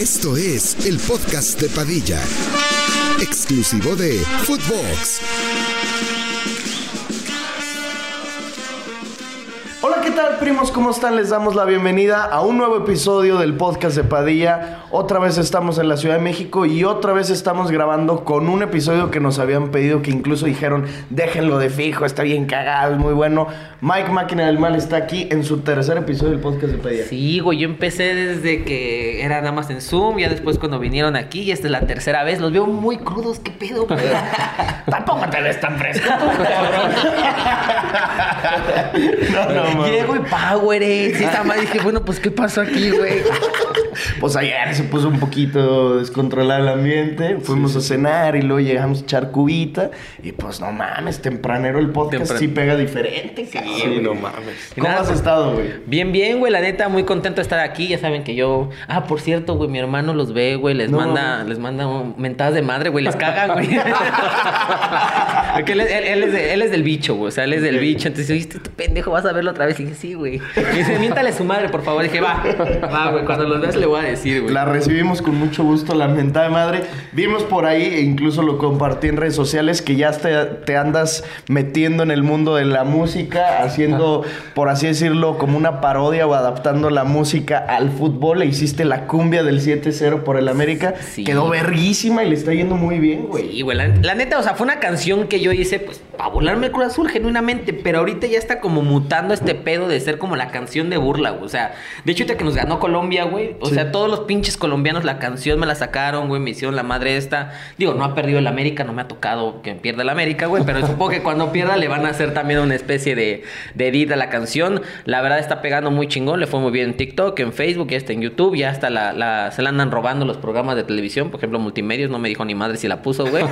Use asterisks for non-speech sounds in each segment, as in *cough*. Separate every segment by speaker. Speaker 1: Esto es el podcast de Padilla, exclusivo de Footbox.
Speaker 2: Hola, ¿qué tal, primos? ¿Cómo están? Les damos la bienvenida a un nuevo episodio del podcast de Padilla. Otra vez estamos en la Ciudad de México y otra vez estamos grabando con un episodio que nos habían pedido, que incluso dijeron, déjenlo de fijo, está bien cagado, es muy bueno. Mike Máquina del Mal está aquí en su tercer episodio del podcast de Padilla.
Speaker 3: Sí, güey, yo empecé desde que era nada más en Zoom, ya después cuando vinieron aquí, y esta es la tercera vez, los veo muy crudos, qué
Speaker 2: *laughs*
Speaker 3: pedo, güey. Tampoco te ves tan fresco, tú, cabrón.
Speaker 2: *laughs* No, no, mames.
Speaker 3: Llego y power, eh. Sí, esta madre dije, bueno, pues qué pasó aquí, güey.
Speaker 2: Pues ayer se puso un poquito descontrolado el ambiente. Fuimos a cenar y luego llegamos a echar cubita. Y pues no mames, tempranero el podcast
Speaker 4: Tempran-
Speaker 2: sí pega diferente, cabrón.
Speaker 4: Sí, no mames.
Speaker 2: ¿Cómo has estado, güey?
Speaker 3: Bien, bien, güey, la neta, muy contento de estar aquí. Ya saben que yo. Ah, por cierto, güey, mi hermano los ve, güey, les
Speaker 2: No.
Speaker 3: manda, les manda un- mentadas de madre, güey, les
Speaker 2: *laughs*
Speaker 3: cagan, güey. Porque él, es- él- él es de- él es del bicho, güey, o sea, él es del
Speaker 2: Ok.
Speaker 3: bicho. Entonces, oíste, este pendejo, vas a verlo otra vez. Y dije, sí, güey. Y dice, miéntale su madre, por favor. Y dije, va, va, güey, cuando los veas le voy a decir, güey.
Speaker 2: La recibimos con mucho gusto, la mentada de madre. Vimos por ahí, e incluso lo compartí en redes sociales, que ya te, te andas metiendo en el mundo de la música, haciendo, por así decirlo, como una parodia o adaptando la música al fútbol. Le hiciste la cumbia del 7-0 por el América.
Speaker 3: Sí.
Speaker 2: Quedó verguísima y le está yendo muy bien, güey.
Speaker 3: Sí, güey, la, la neta, o sea, fue una canción que yo hice, pues, para volarme el Cruz Azul, genuinamente, pero ahorita ya está como mutando este pedo de ser como la canción de burla, güey. O sea, de hecho, ahorita que nos ganó Colombia, güey, o
Speaker 2: Sí.
Speaker 3: sea, todos los pinches colombianos la canción me la sacaron, güey, me hicieron la madre esta. Digo, no ha perdido el América, no me ha tocado que pierda el América, güey, pero supongo que cuando pierda le van a hacer también una especie de, de edit a la canción. La verdad está pegando muy chingón, le fue muy bien en TikTok, en Facebook, ya está en YouTube, ya hasta la, la- se la andan robando los programas de televisión, por ejemplo, Multimedios, no me dijo ni madre si la puso, güey.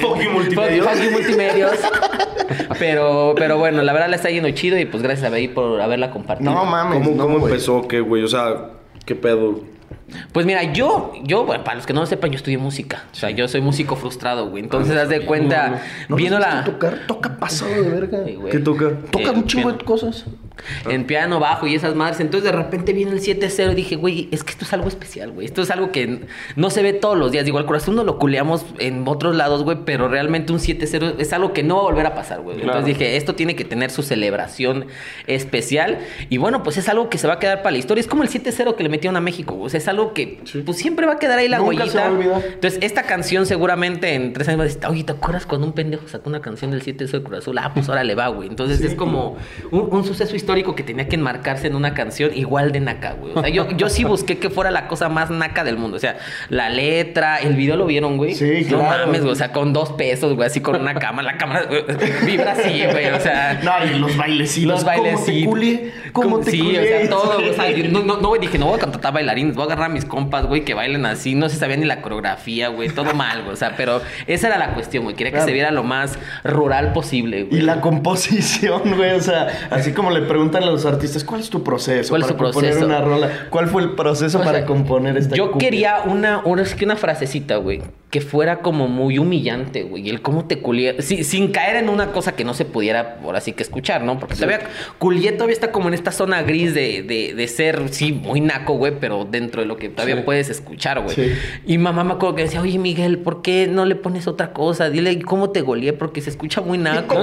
Speaker 2: Fuck you, Multimedios.
Speaker 3: Fuck you, Multimedios. Pero, pero bueno, la verdad la está yendo chido y pues gracias a Bey por haberla compartido.
Speaker 2: No mames.
Speaker 4: ¿Cómo,
Speaker 2: no,
Speaker 4: cómo
Speaker 2: güey.
Speaker 4: empezó? ¿Qué, güey? O sea, ¿qué pedo?
Speaker 3: Pues mira, yo, yo, bueno, para los que no lo sepan, yo estudié música. O sea, yo soy músico frustrado, güey. Entonces, haz de
Speaker 2: Ah,
Speaker 3: cuenta,
Speaker 2: ¿No
Speaker 3: viendo
Speaker 2: sabes
Speaker 3: la.
Speaker 2: qué tocar? Toca pasado de verga.
Speaker 3: Sí, güey.
Speaker 4: ¿Qué toca?
Speaker 2: Toca
Speaker 3: Eh,
Speaker 2: un chingo
Speaker 3: piano.
Speaker 2: de cosas.
Speaker 3: en piano bajo y esas madres. Entonces de repente viene el 7-0 y dije, güey, es que esto es algo especial, güey. Esto es algo que n- no se ve todos los días. Digo, al corazón no lo culeamos en otros lados, güey, pero realmente un 7-0 es algo que no va a volver a pasar, güey.
Speaker 4: Claro.
Speaker 3: Entonces dije, esto tiene que tener su celebración especial. Y bueno, pues es algo que se va a quedar para la historia. Es como el 7-0 que le metieron a México, güey. O sea, es algo que pues siempre va a quedar ahí la
Speaker 2: Nunca
Speaker 3: huellita.
Speaker 2: se va a olvidar.
Speaker 3: Entonces, esta canción seguramente en tres años va a decir, oye, ¿te acuerdas cuando un pendejo sacó una canción del 7 de Cruz Azul? Ah, pues ahora le va, güey. Entonces, es como un, un suceso histórico que tenía que enmarcarse en una canción igual de naca, güey. O sea, yo, yo sí busqué que fuera la cosa más naca del mundo. O sea, la letra, el video lo vieron, güey.
Speaker 2: Sí,
Speaker 3: No
Speaker 2: claro.
Speaker 3: mames, güey. O sea, con dos pesos, güey, así con una cámara. La cámara güey, vibra así, güey. O sea...
Speaker 2: No, y los bailecitos.
Speaker 3: Los bailecitos.
Speaker 2: ¿Cómo te culé? ¿Cómo te
Speaker 3: sí,
Speaker 2: culé?
Speaker 3: o sea, todo.
Speaker 2: *laughs*
Speaker 3: O sea, yo no, no, no, güey, dije, no voy a contratar bailarines, voy a agarrar a mis compas, güey, que bailen así. No se sabía ni la coreografía, güey, todo mal, güey. O sea, pero esa era la cuestión, güey. Quería que
Speaker 2: Claro.
Speaker 3: se viera lo más rural posible, güey.
Speaker 2: Y la composición, güey, o sea, así como le preguntan a los artistas, ¿cuál es tu proceso
Speaker 3: ¿Cuál es
Speaker 2: para
Speaker 3: tu
Speaker 2: componer
Speaker 3: proceso?
Speaker 2: una rola? ¿Cuál fue el proceso
Speaker 3: O sea,
Speaker 2: para componer esta
Speaker 3: Yo
Speaker 2: cumbia?
Speaker 3: quería una, una, es que una frasecita, güey, que fuera como muy humillante, güey. El cómo te culié. sí, sin caer en una cosa que no se pudiera, ahora sí que escuchar, ¿no? Porque todavía culié todavía está como en esta zona gris de, de, de ser, sí, muy naco, güey, pero dentro de lo que todavía
Speaker 4: Sí.
Speaker 3: puedes escuchar, güey.
Speaker 2: Sí.
Speaker 3: Y mamá me acuerdo que decía, oye, Miguel, ¿por qué no le pones otra cosa? Dile cómo te goleé, porque se escucha muy naco.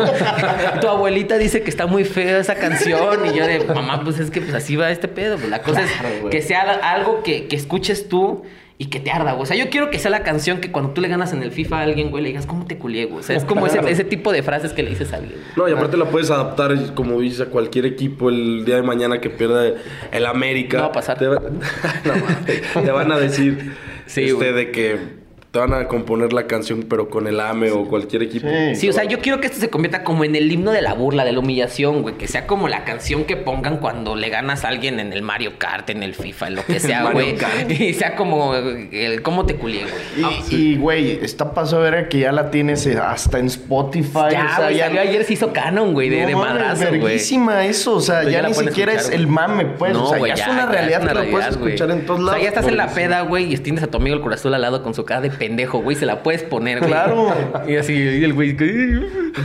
Speaker 3: tu abuelita dice que está muy fea esa canción. Y yo de, mamá, pues es que pues así va este pedo. Pues la cosa
Speaker 2: Claro,
Speaker 3: es
Speaker 2: güey.
Speaker 3: que sea algo que, que escuches tú y que te arda, güey. O sea, yo quiero que sea la canción que cuando tú le ganas en el FIFA a alguien, güey, le digas, ¿cómo te culié, güey? O sea, es
Speaker 2: Pues
Speaker 3: como ese,
Speaker 4: Claro.
Speaker 3: ese tipo de frases que le dices a alguien.
Speaker 4: No, y aparte la puedes adaptar, como dices, a cualquier equipo el día de mañana que pierda el América.
Speaker 3: No va a pasar.
Speaker 4: Te, va- *laughs* No, mames. Te van a decir
Speaker 3: Sí,
Speaker 4: este,
Speaker 3: güey.
Speaker 4: de que te van a componer la canción, pero con el AME o cualquier equipo.
Speaker 2: Sí.
Speaker 3: Sí, o sea, yo quiero que esto se convierta como en el himno de la burla, de la humillación, güey. Que sea como la canción que pongan cuando le ganas a alguien en el Mario Kart, en el FIFA, en
Speaker 2: *laughs*
Speaker 3: lo que sea,
Speaker 4: Mario
Speaker 3: güey. *laughs*
Speaker 4: Kart.
Speaker 3: Y sea como el cómo te culié, güey.
Speaker 2: Y, y, güey, está paso de ver que ya la tienes eh, hasta en Spotify. o
Speaker 3: Ya,
Speaker 2: sea,
Speaker 3: güey,
Speaker 2: ya-
Speaker 3: salió ayer, se hizo canon, güey, de,
Speaker 2: No
Speaker 3: de
Speaker 2: mames,
Speaker 3: madrazo, güey.
Speaker 2: verguísima eso, o sea,
Speaker 3: Pero
Speaker 2: ya,
Speaker 3: ya la
Speaker 2: ni
Speaker 3: pueden
Speaker 2: siquiera es
Speaker 3: escuchar,
Speaker 2: el
Speaker 3: güey.
Speaker 2: mame, pues, o sea, ya, es una realidad que la puedes
Speaker 3: güey.
Speaker 2: escuchar en todos
Speaker 3: O
Speaker 2: lados.
Speaker 3: sea, ya estás en la
Speaker 2: güey.
Speaker 3: peda, güey, y tienes a tu amigo el corazón al lado con su cara de pendejo, güey, se la puedes poner, güey.
Speaker 2: Claro.
Speaker 3: Y así, y el güey.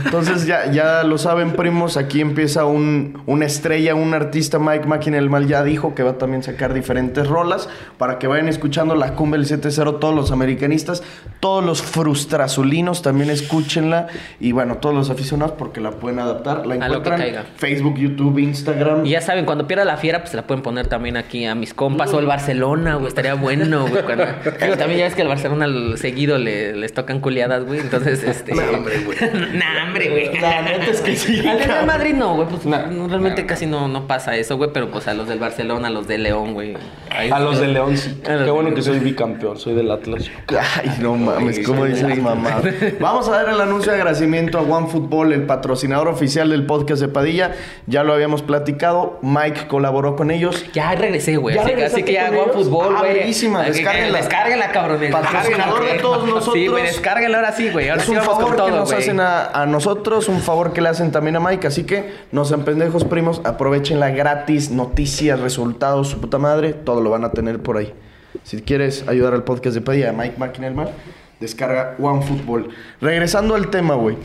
Speaker 2: Entonces ya, ya lo saben, primos, aquí empieza un, una estrella, un artista, Mike Mackin el Mal ya dijo que va a también sacar diferentes rolas para que vayan escuchando la cumbre del 7-0, todos los americanistas, todos los frustrazulinos también escúchenla y bueno, todos los aficionados porque la pueden adaptar, la
Speaker 3: lo que
Speaker 2: encuentran
Speaker 3: caiga.
Speaker 2: Facebook, YouTube, Instagram.
Speaker 3: Y ya saben, cuando pierda la fiera, pues se la pueden poner también aquí a mis compas o el Barcelona, güey. Estaría bueno, güey.
Speaker 2: *laughs*
Speaker 3: cuando- Digo, también ya ves que al Barcelona l- seguido le, les tocan culiadas, güey. Entonces, este.
Speaker 4: Nah, hombre,
Speaker 3: *laughs*
Speaker 4: güey.
Speaker 3: nah, hombre, güey.
Speaker 2: La neta es que sí,
Speaker 3: Al de Real
Speaker 2: cabrón.
Speaker 3: Madrid no, güey. Pues
Speaker 4: Nah.
Speaker 3: no, realmente casi no, no pasa eso, güey. Pero pues a los del Barcelona, a los de León, güey. Ahí-
Speaker 4: A los de León, sí.
Speaker 3: A los
Speaker 4: Qué
Speaker 3: de
Speaker 4: bueno
Speaker 3: León.
Speaker 4: que soy bicampeón, soy del Atlas.
Speaker 2: Ay, no mames, ¿cómo
Speaker 3: Ay,
Speaker 2: dices
Speaker 3: ay. *laughs*
Speaker 2: mamá? Vamos a dar el anuncio de agradecimiento a OneFootball, el patrocinador oficial del podcast de Padilla. Ya lo habíamos platicado, Mike colaboró con ellos.
Speaker 3: Ya regresé, güey.
Speaker 2: ¿Ya
Speaker 3: Así, que- así
Speaker 2: regresaste
Speaker 3: que ya
Speaker 2: con
Speaker 3: hago
Speaker 2: ellos?
Speaker 3: fútbol,
Speaker 2: Ah,
Speaker 3: güey.
Speaker 2: buenísima,
Speaker 3: Así que-
Speaker 2: descárguenla.
Speaker 3: Descárguenla, cabrones.
Speaker 2: Patrocinador
Speaker 3: descárguenla,
Speaker 2: de todos
Speaker 3: güey. Sí,
Speaker 2: nosotros.
Speaker 3: güey, descárguenla ahora sí, güey. Ahora
Speaker 2: Es
Speaker 3: sí
Speaker 2: un
Speaker 3: vamos
Speaker 2: favor
Speaker 3: con
Speaker 2: que
Speaker 3: todo,
Speaker 2: nos
Speaker 3: güey.
Speaker 2: hacen a, a nosotros, un favor que le hacen también a Mike. Así que no sean pendejos, primos. Aprovechenla gratis, noticias, resultados, su puta madre. Todo lo van a tener por ahí. Si quieres ayudar al podcast de Padilla, Mike Mackinelman, descarga OneFootball. Regresando al tema, güey.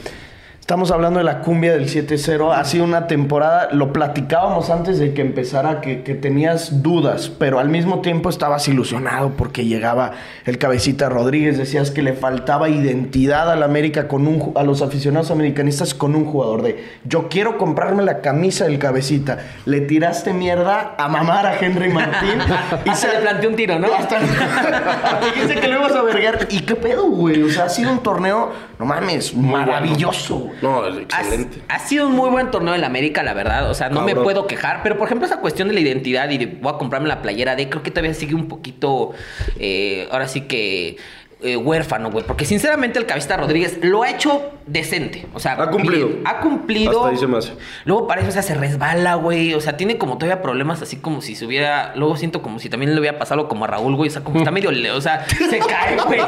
Speaker 2: Estamos hablando de la cumbia del 7-0. Ha sido una temporada, lo platicábamos antes de que empezara, que, que tenías dudas, pero al mismo tiempo estabas ilusionado porque llegaba el cabecita Rodríguez. Decías que le faltaba identidad al América, con un, ju- a los aficionados americanistas, con un jugador de yo quiero comprarme la camisa del cabecita. Le tiraste mierda a mamar a Henry
Speaker 3: *laughs*
Speaker 2: Martín.
Speaker 3: Hasta le planteó un tiro, ¿no? *laughs*
Speaker 2: Hasta, hasta dijiste que lo ibas a vergar. ¿Y qué pedo, güey? O sea, ha sido un torneo, no mames,
Speaker 4: bueno.
Speaker 2: maravilloso, güey.
Speaker 4: No,
Speaker 3: Ha-
Speaker 4: excelente.
Speaker 3: Ha, sido un muy buen torneo del América, la verdad. O sea, no me
Speaker 4: Cabrón.
Speaker 3: puedo quejar. Pero, por ejemplo, esa cuestión de la identidad y de voy a comprarme la playera de, creo que todavía sigue un poquito. eh, ahora sí que. eh, huérfano, güey. Porque sinceramente el cabista Rodríguez lo ha hecho decente. O sea,
Speaker 4: Ha cumplido.
Speaker 3: bien, ha cumplido.
Speaker 4: Hasta ahí se me hace.
Speaker 3: Luego parece, o sea, se resbala, güey. O sea, tiene como todavía problemas así como si se hubiera. Luego siento como si también le hubiera pasado como a Raúl, güey. O sea, como está medio. le- O sea, se cae, *laughs* güey.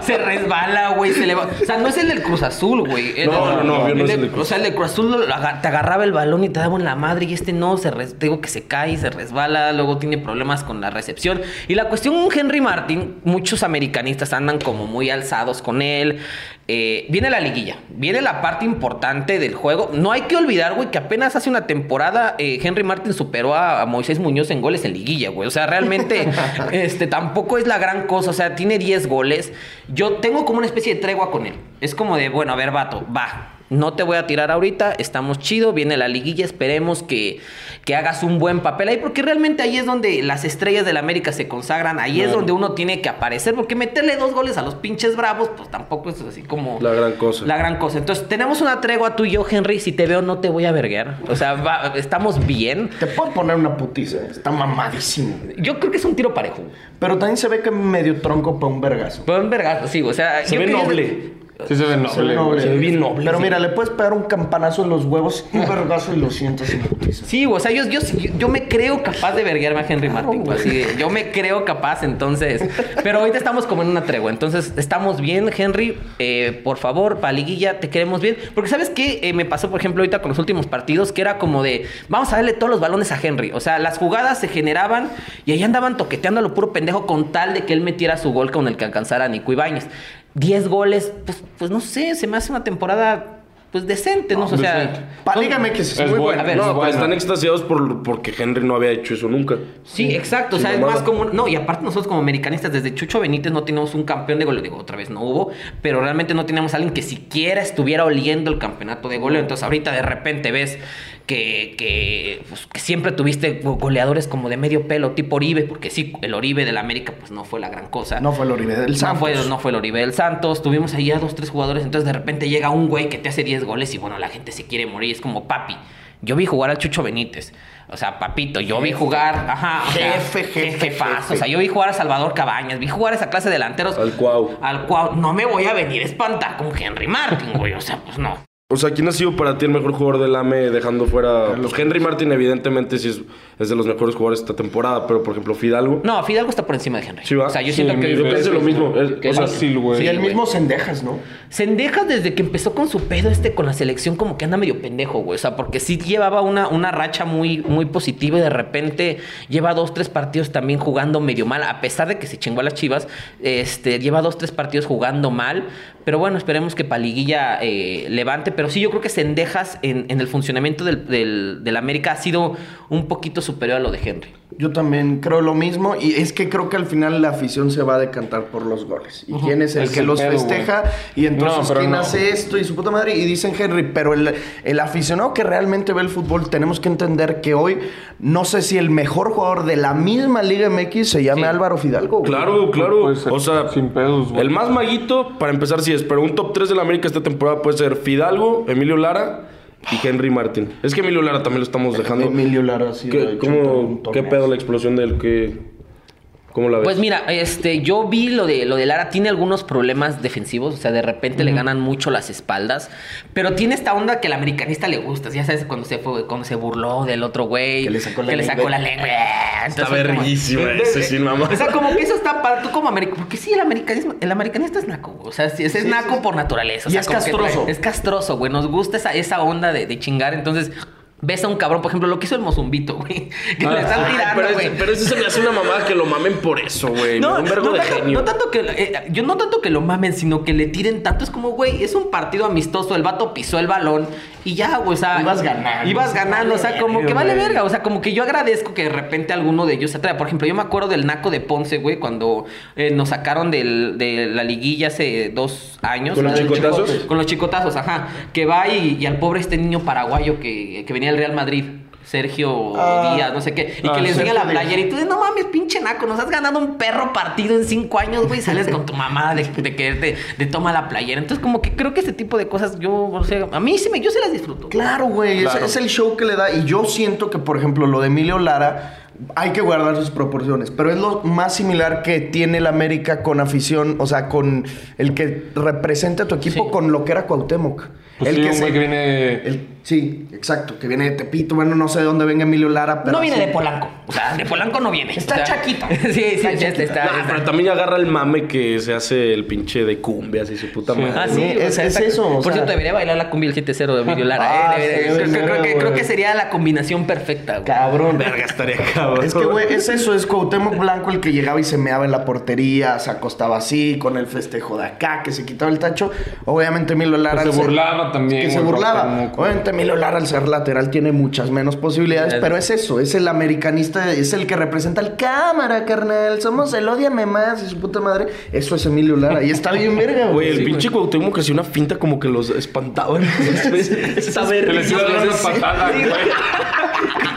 Speaker 3: Se resbala, güey. Se le va. O sea, no es el del Cruz Azul, güey. Era-
Speaker 4: No, no, no, yo no
Speaker 3: el
Speaker 4: es el
Speaker 3: de-
Speaker 4: del Cruz
Speaker 3: O sea, el de Cruz Azul lo aga- te agarraba el balón y te daba en la madre. Y este no, se res- te digo que se cae, se resbala. Luego tiene problemas con la recepción. Y la cuestión, Henry Martin, muchos americanistas andan como muy alzados con él. Eh, viene la liguilla, viene la parte importante del juego. No hay que olvidar, güey, que apenas hace una temporada eh, Henry Martin superó a, a Moisés Muñoz en goles en liguilla, güey. O sea, realmente este, tampoco es la gran cosa. O sea, tiene 10 goles. Yo tengo como una especie de tregua con él. Es como de, bueno, a ver, vato, va. No te voy a tirar ahorita, estamos chido, viene la liguilla, esperemos que, que hagas un buen papel ahí, porque realmente ahí es donde las estrellas del América se consagran, ahí es
Speaker 4: Claro.
Speaker 3: donde uno tiene que aparecer, porque meterle dos goles a los pinches bravos, pues tampoco es así como...
Speaker 4: La gran cosa.
Speaker 3: La gran cosa. Entonces, tenemos una tregua tú y yo, Henry, si te veo no te voy a verguear, o sea, va- estamos bien.
Speaker 2: Te puedo poner una putiza, ¿eh? está mamadísimo.
Speaker 3: Yo creo que es un tiro parejo.
Speaker 2: Pero también se ve que medio tronco para un vergazo.
Speaker 3: Pero en vergas, sí, o sea...
Speaker 4: Se
Speaker 3: yo
Speaker 4: ve
Speaker 3: creo que-
Speaker 4: noble. Sí, se ve
Speaker 2: Se ve
Speaker 4: noble.
Speaker 2: noble.
Speaker 4: Se ve bien noble.
Speaker 2: Pero
Speaker 4: sí.
Speaker 2: mira, le puedes pegar un campanazo en los huevos, un vergazo y lo sientas en la putiza.
Speaker 3: Sí, o sea, yo, yo, yo me creo capaz de verguearme a Henry Martin. güey, así de, yo me creo capaz, entonces. Pero ahorita estamos como en una tregua. Entonces, estamos bien, Henry. Eh, por favor, paliguilla, te queremos bien. Porque, ¿sabes qué? Eh, me pasó, por ejemplo, ahorita con los últimos partidos, que era como de, vamos a darle todos los balones a Henry. O sea, las jugadas se generaban y ahí andaban toqueteando a lo puro pendejo con tal de que él metiera su gol con el que alcanzara a Nico Ibáñez. 10 goles, pues, pues no sé, se me hace una temporada. Pues decente, ¿no? O
Speaker 4: decente.
Speaker 3: sea,
Speaker 2: pues, eh, Palígame que es muy
Speaker 5: bueno.
Speaker 2: bueno.
Speaker 3: a ver,
Speaker 4: no,
Speaker 3: es
Speaker 4: pero
Speaker 5: bueno.
Speaker 4: están extasiados por, porque Henry no había hecho eso nunca.
Speaker 3: Sí, exacto. o sea,
Speaker 4: Sí,
Speaker 3: es
Speaker 4: mamada.
Speaker 3: más común. No, y aparte nosotros como americanistas, desde Chucho Benítez no teníamos un campeón de goleo. Digo, otra vez no hubo, pero realmente no teníamos a alguien que siquiera estuviera oliendo el campeonato de goleo. Entonces ahorita de repente ves que, que, pues, que siempre tuviste go- goleadores como de medio pelo, tipo Oribe, porque sí, el Oribe del América pues no fue la gran cosa.
Speaker 2: No fue el Oribe del
Speaker 3: No
Speaker 2: Santos.
Speaker 3: fue, no fue el Oribe del Santos. Tuvimos ahí a dos, tres jugadores. Entonces, de repente llega un güey que te hace 10 goles y, bueno, la gente se quiere morir. Es como, papi, yo vi jugar al Chucho Benítez. O sea, papito, yo vi jugar. Ajá. o sea,
Speaker 2: Jefe, jefe,
Speaker 3: jefazo.
Speaker 2: jefe.
Speaker 3: O sea, yo vi jugar a Salvador Cabañas. Vi jugar a esa clase de delanteros.
Speaker 4: Al Cuau.
Speaker 3: Al Cuau. No me voy a venir a espantar con Henry Martin, güey. O sea, pues no.
Speaker 4: O sea, ¿quién ha sido para ti el mejor jugador del AME dejando fuera? Pues Henry Martin, evidentemente, sí es, es de los mejores jugadores esta temporada, pero por ejemplo, Fidalgo.
Speaker 3: No, Fidalgo está por encima de Henry.
Speaker 4: Sí, va.
Speaker 3: o sea, yo
Speaker 4: Sí,
Speaker 3: siento que.
Speaker 4: yo pienso lo mismo. Es-
Speaker 5: Que
Speaker 4: o sea,
Speaker 5: fácil, güey.
Speaker 2: Y
Speaker 3: Sí,
Speaker 2: el
Speaker 3: güey.
Speaker 2: mismo Cendejas, ¿no?
Speaker 3: Sendejas desde que empezó con su pedo este con la selección como que anda medio pendejo, güey. O sea, porque sí llevaba una, una racha muy, muy positiva y de repente lleva dos, tres partidos también jugando medio mal. A pesar de que se chingó a las chivas, este, lleva dos, tres partidos jugando mal. Pero bueno, esperemos que Paliguilla eh, levante. Pero Pero sí, yo creo que Sendejas en, en el funcionamiento del, del, del América ha sido un poquito superior a lo de Henry.
Speaker 2: Yo también creo lo mismo y es que creo que al final la afición se va a decantar por los goles. ¿Y quién es el
Speaker 5: Es
Speaker 2: que
Speaker 5: el
Speaker 2: los
Speaker 5: pedo,
Speaker 2: festeja?
Speaker 5: güey.
Speaker 2: Y entonces
Speaker 5: No, pero
Speaker 2: quién
Speaker 5: no.
Speaker 2: hace esto y su puta madre y dicen Henry, pero el, el aficionado que realmente ve el fútbol tenemos que entender que hoy no sé si el mejor jugador de la misma Liga MX se llame
Speaker 3: Sí.
Speaker 2: Álvaro Fidalgo. güey.
Speaker 4: Claro, claro.
Speaker 5: Puede ser
Speaker 4: O sea,
Speaker 5: sin pedos, güey.
Speaker 4: el más maguito, para empezar, si es, pero un top 3 de la América esta temporada puede ser Fidalgo, Emilio Lara y Henry Martín. Es que Emilio Lara también lo estamos dejando.
Speaker 2: Emilio Lara ha sido
Speaker 4: ¿Qué,
Speaker 2: hecho
Speaker 4: cómo,
Speaker 2: un
Speaker 4: ¿Qué
Speaker 2: torneo.
Speaker 4: pedo la explosión del que... ¿Cómo la ves?
Speaker 3: Pues mira, este, yo vi lo de lo de Lara, tiene algunos problemas defensivos, o sea, de repente le ganan mucho las espaldas, pero tiene esta onda que al americanista le gusta, ya sabes cuando se fue, cuando se burló del otro güey,
Speaker 2: Que le sacó la lengua.
Speaker 3: sacó la lengua. eh,
Speaker 4: Está
Speaker 3: Entonces, como-
Speaker 4: verguísima ese, sin
Speaker 3: *laughs*
Speaker 4: mamá.
Speaker 3: O sea, como que eso está para tú como americano, porque sí el americanismo, el americanista es naco, güey. o sea, sí, es, es naco por naturaleza, o
Speaker 2: Y
Speaker 3: sea,
Speaker 2: es
Speaker 3: como que trae-
Speaker 2: castroso.
Speaker 3: es castroso, güey, nos gusta esa esa onda de, de chingar, entonces Ves a un cabrón, por ejemplo, lo que hizo el mozumbito, güey. *laughs* Que le están
Speaker 4: Ay,
Speaker 3: tirando,
Speaker 4: Ah, pero, es-
Speaker 3: güey.
Speaker 4: pero eso se me hace una mamada que lo mamen por eso, güey. Me da un vergo de
Speaker 3: tanto,
Speaker 4: genio.
Speaker 3: no tanto que eh, yo no tanto que lo mamen, sino que le tiren tanto. Es como, güey, es un partido amistoso. El vato pisó el balón y ya, güey, o sea.
Speaker 2: Ibas ganando.
Speaker 3: Ibas ganando, o sea,
Speaker 2: Vale
Speaker 3: como que
Speaker 2: verga,
Speaker 3: vale
Speaker 2: güey.
Speaker 3: verga. O sea, como que yo agradezco que de repente alguno de ellos se atreva. Por ejemplo, yo me acuerdo del Naco de Ponce, güey, cuando eh, nos sacaron del- de la liguilla hace dos años.
Speaker 4: ¿Con los
Speaker 3: La del
Speaker 4: chicotazos?
Speaker 3: chico- con los chicotazos, ajá. Que va y, y al pobre este niño paraguayo que, que venía del Real Madrid. Sergio
Speaker 2: Ah.
Speaker 3: Díaz, no sé qué. Y
Speaker 5: Ah,
Speaker 3: que le enseña
Speaker 5: Sergio
Speaker 3: la
Speaker 5: Díaz.
Speaker 3: playera. Y tú dices, no mames, pinche naco, nos has ganado un perro partido en cinco años, güey. y Sales con tu mamá de, de quererte, de toma la playera. Entonces, como que creo que ese tipo de cosas, yo, o sea, a mí sí me, yo se las disfruto.
Speaker 2: Claro, güey. es-
Speaker 4: Claro.
Speaker 2: Es, el show que le da. Y yo siento que, por ejemplo, lo de Emilio Lara. Hay que guardar sus proporciones, pero es lo más similar que tiene el América con afición, o sea, con el que representa a tu equipo
Speaker 3: Sí.
Speaker 2: con lo que era Cuauhtémoc.
Speaker 5: Pues sí, un
Speaker 2: se-
Speaker 5: güey que viene-
Speaker 2: el- sí, exacto, que viene de Tepito, bueno, no sé de dónde venga Emilio Lara, pero
Speaker 3: no viene
Speaker 2: así-
Speaker 3: de Polanco. O sea, de Polanco no viene.
Speaker 2: Está
Speaker 3: O sea,
Speaker 2: chaquito.
Speaker 3: *laughs* sí, sí,
Speaker 2: Está
Speaker 3: está, está,
Speaker 2: chaquito.
Speaker 3: está-
Speaker 4: Nah, pero también agarra el mame que se hace el pinche de cumbias y su puta
Speaker 5: Sí.
Speaker 4: madre.
Speaker 3: Ah, sí,
Speaker 2: Sí,
Speaker 3: o
Speaker 2: es-
Speaker 3: sea,
Speaker 2: es
Speaker 3: está-
Speaker 2: eso, o
Speaker 3: Por
Speaker 2: sea.
Speaker 3: cierto, debería bailar la cumbia del 7-0 de Emilio Lara.
Speaker 2: Ah,
Speaker 3: eh, debería-
Speaker 2: sí,
Speaker 3: creo- creo,
Speaker 5: verga,
Speaker 3: que, creo
Speaker 5: güey.
Speaker 3: que sería la combinación perfecta, güey.
Speaker 2: Cabrón.
Speaker 4: Verga, estaría cabrón.
Speaker 2: Es que, güey, es eso, es Cuauhtémoc Blanco el que llegaba y se meaba en la portería, se acostaba así, con el festejo de acá, que se quitaba el tacho. Obviamente Milo Lara...
Speaker 5: Que
Speaker 2: al
Speaker 5: se
Speaker 2: ser-
Speaker 5: burlaba también,
Speaker 2: Que se
Speaker 5: güey,
Speaker 2: burlaba.
Speaker 5: Cuauhtémoc, güey.
Speaker 2: Obviamente Milo Lara al ser lateral tiene muchas menos posibilidades,
Speaker 3: Sí.
Speaker 2: pero es eso, es el americanista, es el que representa al cámara, carnal. Somos el odiame más y su puta madre. Eso es Emilio Lara. Y está bien verga,
Speaker 4: Güey, el
Speaker 2: Sí,
Speaker 4: pinche Cuauhtémoc hacía una finta como que los espantaba. *laughs* Esa
Speaker 5: Que
Speaker 4: verga.
Speaker 5: les iba a dar una patada, güey.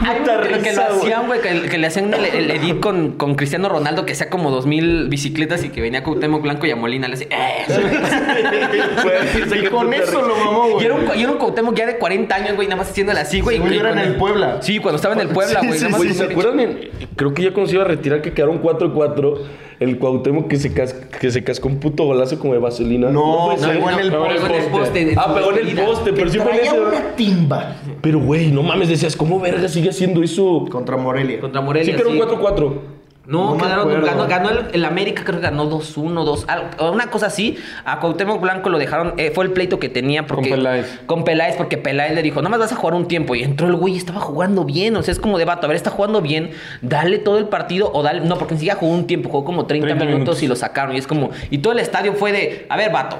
Speaker 3: Ay,
Speaker 2: Puta
Speaker 3: que, que lo
Speaker 2: risa, güey.
Speaker 3: hacían, güey, que, que le hacían el, el edit con, con Cristiano Ronaldo, que hacía como 2000 bicicletas y que venía con Temo Blanco y a Molina le hacía. "Eh,
Speaker 4: *laughs* Güey,
Speaker 2: Y *laughs* con eso lo mamó,
Speaker 3: Y
Speaker 2: güey.
Speaker 3: era, un, y era un Cuauhtémoc ya de 40 años, güey, nada más haciéndole así, güey.
Speaker 2: Según
Speaker 3: que-
Speaker 2: yo era en el Puebla.
Speaker 3: Sí, cuando estaba en el Puebla,
Speaker 2: Sí,
Speaker 3: güey.
Speaker 2: sí,
Speaker 3: nada más
Speaker 4: Güey,
Speaker 3: hizo
Speaker 4: ¿se
Speaker 3: un-
Speaker 4: acuerdan? en- creo que ya cuando se iba a retirar que quedaron 4-4, el Cuauhtémoc que se, cas- que se cascó un puto golazo como de vaselina.
Speaker 2: No,
Speaker 4: puede
Speaker 2: no,
Speaker 4: ser.
Speaker 2: pegó en el
Speaker 4: Pegó
Speaker 3: poste.
Speaker 4: Ah, pegó en el poste,
Speaker 2: Que
Speaker 4: pero sí fue en
Speaker 2: traía
Speaker 4: ese.
Speaker 2: una timba
Speaker 4: Pero, güey, no mames, decías, ¿cómo verga sigue haciendo eso?
Speaker 2: contra Morelia.
Speaker 3: Contra
Speaker 4: Sí
Speaker 3: Morelia.
Speaker 4: que era un
Speaker 3: sí.
Speaker 4: 4-4.
Speaker 3: No,
Speaker 2: No me
Speaker 3: quedaron-
Speaker 2: acuerdo.
Speaker 3: ganó, ganó el, el América, creo que ganó 2-1, 2 algo, una cosa así. A Cuauhtémoc Blanco lo dejaron, eh, fue el pleito que tenía porque,
Speaker 5: Con Peláez.
Speaker 3: Con Peláez, porque Peláez le dijo, nomás vas a jugar un tiempo. Y entró el güey y estaba jugando bien. O sea, es como de vato, a ver, está jugando bien, dale todo el partido o dale. No, porque ni siquiera jugó un tiempo, jugó como 30,
Speaker 5: 30
Speaker 3: minutos,
Speaker 5: minutos.
Speaker 3: y lo sacaron. Y es como, y todo el estadio fue de, a ver, vato.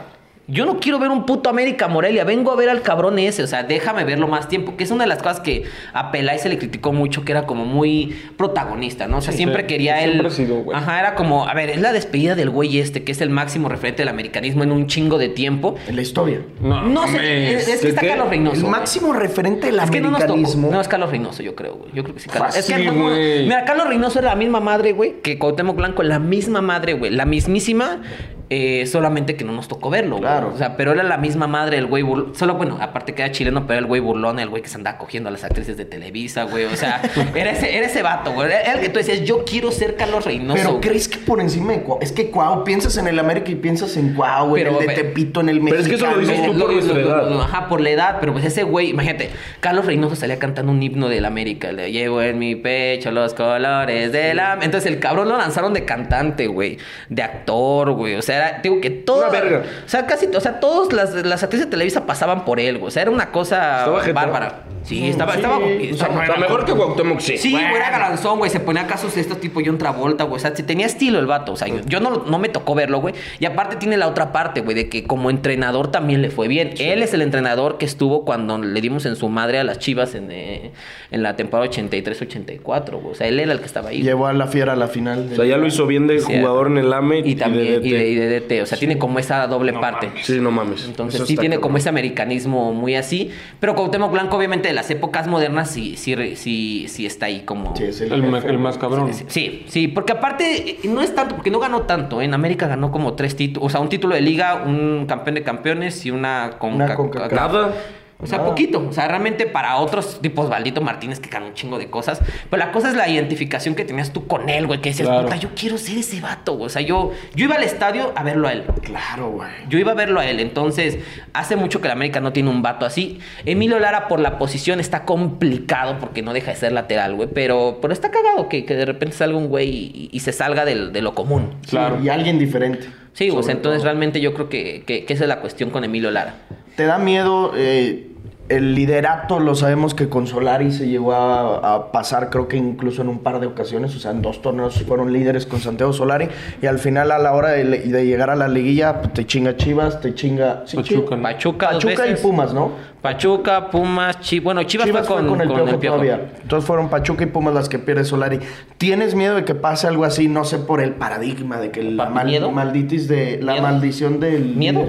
Speaker 3: Yo no quiero ver un puto América Morelia, vengo a ver al cabrón ese, o sea, déjame verlo más tiempo, que es una de las cosas que a Peláez se le criticó mucho, que era como muy protagonista, ¿no? O sea,
Speaker 5: Sí,
Speaker 3: siempre
Speaker 5: sí,
Speaker 3: quería él.
Speaker 5: siempre ha sido, güey.
Speaker 3: Ajá, era como, a ver, es la despedida del güey este, que es el máximo referente del americanismo en un chingo de tiempo.
Speaker 2: En la historia.
Speaker 5: No,
Speaker 3: No sé,
Speaker 5: mames.
Speaker 3: es, es que está
Speaker 4: ¿qué?
Speaker 3: Carlos Reynoso.
Speaker 2: El
Speaker 3: güey.
Speaker 2: máximo referente del
Speaker 3: Es que no nos tocó.
Speaker 2: americanismo.
Speaker 3: No, es Carlos Reynoso, yo creo, güey. Yo creo que sí, Carlos. es que
Speaker 5: Fácil,
Speaker 3: no, no, no.
Speaker 5: güey.
Speaker 3: Mira, Carlos Reynoso era la misma madre, güey, que Cuauhtémoc Blanco, la misma madre, güey. La mismísima, eh, solamente que no nos tocó verlo,
Speaker 2: Claro.
Speaker 3: güey. O sea, pero era la misma madre, el güey burlón. Solo, bueno, aparte que era chileno, pero era el güey burlón, el güey que se andaba cogiendo a las actrices de Televisa, güey. O
Speaker 5: *laughs*
Speaker 3: sea, era ese, era ese vato, güey. Era el que tú decías, yo quiero ser Carlos Reynoso.
Speaker 2: pero
Speaker 3: güey.
Speaker 2: crees que por encima de Cuau. Es que Cuau, piensas en el América y piensas en Cuau, en
Speaker 3: Pero,
Speaker 2: el de
Speaker 3: pero-
Speaker 2: Tepito, en el
Speaker 4: pero es que
Speaker 2: Mexicano.
Speaker 4: eso lo dices tú.
Speaker 3: Lo-
Speaker 4: por
Speaker 3: lo-
Speaker 4: nuestra
Speaker 3: lo-
Speaker 4: edad.
Speaker 3: lo- lo- ajá, por la edad, pero pues ese güey, imagínate, Carlos Reynoso salía cantando un himno del América, le llevo en mi pecho los colores de la... Entonces el cabrón lo lanzaron de cantante, güey, de actor, güey, o sea, era, digo que todo...
Speaker 4: Una verga.
Speaker 3: O sea, casi, o sea, todas las, las actrices de Televisa pasaban por él, güey, o sea, era una cosa
Speaker 4: Estaba jetón.
Speaker 3: bárbara. Sí, estaba, estaba,
Speaker 4: O sea,
Speaker 3: estaba-
Speaker 4: o sea, mejor que Cuauhtémoc, sí.
Speaker 3: Sí, güey, era galanzón, güey. Se ponía casos estos tipo John Travolta, güey. O sea, si tenía estilo el vato. O sea, yo, yo no, no me tocó verlo, güey. Y aparte tiene la otra parte, güey, de que como entrenador también le fue bien. Él es el entrenador que estuvo cuando le dimos en su madre a las chivas en, eh, en la temporada 83-84, güey. O sea, él era el que estaba ahí.
Speaker 2: Llevó a la fiera a la final.
Speaker 4: O sea, ya lo hizo bien de jugador en el AME
Speaker 3: Y también,
Speaker 4: de
Speaker 3: y de,
Speaker 4: DT.
Speaker 3: y de DT. O sea, tiene como esa doble parte.
Speaker 4: Sí, no mames.
Speaker 3: Entonces
Speaker 4: Eso
Speaker 3: sí
Speaker 4: está
Speaker 3: tiene
Speaker 4: cabrón.
Speaker 3: como ese americanismo muy así. Pero Cuauhtémoc Blanco, obviamente, de las épocas modernas sí, sí, sí, sí está ahí como...
Speaker 2: Sí, es el
Speaker 5: El, ma-
Speaker 2: jefe.
Speaker 5: el más cabrón.
Speaker 3: Sí, sí, porque aparte eh, no es tanto, porque no ganó tanto. ¿eh? En América ganó como tres títulos, o sea, un título de liga, un campeón de campeones y una con
Speaker 2: Una Conca-
Speaker 4: Nada.
Speaker 3: O sea,
Speaker 2: Nada.
Speaker 3: poquito. O sea, realmente para otros tipos, Valdito Martínez, que ganó un chingo de cosas. Pero la cosa es la identificación que tenías tú con él, güey, que decías,
Speaker 5: Claro.
Speaker 3: puta, yo quiero ser ese vato. güey. O sea, yo, yo iba al estadio a verlo a él.
Speaker 2: Claro, güey.
Speaker 3: Yo iba a verlo a él, entonces hace mucho que la América no tiene un vato así. Emilio Lara por la posición está complicado porque no deja de ser lateral, güey, pero, pero está cagado que, que de repente salga un güey y, y se salga del- de lo común.
Speaker 5: Claro.
Speaker 2: Y alguien diferente.
Speaker 3: Sí, o
Speaker 2: Sobre
Speaker 3: sea, entonces
Speaker 2: todo.
Speaker 3: realmente yo creo que, que- que esa es la cuestión con Emilio Lara.
Speaker 2: ¿Te da miedo eh, el liderato? Lo sabemos que con Solari se llegó a, a pasar, creo que incluso en un par de ocasiones, o sea, en dos torneos fueron líderes con Santiago Solari y al final a la hora de, le- de llegar a la liguilla pues, te chinga Chivas, te chinga sí,
Speaker 5: Pachuca,
Speaker 2: chi-
Speaker 5: ¿no?
Speaker 3: Pachuca, dos
Speaker 2: Pachuca y
Speaker 3: veces.
Speaker 2: Pumas, ¿no?
Speaker 3: Pachuca, Pumas, Chivas. Bueno, Chivas,
Speaker 2: Chivas
Speaker 3: fue con,
Speaker 2: el,
Speaker 3: con
Speaker 2: piojo
Speaker 3: el Piojo.
Speaker 2: todavía. Entonces fueron Pachuca y Pumas las que pierde Solari. ¿Tienes miedo de que pase algo así? No sé, por el paradigma de que la
Speaker 3: Papi,
Speaker 2: mal-
Speaker 3: ¿miedo?
Speaker 2: malditis de la
Speaker 3: ¿Miedo?
Speaker 2: maldición del
Speaker 3: ¿Miedo?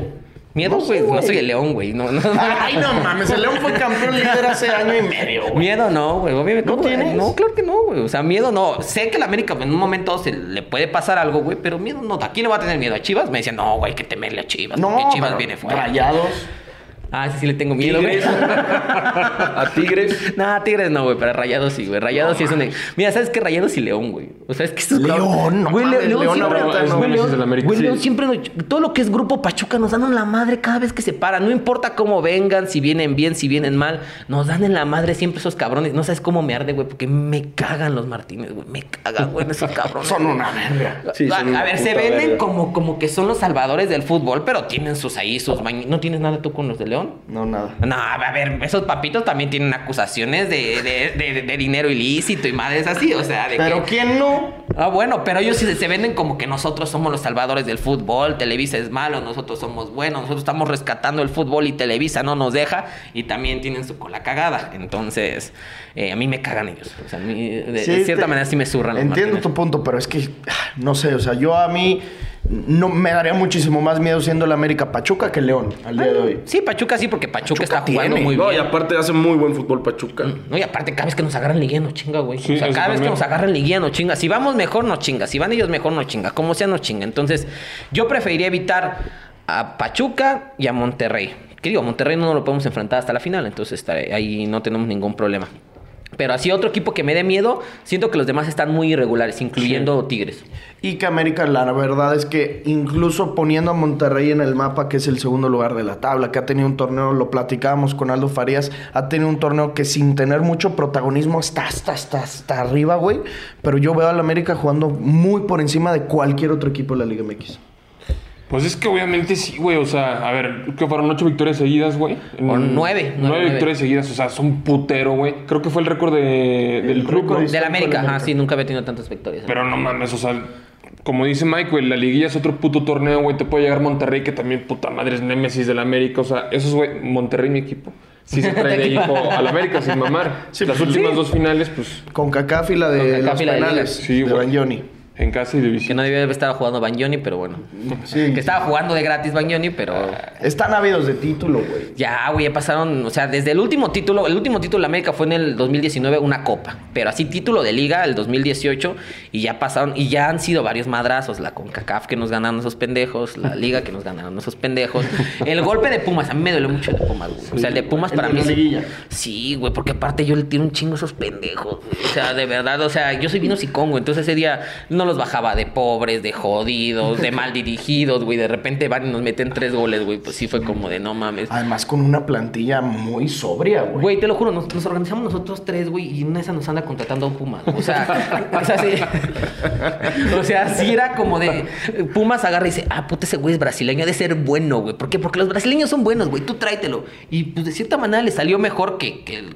Speaker 3: ¿Miedo,
Speaker 2: No sé,
Speaker 3: güey? No,
Speaker 2: güey. Ah,
Speaker 3: soy el león, güey. No, no.
Speaker 2: Ay, no mames, el León fue campeón líder hace año y medio. güey.
Speaker 3: Miedo no, güey. Obviamente,
Speaker 2: ¿No
Speaker 3: güey.
Speaker 2: tienes?
Speaker 3: No, claro que no, güey. O sea, miedo no. Sé que la América en un momento se le puede pasar algo, güey, pero miedo no. ¿A quién le va a tener miedo? ¿A Chivas? Me decían, no, güey, que temerle a Chivas. No, porque Chivas
Speaker 2: pero
Speaker 3: viene fuera.
Speaker 2: Rayados.
Speaker 3: Ah, sí, sí le tengo miedo, güey.
Speaker 4: Tigres.
Speaker 3: *laughs*
Speaker 4: A Tigres.
Speaker 3: Nah, Tigres no, güey, pero Rayados sí, güey. Rayados sí es un. e- Mira, ¿sabes qué? Rayados y León, güey. O sea, es que estos
Speaker 2: León,
Speaker 3: cabrones-
Speaker 2: no
Speaker 3: güey, Le-
Speaker 2: mames,
Speaker 3: León,
Speaker 2: León
Speaker 3: siempre.
Speaker 2: ahorita,
Speaker 5: no
Speaker 3: güey,
Speaker 5: mames, es el
Speaker 3: León,
Speaker 5: América,
Speaker 3: güey,
Speaker 5: sí.
Speaker 3: León siempre. nos- Todo lo que es grupo Pachuca nos dan en la madre cada vez que se para. No importa cómo vengan, si vienen bien, si vienen mal. Nos dan en la madre siempre esos cabrones. No sabes cómo me arde, güey, porque me cagan los Martínez, güey. Me cagan, güey, esos cabrones.
Speaker 2: Son una verga.
Speaker 4: Sí,
Speaker 3: a,
Speaker 4: son una
Speaker 3: a ver, se
Speaker 4: puta
Speaker 3: venden
Speaker 4: verga.
Speaker 3: como, como que son los salvadores del fútbol, pero tienen sus ahí, sus bañ- ¿No tienes nada tú con los de León?
Speaker 2: No, nada.
Speaker 3: No, a ver, esos papitos también tienen acusaciones de, de- de- de dinero ilícito y madres así, o sea, de
Speaker 2: Pero
Speaker 3: que-
Speaker 2: ¿quién no?
Speaker 3: Ah, bueno, pero ellos se, se venden como que nosotros somos los salvadores del fútbol, Televisa es malo, nosotros somos buenos, nosotros estamos rescatando el fútbol y Televisa no nos deja y también tienen su cola cagada. Entonces, eh, a mí me cagan ellos. O sea, a mí, de, de
Speaker 2: Sí,
Speaker 3: cierta
Speaker 2: te-
Speaker 3: manera sí me zurran. los
Speaker 2: Entiendo
Speaker 3: Martínez.
Speaker 2: tu punto, pero es que ah, no sé, o sea, yo a mí no me daría muchísimo más miedo siendo el América Pachuca que León al día de hoy.
Speaker 3: Sí, Pachuca sí, porque Pachuca, está
Speaker 2: tiene.
Speaker 3: jugando muy
Speaker 4: No, y
Speaker 3: bien. Mm.
Speaker 4: aparte hace muy buen fútbol Pachuca.
Speaker 3: No, y aparte, cada vez que nos agarran liguilla nos chinga, güey.
Speaker 5: Sí,
Speaker 3: o sea,
Speaker 5: eso
Speaker 3: cada vez que
Speaker 5: también.
Speaker 3: nos agarran liguilla nos chinga. Si vamos mejor, nos chinga. Si van ellos mejor, nos chinga. Como sea, nos chinga. Entonces, yo preferiría evitar a Pachuca y a Monterrey. Que digo, Monterrey no lo podemos enfrentar hasta la final. Entonces, está- ahí no tenemos ningún problema. Pero así otro equipo que me dé miedo, siento que los demás están muy irregulares, incluyendo Tigres.
Speaker 2: Y que América, la verdad es que incluso poniendo a Monterrey en el mapa, que es el segundo lugar de la tabla, que ha tenido un torneo, lo platicábamos con Aldo Farías, ha tenido un torneo que sin tener mucho protagonismo está hasta, hasta, hasta arriba, güey. Pero yo veo al América jugando muy por encima de cualquier otro equipo de la Liga MX.
Speaker 5: Pues es que obviamente sí, güey. O sea, a ver, que fueron ocho victorias seguidas, güey.
Speaker 3: O
Speaker 5: Mm,
Speaker 3: nueve, nueve,
Speaker 5: Nueve
Speaker 3: nueve.
Speaker 5: victorias seguidas. O sea, es un putero, güey. Creo que fue el récord de- del club,
Speaker 2: récord
Speaker 5: ¿no?
Speaker 2: es-
Speaker 3: Del América,
Speaker 2: América.
Speaker 3: ajá, sí, nunca había tenido tantas victorias.
Speaker 5: Pero no mames, o sea, como dice Mike, güey, la liguilla es otro puto torneo, güey. Te puede llegar Monterrey, que también puta madre es Némesis del América. O sea, esos, güey, Monterrey, mi equipo. Sí se trae de hijo al América sin mamar.
Speaker 2: Sí,
Speaker 5: Las
Speaker 2: pues,
Speaker 5: últimas dos finales, pues,
Speaker 2: Con Cacaf y la de
Speaker 3: Con Cacaf
Speaker 2: los
Speaker 3: y la de
Speaker 2: penales
Speaker 3: Liga.
Speaker 5: Sí,
Speaker 2: de
Speaker 5: güey.
Speaker 2: Bangioni.
Speaker 5: en casa y
Speaker 3: Que
Speaker 5: división.
Speaker 3: no debía haber estado jugando Bagnoni, pero bueno.
Speaker 2: Sí.
Speaker 3: Que estaba jugando de gratis Bagnoni, pero...
Speaker 2: Están ávidos de título, güey.
Speaker 3: Ya, güey, ya pasaron, o sea, desde el último título, el último título de América fue en el 2019 una copa, pero así título de liga el 2018 y ya pasaron y ya han sido varios madrazos, la CONCACAF que nos ganaron esos
Speaker 2: *laughs*
Speaker 3: pendejos, la liga que nos ganaron esos pendejos, el golpe de Pumas, a mí me duele mucho el de Pumas, güey. O sea, el de Pumas
Speaker 2: El
Speaker 3: para
Speaker 2: de
Speaker 3: mí
Speaker 2: la
Speaker 3: sí-
Speaker 2: liguilla.
Speaker 3: Sí, güey, porque aparte yo le tiro un chingo a esos pendejos. güey. O sea, de verdad, o sea, yo soy vino congo, entonces ese día no los bajaba de pobres, de jodidos, de mal dirigidos, güey. De repente van y nos meten tres goles, güey. Pues sí fue como de no mames.
Speaker 2: Además, con una plantilla muy sobria, güey.
Speaker 3: Güey, te lo juro, nos, nos organizamos nosotros tres, güey, y una de esas nos anda contratando a un Puma. O sea, o sea, sí, o sea, sí era como de. Pumas agarra y dice, ah, puta, ese güey es brasileño, ha de ser bueno, güey. ¿Por qué? Porque los brasileños son buenos, güey, tú tráetelo. Y pues de cierta manera le salió mejor que, que el-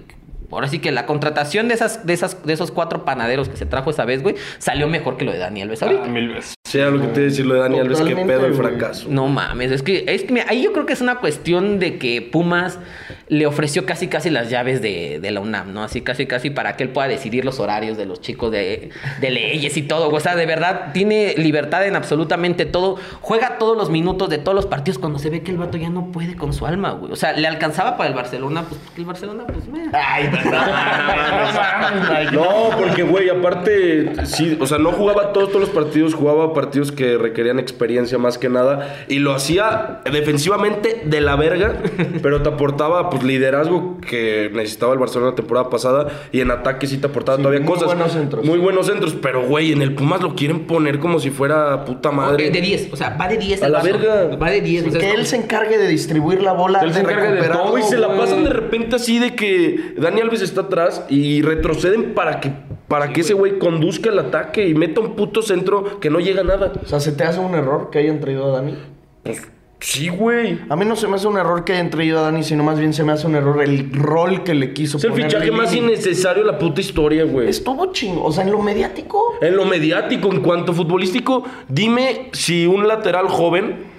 Speaker 3: ahora sí que la contratación de esas, de esas, de esos cuatro panaderos que se trajo esa vez, güey, salió mejor que lo de Daniel Alves ahorita.
Speaker 5: Ah, mil veces.
Speaker 4: Sí, era lo que te iba a decir lo de Dani Alves, que
Speaker 2: Totalmente,
Speaker 4: pedo el
Speaker 2: güey.
Speaker 4: fracaso.
Speaker 3: No mames, es que, es que mira, ahí yo creo que es una cuestión de que Pumas le ofreció casi casi las llaves de, de la UNAM, ¿no? Así casi casi para que él pueda decidir los horarios de los chicos de, de leyes y todo. O sea, de verdad tiene libertad en absolutamente todo. Juega todos los minutos de todos los partidos cuando se ve que el vato ya no puede con su alma, güey. O sea, le alcanzaba para el Barcelona, pues que el Barcelona, pues meh.
Speaker 2: Ay,
Speaker 4: No, porque, güey, aparte, sí, o sea, no jugaba todos, todos los partidos, jugaba partidos que requerían experiencia más que nada, y lo hacía defensivamente de la verga, pero te aportaba, pues, liderazgo que necesitaba el Barcelona la temporada pasada, y en ataque sí te aportaba
Speaker 2: Sí,
Speaker 4: todavía
Speaker 2: muy
Speaker 4: cosas.
Speaker 2: buenos centros.
Speaker 4: Muy buenos centros, pero, güey, en el Pumas lo quieren poner como si fuera puta madre.
Speaker 3: de 10, o sea, va de 10
Speaker 4: A
Speaker 3: el
Speaker 4: la
Speaker 3: vato.
Speaker 4: verga.
Speaker 3: Va de 10, o sea, pues es
Speaker 2: Que él
Speaker 3: como-
Speaker 2: se encargue de distribuir la bola,
Speaker 5: Él se
Speaker 2: de
Speaker 5: encarga de
Speaker 2: recuperar.
Speaker 5: todo,
Speaker 4: No, y se la
Speaker 5: güey.
Speaker 4: pasan de repente así de que Dani Alves está atrás y retroceden para que para que ese güey conduzca el ataque y meta un puto centro que no llega a nada.
Speaker 2: O sea, ¿se te hace un error que hayan traído a Dani?
Speaker 4: Sí, güey.
Speaker 2: A mí no se me hace un error que hayan traído a Dani, sino más bien se me hace un error el rol que le quiso
Speaker 4: Es el
Speaker 2: poner
Speaker 4: fichaje más
Speaker 2: Lini.
Speaker 4: innecesario de la puta historia, güey.
Speaker 2: Estuvo chingo. O sea, en lo mediático.
Speaker 4: En lo mediático, en cuanto futbolístico, dime si un lateral joven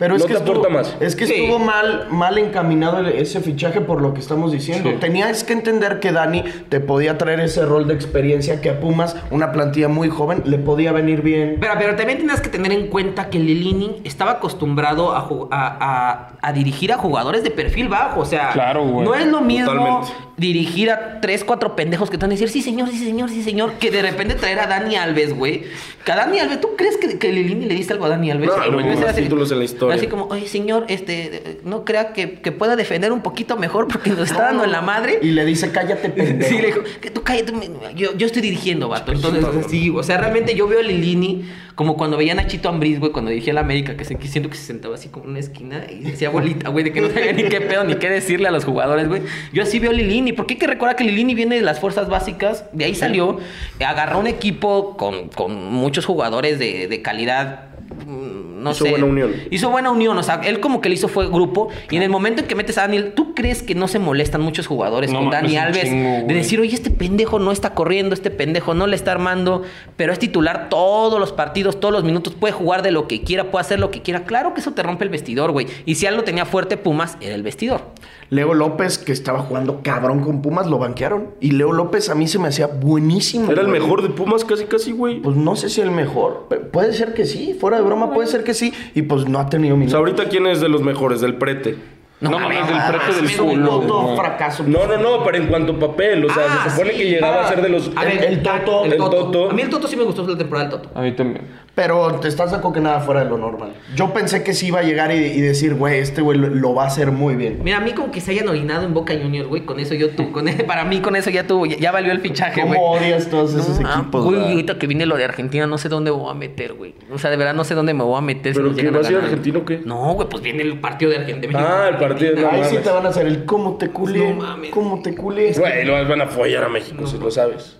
Speaker 2: Pero es
Speaker 4: No
Speaker 2: que
Speaker 4: te
Speaker 2: estuvo,
Speaker 4: aporta más.
Speaker 2: Es que
Speaker 3: Sí.
Speaker 2: estuvo mal, mal encaminado el- ese fichaje por lo que estamos diciendo.
Speaker 5: Sí.
Speaker 2: Tenías que entender que Dani te podía traer ese rol de experiencia que a Pumas, una plantilla muy joven, le podía venir bien.
Speaker 3: Pero, pero también tienes que tener en cuenta que Lilini estaba acostumbrado a, ju- a, a- a dirigir a jugadores de perfil bajo. O sea,
Speaker 5: Claro, güey.
Speaker 3: no es lo mismo
Speaker 4: Totalmente.
Speaker 3: dirigir a tres, cuatro pendejos que te van a decir, sí, señor, sí, señor, sí, señor, que de repente traer a Dani Alves, güey. Que a Dani Alves, ¿tú crees que, que Lilini le diste algo a Dani Alves?
Speaker 4: No, güey,
Speaker 3: Yo
Speaker 4: más
Speaker 3: era así-
Speaker 4: títulos en la historia.
Speaker 3: Así como, oye, señor, este, eh, no crea que, que pueda defender un poquito mejor porque nos está dando en la madre.
Speaker 2: Y le dice, cállate, pendejo.
Speaker 3: *laughs* Sí, le
Speaker 4: *laughs*
Speaker 3: dijo, que tú cállate, me- yo, yo estoy dirigiendo, vato. Entonces, o sea, sí, o sea, realmente yo veo a Lilini como cuando veían a Chito Ambriz, güey, cuando dirigía la América, que se, que siento que se sentaba así como en una esquina y decía bolita, güey, de que no sabía ni qué pedo, ni qué decirle a los jugadores, güey. Yo así veo a Lilini, porque hay que recordar que Lilini viene de las fuerzas básicas, de ahí salió, agarró un equipo con, con muchos jugadores de, de calidad. mm, No
Speaker 4: Hizo
Speaker 3: sé.
Speaker 4: buena unión.
Speaker 3: Hizo buena unión, o sea, él como que le hizo fue grupo. Y en el momento en que metes a Daniel, ¿tú crees que no se molestan muchos jugadores
Speaker 5: No
Speaker 3: con
Speaker 5: mames,
Speaker 3: Dani
Speaker 5: un
Speaker 3: Alves?
Speaker 5: chingo,
Speaker 3: de
Speaker 5: güey.
Speaker 3: decir, decir, oye, este pendejo no está corriendo, este pendejo no le está armando, pero es titular todos los partidos, todos los minutos, puede jugar de lo que quiera, puede hacer lo que quiera. Claro que eso te rompe el vestidor, güey. Y si algo tenía fuerte Pumas, era el vestidor.
Speaker 2: Leo López, que estaba jugando cabrón con Pumas, lo banquearon. Y Leo López a mí se me hacía buenísimo.
Speaker 4: era el
Speaker 2: güey.
Speaker 4: mejor de Pumas casi casi, güey.
Speaker 2: Pues no sé si el mejor. pero puede ser que sí. Fuera de broma, puede ser que sí. Y pues no ha tenido
Speaker 4: O sea,
Speaker 2: minutos.
Speaker 4: ahorita quién es de los mejores, del prete.
Speaker 5: No, mames, del
Speaker 2: Ah,
Speaker 5: prete del
Speaker 2: Es un
Speaker 5: culo.
Speaker 2: puto
Speaker 5: güey.
Speaker 2: fracaso.
Speaker 4: No, no, no, pero en cuanto a papel, o sea,
Speaker 3: Ah,
Speaker 4: se supone
Speaker 3: sí,
Speaker 4: que llegaba a ser de los
Speaker 3: A ver,
Speaker 2: el Toto,
Speaker 4: el Toto.
Speaker 3: A mí el Toto sí me gustó la temporada del Toto.
Speaker 5: A mí también.
Speaker 2: Pero te estás saco que nada fuera de lo normal. Yo pensé que sí iba a llegar y, y decir, güey, este güey lo, lo va a hacer muy bien.
Speaker 3: Mira, a mí como que se hayan orinado en Boca Juniors, güey, con eso yo tu, con *laughs* para mí con eso ya tuvo, ya, ya valió el fichaje,
Speaker 2: ¿Cómo
Speaker 3: güey.
Speaker 2: odias todos esos
Speaker 3: Ah,
Speaker 2: equipos?
Speaker 3: güey,
Speaker 2: verdad?
Speaker 3: ahorita que viene lo de Argentina, no sé dónde me voy a meter, güey. O sea, de verdad no sé dónde me voy a meter.
Speaker 4: ¿Pero
Speaker 3: nos
Speaker 4: qué,
Speaker 3: llegan
Speaker 4: vas a ir
Speaker 3: ganar.
Speaker 4: Argentina o qué?
Speaker 3: No, güey, pues viene el partido de Argentina.
Speaker 4: Ah, el partido de
Speaker 2: Ahí
Speaker 4: mames.
Speaker 2: sí te van a hacer el cómo te culé.
Speaker 3: No mames.
Speaker 2: Cómo te culé.
Speaker 4: Güey, lo van a follar a México, si lo sabes.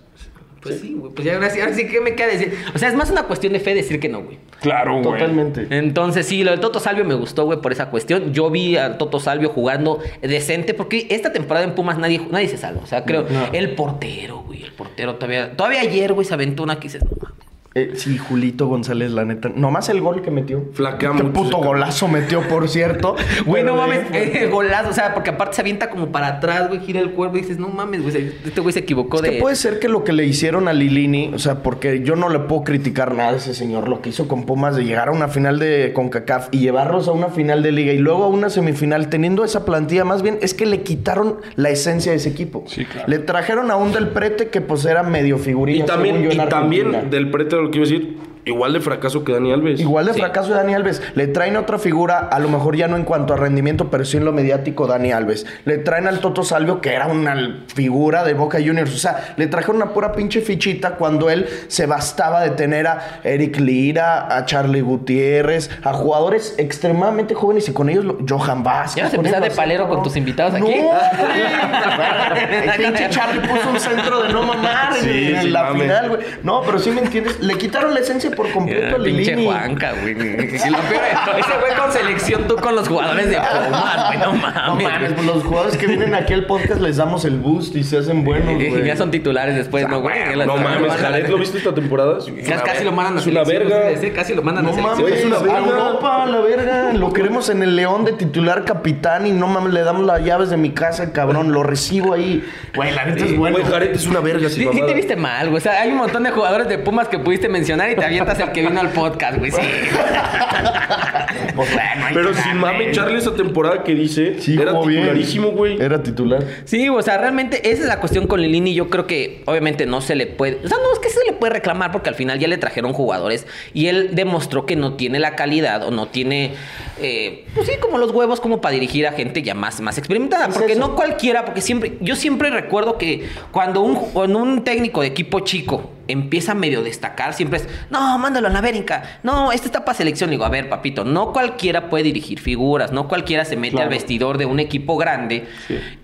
Speaker 3: Pues sí, güey, pues ya ahora sí, ahora sí, ¿qué me queda decir? O sea, es más una cuestión de fe decir que no, güey.
Speaker 5: Claro, güey.
Speaker 2: Totalmente.
Speaker 3: Entonces, sí, lo del Toto Salvio me gustó, güey, por esa cuestión. Yo vi al Toto Salvio jugando decente, porque esta temporada en Pumas nadie, nadie se salva. O sea, creo. El portero, güey, el portero todavía. Todavía ayer, güey, se aventó una que dices, no mames.
Speaker 2: Eh, sí, Julito González, la neta. Nomás el gol que metió.
Speaker 4: Flaquea
Speaker 2: Qué
Speaker 4: mucho ese
Speaker 2: puto
Speaker 4: cabrón.
Speaker 2: golazo metió, por
Speaker 4: *laughs*
Speaker 2: cierto.
Speaker 3: *laughs* Güey, no
Speaker 2: Pero,
Speaker 3: mames,
Speaker 2: eh,
Speaker 3: eh, golazo. O sea, porque aparte se avienta como para atrás, güey, gira el cuerpo y dices, no mames, güey, se- este güey se equivocó
Speaker 2: Es que
Speaker 3: de.
Speaker 2: puede ser que lo que le hicieron a Lilini, o sea, porque yo no le puedo criticar nada a ese señor, lo que hizo con Pumas de llegar a una final de CONCACAF y llevarlos a una final de liga y luego a una semifinal teniendo esa plantilla, más bien es que le quitaron la esencia de ese equipo.
Speaker 5: Sí, claro.
Speaker 2: Le trajeron a un del prete que pues era medio figurilla.
Speaker 4: Y también,
Speaker 2: según yo, en
Speaker 4: y también
Speaker 2: Argentina.
Speaker 4: del prete lo que iba a decir, igual de fracaso que Dani Alves.
Speaker 2: Igual de fracaso de Dani Alves. Le traen otra figura, a lo mejor ya no en cuanto a rendimiento, pero sí en lo mediático, Dani Alves. Le traen al Toto Salvio, que era una figura de Boca Juniors. O sea, le trajeron una pura pinche fichita cuando él se bastaba de tener a Eric Lira, a Charlie Gutiérrez, a jugadores extremadamente jóvenes y con ellos lo- Johan Vázquez.
Speaker 3: ¿Ya vas a
Speaker 2: con
Speaker 3: empezar
Speaker 2: él,
Speaker 3: de palero
Speaker 2: cabrón.
Speaker 3: con tus invitados
Speaker 2: No,
Speaker 3: aquí? *laughs*
Speaker 2: güey. El pinche Charlie puso un centro de no mamar en-
Speaker 4: Sí,
Speaker 2: en
Speaker 4: sí,
Speaker 2: la
Speaker 4: mames.
Speaker 2: final, güey. No, pero sí me entiendes. Le quitaron la esencia por completo
Speaker 3: Era
Speaker 2: al
Speaker 3: Ah, pinche
Speaker 2: Lini.
Speaker 3: Juanca,
Speaker 2: *laughs*
Speaker 3: güey. Y lo peor es, ese güey con selección, tú con los jugadores de Pumas, güey.
Speaker 2: No
Speaker 3: No *laughs* mames.
Speaker 2: mames, pues los jugadores que vienen aquí al podcast les damos el boost y se hacen buenos,
Speaker 3: Eh,
Speaker 2: güey.
Speaker 3: *laughs* ya son titulares después, ¿no, güey? Ya las-
Speaker 4: No
Speaker 3: las-
Speaker 4: mames,
Speaker 3: las-
Speaker 4: Jared, ¿lo viste esta temporada?
Speaker 3: Casi, casi lo mandan a
Speaker 4: Es una
Speaker 3: selección,
Speaker 4: verga.
Speaker 3: ustedes, ¿eh? Casi lo mandan
Speaker 2: No
Speaker 3: a selección.
Speaker 2: mames,
Speaker 4: es una
Speaker 2: a
Speaker 4: verga.
Speaker 2: Europa, a la verga. Lo queremos en el León de titular capitán y no mames, le damos las llaves de mi casa, cabrón. Lo recibo ahí. Güey, la neta es bueno.
Speaker 4: Güey, Jared es una verga,
Speaker 3: Sí,
Speaker 4: sí,
Speaker 3: sí te viste mal, güey. O sea, hay un montón de jugadores de Pumas que pudiste mencionar y te avientas el que vino al podcast, güey. Sí.
Speaker 4: Pero sin mame, Charlie, esa temporada que dice,
Speaker 2: Sí,
Speaker 4: era
Speaker 2: jugó bien.
Speaker 4: titularísimo, güey.
Speaker 2: Era titular.
Speaker 3: Sí, o sea, realmente esa es la cuestión con Lilini. Yo creo que obviamente no se le puede. O sea, no es que se le puede reclamar porque al final ya le trajeron jugadores y él demostró que no tiene la calidad o no tiene, eh, pues sí, como los huevos como para dirigir a gente ya más, más experimentada.
Speaker 2: Es
Speaker 3: Porque
Speaker 2: eso.
Speaker 3: no cualquiera, porque siempre, yo siempre recuerdo que cuando un, ju- cuando un técnico de equipo chico empieza a medio destacar, siempre es, no, mándalo a la América, no, este está para selección. Le Digo, a ver, papito, no cualquiera puede dirigir figuras, no cualquiera se mete al
Speaker 5: Claro.
Speaker 3: vestidor de un equipo grande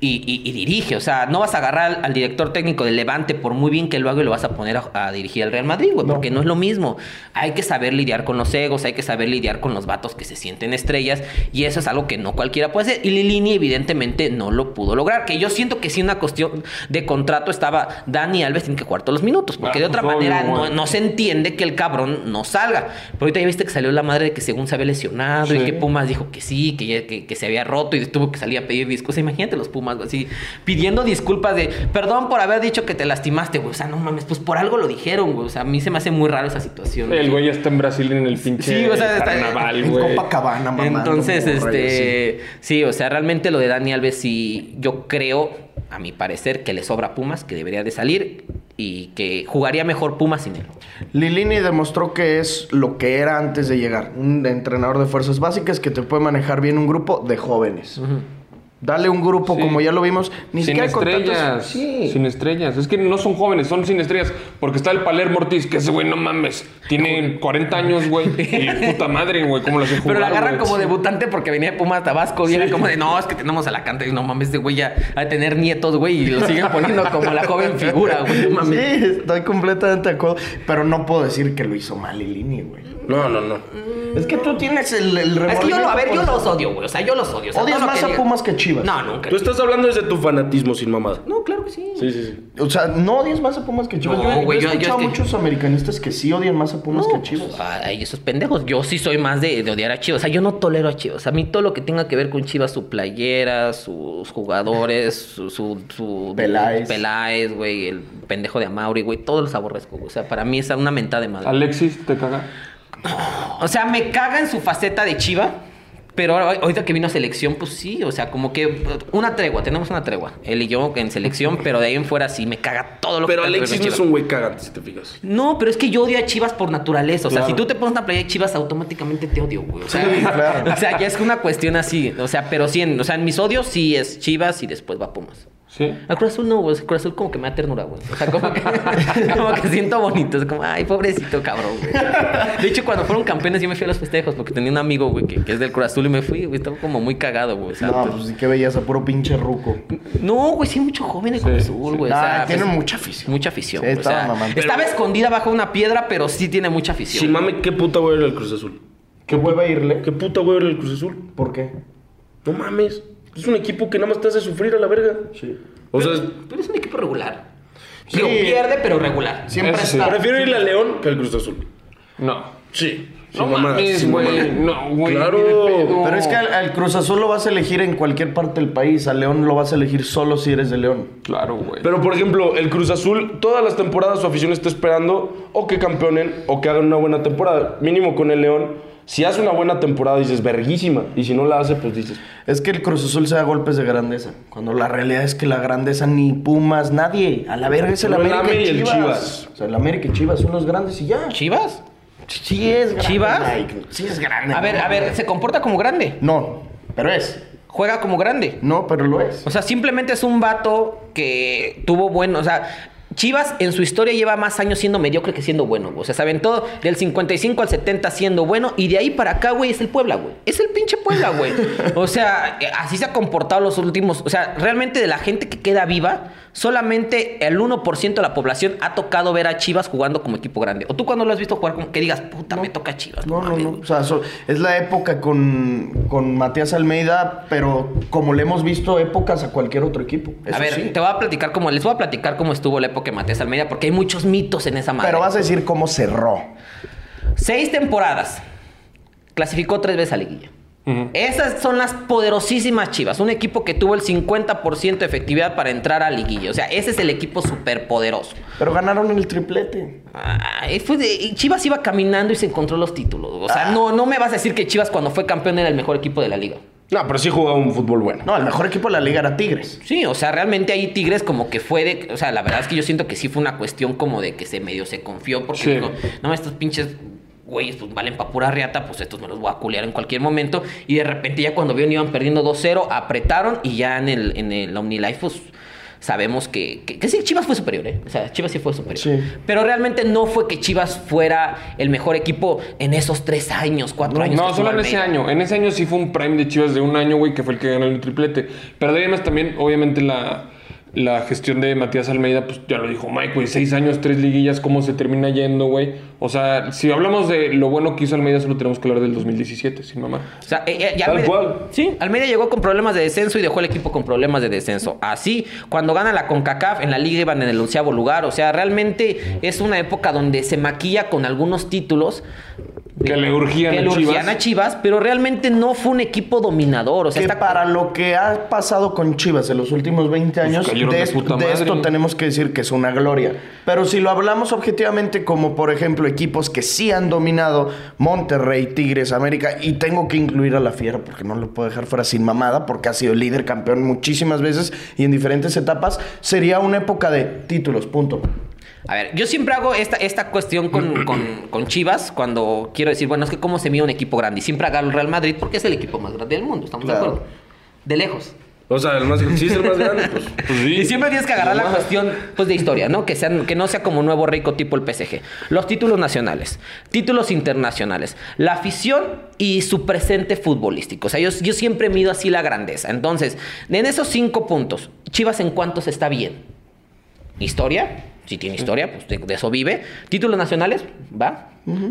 Speaker 3: y, y- y dirige. O sea, no vas a agarrar al, al director técnico del Levante por muy bien que lo haga y lo vas a poner a, a dirigir al Real Madrid, güey, porque no es lo mismo. Hay que saber lidiar con los egos, hay que saber lidiar con los vatos que se sienten estrellas y eso es algo que no cualquiera puede hacer. Y Lilini evidentemente no lo pudo lograr, que yo siento que sí una cuestión de contrato estaba Dani Alves tiene que jugar todos los minutos, porque
Speaker 5: Ah,
Speaker 3: de otra
Speaker 5: pues, obvio,
Speaker 3: manera no,
Speaker 5: güey.
Speaker 3: no se entiende que el cabrón no salga. Pero ahorita ya viste que salió la madre de que según se había lesionado y
Speaker 5: Sí.
Speaker 3: que Pumas dijo que sí, que, ya- que, que se había roto y tuvo que salir a pedir disculpas. Imagínate los Pumas, güey, así pidiendo disculpas de perdón por haber dicho que te lastimaste, güey. O sea, no mames, pues por algo lo dijeron, güey. O sea, a mí se me hace muy raro esa situación.
Speaker 5: El güey ya está en Brasil en el pinche
Speaker 3: Sí, o sea, está-
Speaker 5: carnaval,
Speaker 2: En
Speaker 5: güey.
Speaker 2: Copacabana, mamá.
Speaker 3: Entonces, este, sí. o sea, realmente lo de Dani Alves sí, yo creo, a mi parecer, que le sobra a Pumas, que debería de salir y que jugaría mejor Pumas sin él.
Speaker 2: Lilini demostró que es lo que era antes de llegar. Un entrenador de fuerzas básicas que te puede manejar bien un grupo de jóvenes. Dale un grupo,
Speaker 5: Sí.
Speaker 2: como ya lo vimos, ni
Speaker 5: Sin
Speaker 2: siquiera contratas-
Speaker 5: estrellas.
Speaker 2: Sí.
Speaker 5: Sin estrellas. Es que no son jóvenes, son sin estrellas. Porque está el Palermo Ortiz, que ese güey, no mames. Tiene 40 años, güey. Y puta madre, güey, cómo lo hacen jugar.
Speaker 3: Pero la agarran
Speaker 5: güey?
Speaker 3: como debutante porque venía de Pumas Tabasco y era como de, no, es que tenemos a la canta y no mames, este güey ya va a tener nietos, güey, y lo siguen poniendo como la joven figura, güey, no
Speaker 2: Sí,
Speaker 3: mames.
Speaker 2: *laughs* estoy completamente de acuerdo. Pero no puedo decir que lo hizo mal Lilini, güey.
Speaker 4: No, no, no.
Speaker 2: Es que tú tienes el, el
Speaker 3: Es que yo,
Speaker 2: remordimiento
Speaker 3: lo- a ver, yo
Speaker 2: por-
Speaker 3: los odio, güey, o sea, yo los odio. o sea,
Speaker 2: Odias
Speaker 3: todo lo
Speaker 2: más
Speaker 3: que
Speaker 2: a
Speaker 3: diga-
Speaker 2: Pumas que Chivas.
Speaker 3: No, nunca.
Speaker 4: Tú estás hablando desde tu fanatismo sin mamada.
Speaker 3: No, claro que sí.
Speaker 4: Sí, sí, sí.
Speaker 2: O sea, no odias más a Pumas que Chivas.
Speaker 3: No,
Speaker 2: Yo-
Speaker 3: güey,
Speaker 2: yo
Speaker 3: yo-
Speaker 2: he
Speaker 3: yo
Speaker 2: escuchado
Speaker 3: estoy-
Speaker 2: muchos americanistas que sí odian más a Pumas que a Chivas.
Speaker 3: pues, ay, esos pendejos. Yo sí soy más de, de odiar a Chivas. O sea, yo no tolero a Chivas. A mí todo lo que tenga que ver con Chivas, su playera, sus jugadores, su... su, su-
Speaker 2: Peláez.
Speaker 3: Peláez, güey, el pendejo de Amauri, güey, todos los aborrezco. güey. O sea, para mí es una mentada de madre.
Speaker 5: Alexis, te caga.
Speaker 3: O sea, me caga en su faceta de chiva. Pero ahora- ahorita que vino a selección, pues sí, o sea, como que uh, una tregua, tenemos una tregua. Él y yo en selección, pero de ahí en fuera sí me caga todo lo que
Speaker 4: Pero
Speaker 3: tenga que ver con
Speaker 4: Alexis no es
Speaker 3: Chivas.
Speaker 4: un güey cagante, si te fijas.
Speaker 3: No, pero es que yo odio a Chivas por naturaleza. O sea,
Speaker 5: Claro.
Speaker 3: si tú te pones una playa de Chivas, automáticamente te odio, güey. O sea,
Speaker 2: Sí, claro.
Speaker 3: *laughs* o sea, ya es una cuestión así. O sea, pero sí, en, o sea, en mis odios sí es Chivas y después va Pumas.
Speaker 5: Sí.
Speaker 3: A Cruz Azul no, güey. Cruz Azul como que me da ternura, güey. O sea, como que, *laughs* como que siento bonito. Es como, ay, pobrecito cabrón, güey. De hecho, cuando fueron campeones yo me fui a los festejos porque tenía un amigo, güey, que, que es del Cruz Azul y me fui, güey. Estaba como muy cagado, güey. o sea,
Speaker 2: No,
Speaker 3: pues-
Speaker 2: pues sí que veías a puro pinche ruco.
Speaker 3: no, güey, sí hay mucho joven de Cruz Azul, güey. o
Speaker 2: Ah,
Speaker 3: sea,
Speaker 2: tienen
Speaker 3: pues,
Speaker 2: mucha afición.
Speaker 3: Mucha afición.
Speaker 2: Sí,
Speaker 3: güey, o
Speaker 2: estaba
Speaker 3: sea,
Speaker 2: mamando.
Speaker 3: estaba
Speaker 4: Pero-
Speaker 3: escondida bajo una piedra, pero sí tiene mucha afición.
Speaker 4: Sin mame, qué puta güey era el Cruz Azul.
Speaker 2: ¿Qué hueva irle?
Speaker 4: Qué puta güey era el Cruz Azul.
Speaker 2: ¿Por qué?
Speaker 4: No mames. Es un equipo que nada más te hace sufrir a la verga.
Speaker 2: Sí.
Speaker 4: O sea, es-
Speaker 3: Pero es un equipo regular.
Speaker 2: Sí.
Speaker 3: Digo, pierde, pero regular.
Speaker 2: Siempre
Speaker 5: Eso sí.
Speaker 2: está.
Speaker 4: prefiero ir a León que al Cruz Azul.
Speaker 5: No.
Speaker 4: Sí.
Speaker 5: No mames, güey. No, güey. ni de
Speaker 4: Claro.
Speaker 5: pedo.
Speaker 2: Pero es que al, al Cruz Azul lo vas a elegir en cualquier parte del país. A León lo vas a elegir solo si eres de León.
Speaker 5: Claro, güey.
Speaker 4: Pero por ejemplo, el Cruz Azul, todas las temporadas su afición está esperando o que campeonen o que hagan una buena temporada. Mínimo con el León, si hace una buena temporada dices verguísima y si no la hace pues dices,
Speaker 2: Es que el Cruz Azul se da golpes de grandeza. Cuando la realidad es que la grandeza ni Pumas, nadie. A la verga es el
Speaker 4: Pero el
Speaker 2: América
Speaker 4: AME
Speaker 2: y
Speaker 4: y el
Speaker 2: Chivas.
Speaker 4: Chivas.
Speaker 2: O sea, el América y Chivas son los grandes y ya.
Speaker 3: ¿Chivas?
Speaker 2: Sí es grande.
Speaker 3: ¿Chivas?
Speaker 2: Mike. Sí es grande.
Speaker 3: A ver, a ver, se comporta como grande.
Speaker 2: No, pero es.
Speaker 3: Juega como grande.
Speaker 2: No, pero lo es.
Speaker 3: O sea, simplemente es un vato que tuvo bueno. O sea, Chivas en su historia lleva más años siendo mediocre que siendo bueno. güey. O sea, saben todo del 55 al 70 siendo bueno. Y de ahí para acá, güey, es el Puebla, güey. Es el pinche Puebla, güey. O sea, eh, así se ha comportado los últimos. O sea, realmente de la gente que queda viva. solamente el 1% de la población ha tocado ver a Chivas jugando como equipo grande. O tú cuando lo has visto jugar, como que digas, puta, me toca Chivas.
Speaker 2: No, no,
Speaker 3: mames,
Speaker 2: no.
Speaker 3: güey.
Speaker 2: O sea, so- es la época con, con Matías Almeida, pero como le hemos visto épocas a cualquier otro equipo. Eso
Speaker 3: A ver,
Speaker 2: sí.
Speaker 3: te voy a platicar cómo, les voy a platicar cómo estuvo la época de Matías Almeida, porque hay muchos mitos en esa madre.
Speaker 2: Pero vas a decir cómo cerró.
Speaker 3: Seis temporadas. Clasificó tres veces a liguilla.
Speaker 5: Ujú.
Speaker 3: Esas son las poderosísimas Chivas. Un equipo que tuvo el 50% de efectividad para entrar a liguilla. O sea, ese es el equipo superpoderoso.
Speaker 2: Pero ganaron el triplete.
Speaker 3: Ah, y fue de- y Chivas iba caminando y se encontró los títulos. O
Speaker 2: Ah.
Speaker 3: sea, no, no me vas a decir que Chivas cuando fue campeón era el mejor equipo de la liga.
Speaker 4: No, pero sí jugaba un fútbol bueno.
Speaker 2: No, el mejor equipo de la liga era Tigres.
Speaker 3: Sí, o sea, realmente ahí Tigres como que fue de... O sea, la verdad es que yo siento que sí fue una cuestión como de que se medio se confió porque
Speaker 5: Sí.
Speaker 3: dijo, no, estos pinches güeyes pues valen pa' pura reata, pues estos me los voy a culear en cualquier momento. Y de repente ya cuando vieron iban perdiendo 2-0, apretaron y ya en el, en el OmniLife pues sabemos que, que, que sí, Chivas fue superior, ¿eh? O sea, Chivas sí fue superior.
Speaker 2: Sí.
Speaker 3: Pero realmente no fue que Chivas fuera el mejor equipo en esos tres años, cuatro años.
Speaker 5: No,
Speaker 3: que
Speaker 5: solo en
Speaker 3: estuvo
Speaker 5: ese
Speaker 3: Almeida.
Speaker 5: año. En ese año sí fue un prime de Chivas de un año, güey, que fue el que ganó el triplete. Pero además también, obviamente, la, la gestión de Matías Almeida, pues ya lo dijo Mike, güey, seis años, tres liguillas, cómo se termina yendo, güey. O sea, si hablamos de lo bueno que hizo Almeida, solo tenemos que hablar del 2017, sin mamá.
Speaker 3: O sea, eh, eh, ya
Speaker 4: Tal
Speaker 3: Almeida-
Speaker 4: cual.
Speaker 3: Sí, Almeida llegó con problemas de descenso y dejó el equipo con problemas de descenso. Así, cuando gana la CONCACAF, en la liga iban en el onceavo lugar. O sea, realmente es una época donde se maquilla con algunos títulos.
Speaker 5: Que le urgían
Speaker 3: que
Speaker 5: a
Speaker 3: le
Speaker 5: Chivas.
Speaker 3: urgían a Chivas, pero realmente no fue un equipo dominador. O sea,
Speaker 2: que
Speaker 3: está-
Speaker 2: para lo que ha pasado con Chivas en los últimos 20 años,
Speaker 5: cayeron de
Speaker 2: de, esto-
Speaker 5: puta
Speaker 2: de
Speaker 5: madre.
Speaker 2: esto tenemos que decir que es una gloria. Pero si lo hablamos objetivamente, como por ejemplo equipos que sí han dominado Monterrey, Tigres, América, y tengo que incluir a la Fiera porque no lo puedo dejar fuera sin mamada, porque ha sido líder campeón muchísimas veces y en diferentes etapas, sería una época de títulos, punto.
Speaker 3: A ver, yo siempre hago esta, esta cuestión con, con- con Chivas cuando quiero decir, bueno, es que cómo se mide un equipo grande. Y siempre agarro el Real Madrid porque es el equipo más grande del mundo, ¿estamos
Speaker 2: Claro.
Speaker 3: de acuerdo? De lejos.
Speaker 4: O sea, el más, sí es el más grande, pues.
Speaker 5: Pues sí.
Speaker 3: Y siempre tienes que agarrar la cuestión pues, de historia, ¿no? Que, sean, que no sea como un nuevo rico tipo el PSG. Los títulos nacionales, títulos internacionales, la afición y su presente futbolístico. O sea, yo, yo siempre mido así la grandeza. Entonces, en esos cinco puntos, Chivas en cuántos está bien. Historia, si tiene historia, pues de, de eso vive. Títulos nacionales, ¿va?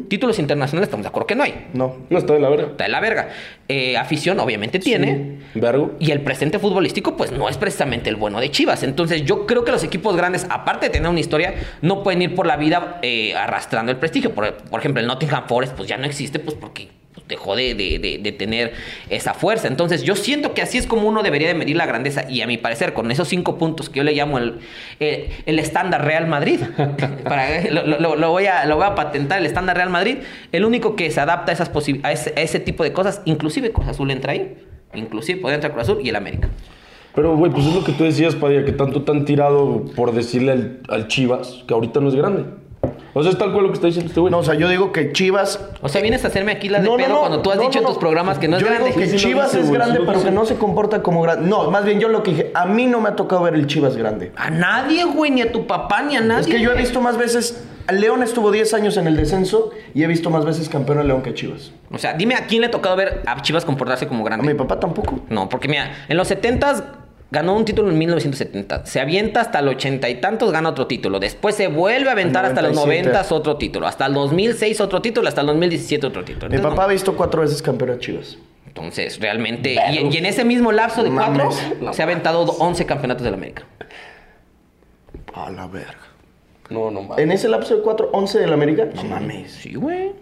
Speaker 3: Títulos internacionales, estamos de acuerdo que no hay.
Speaker 2: No.
Speaker 4: No está de la verga.
Speaker 3: Está ¿eh? de la verga. Eh, afición, obviamente tiene.
Speaker 4: Vergo.
Speaker 3: Y el presente futbolístico, pues no es precisamente el bueno de Chivas. Entonces, yo creo que los equipos grandes, aparte de tener una historia, no pueden ir por la vida eh, arrastrando el prestigio. Por, por ejemplo, el Nottingham Forest, pues ya no existe, pues porque pues, dejó de, de- de- de tener esa fuerza. Entonces, yo siento que así es como uno debería de medir la grandeza. Y a mi parecer, con esos cinco puntos que yo le llamo el, el- el estándar Real Madrid, *laughs* para, eh, lo, lo- lo voy a, lo voy a patentar, el estándar Real Madrid, el único que se adapta a, esas posi- a, ese, a ese tipo de cosas, inclusive Cruz Azul entra ahí. Inclusive podría entrar Cruz Azul y el América.
Speaker 4: Pero, güey, pues es lo que tú decías, Padilla, que tanto te han tirado por decirle al, al Chivas que ahorita no es grande. O sea, es tal cual lo que está diciendo este güey.
Speaker 2: No, o sea, yo digo que Chivas
Speaker 3: O sea, vienes a hacerme aquí la de
Speaker 2: No, no,
Speaker 3: pedo
Speaker 2: no,
Speaker 3: cuando tú has
Speaker 2: no, no,
Speaker 3: dicho en tus
Speaker 2: no.
Speaker 3: programas que no es
Speaker 2: yo
Speaker 3: grande.
Speaker 2: Digo que
Speaker 4: Sí, sí lo
Speaker 2: Chivas
Speaker 4: dice,
Speaker 2: es
Speaker 4: güey,
Speaker 2: grande,
Speaker 4: sí lo
Speaker 2: pero que
Speaker 4: dice.
Speaker 2: no se comporta como grande. No, más bien yo lo que dije, a mí no me ha tocado ver el Chivas grande.
Speaker 3: A nadie, güey, ni a tu papá, ni a nadie.
Speaker 2: Es que yo he
Speaker 3: güey.
Speaker 2: visto más veces. León estuvo 10 años en el descenso y he visto más veces campeón a León que a Chivas.
Speaker 3: O sea, dime a quién le ha tocado ver a Chivas comportarse como
Speaker 2: A
Speaker 3: grande.
Speaker 2: mi papá tampoco.
Speaker 3: No, porque mira, en los 70 ganó un título en 1970. Se avienta hasta el 80 y tantos, gana otro título. Después se vuelve a aventar hasta los
Speaker 2: 97.
Speaker 3: 90 otro título. Hasta el 2006 otro título, hasta el 2017 otro título.
Speaker 2: Mi
Speaker 3: Entonces,
Speaker 2: papá
Speaker 3: no.
Speaker 2: ha visto cuatro veces campeón a Chivas.
Speaker 3: Entonces, realmente. Y, y en ese mismo lapso de cuatro,
Speaker 2: Mames.
Speaker 3: se ha aventado 11 campeonatos del América.
Speaker 2: A la verga.
Speaker 4: No, no mames.
Speaker 2: En ese lapso de 4, 11 del América. No mames.
Speaker 3: Sí, güey.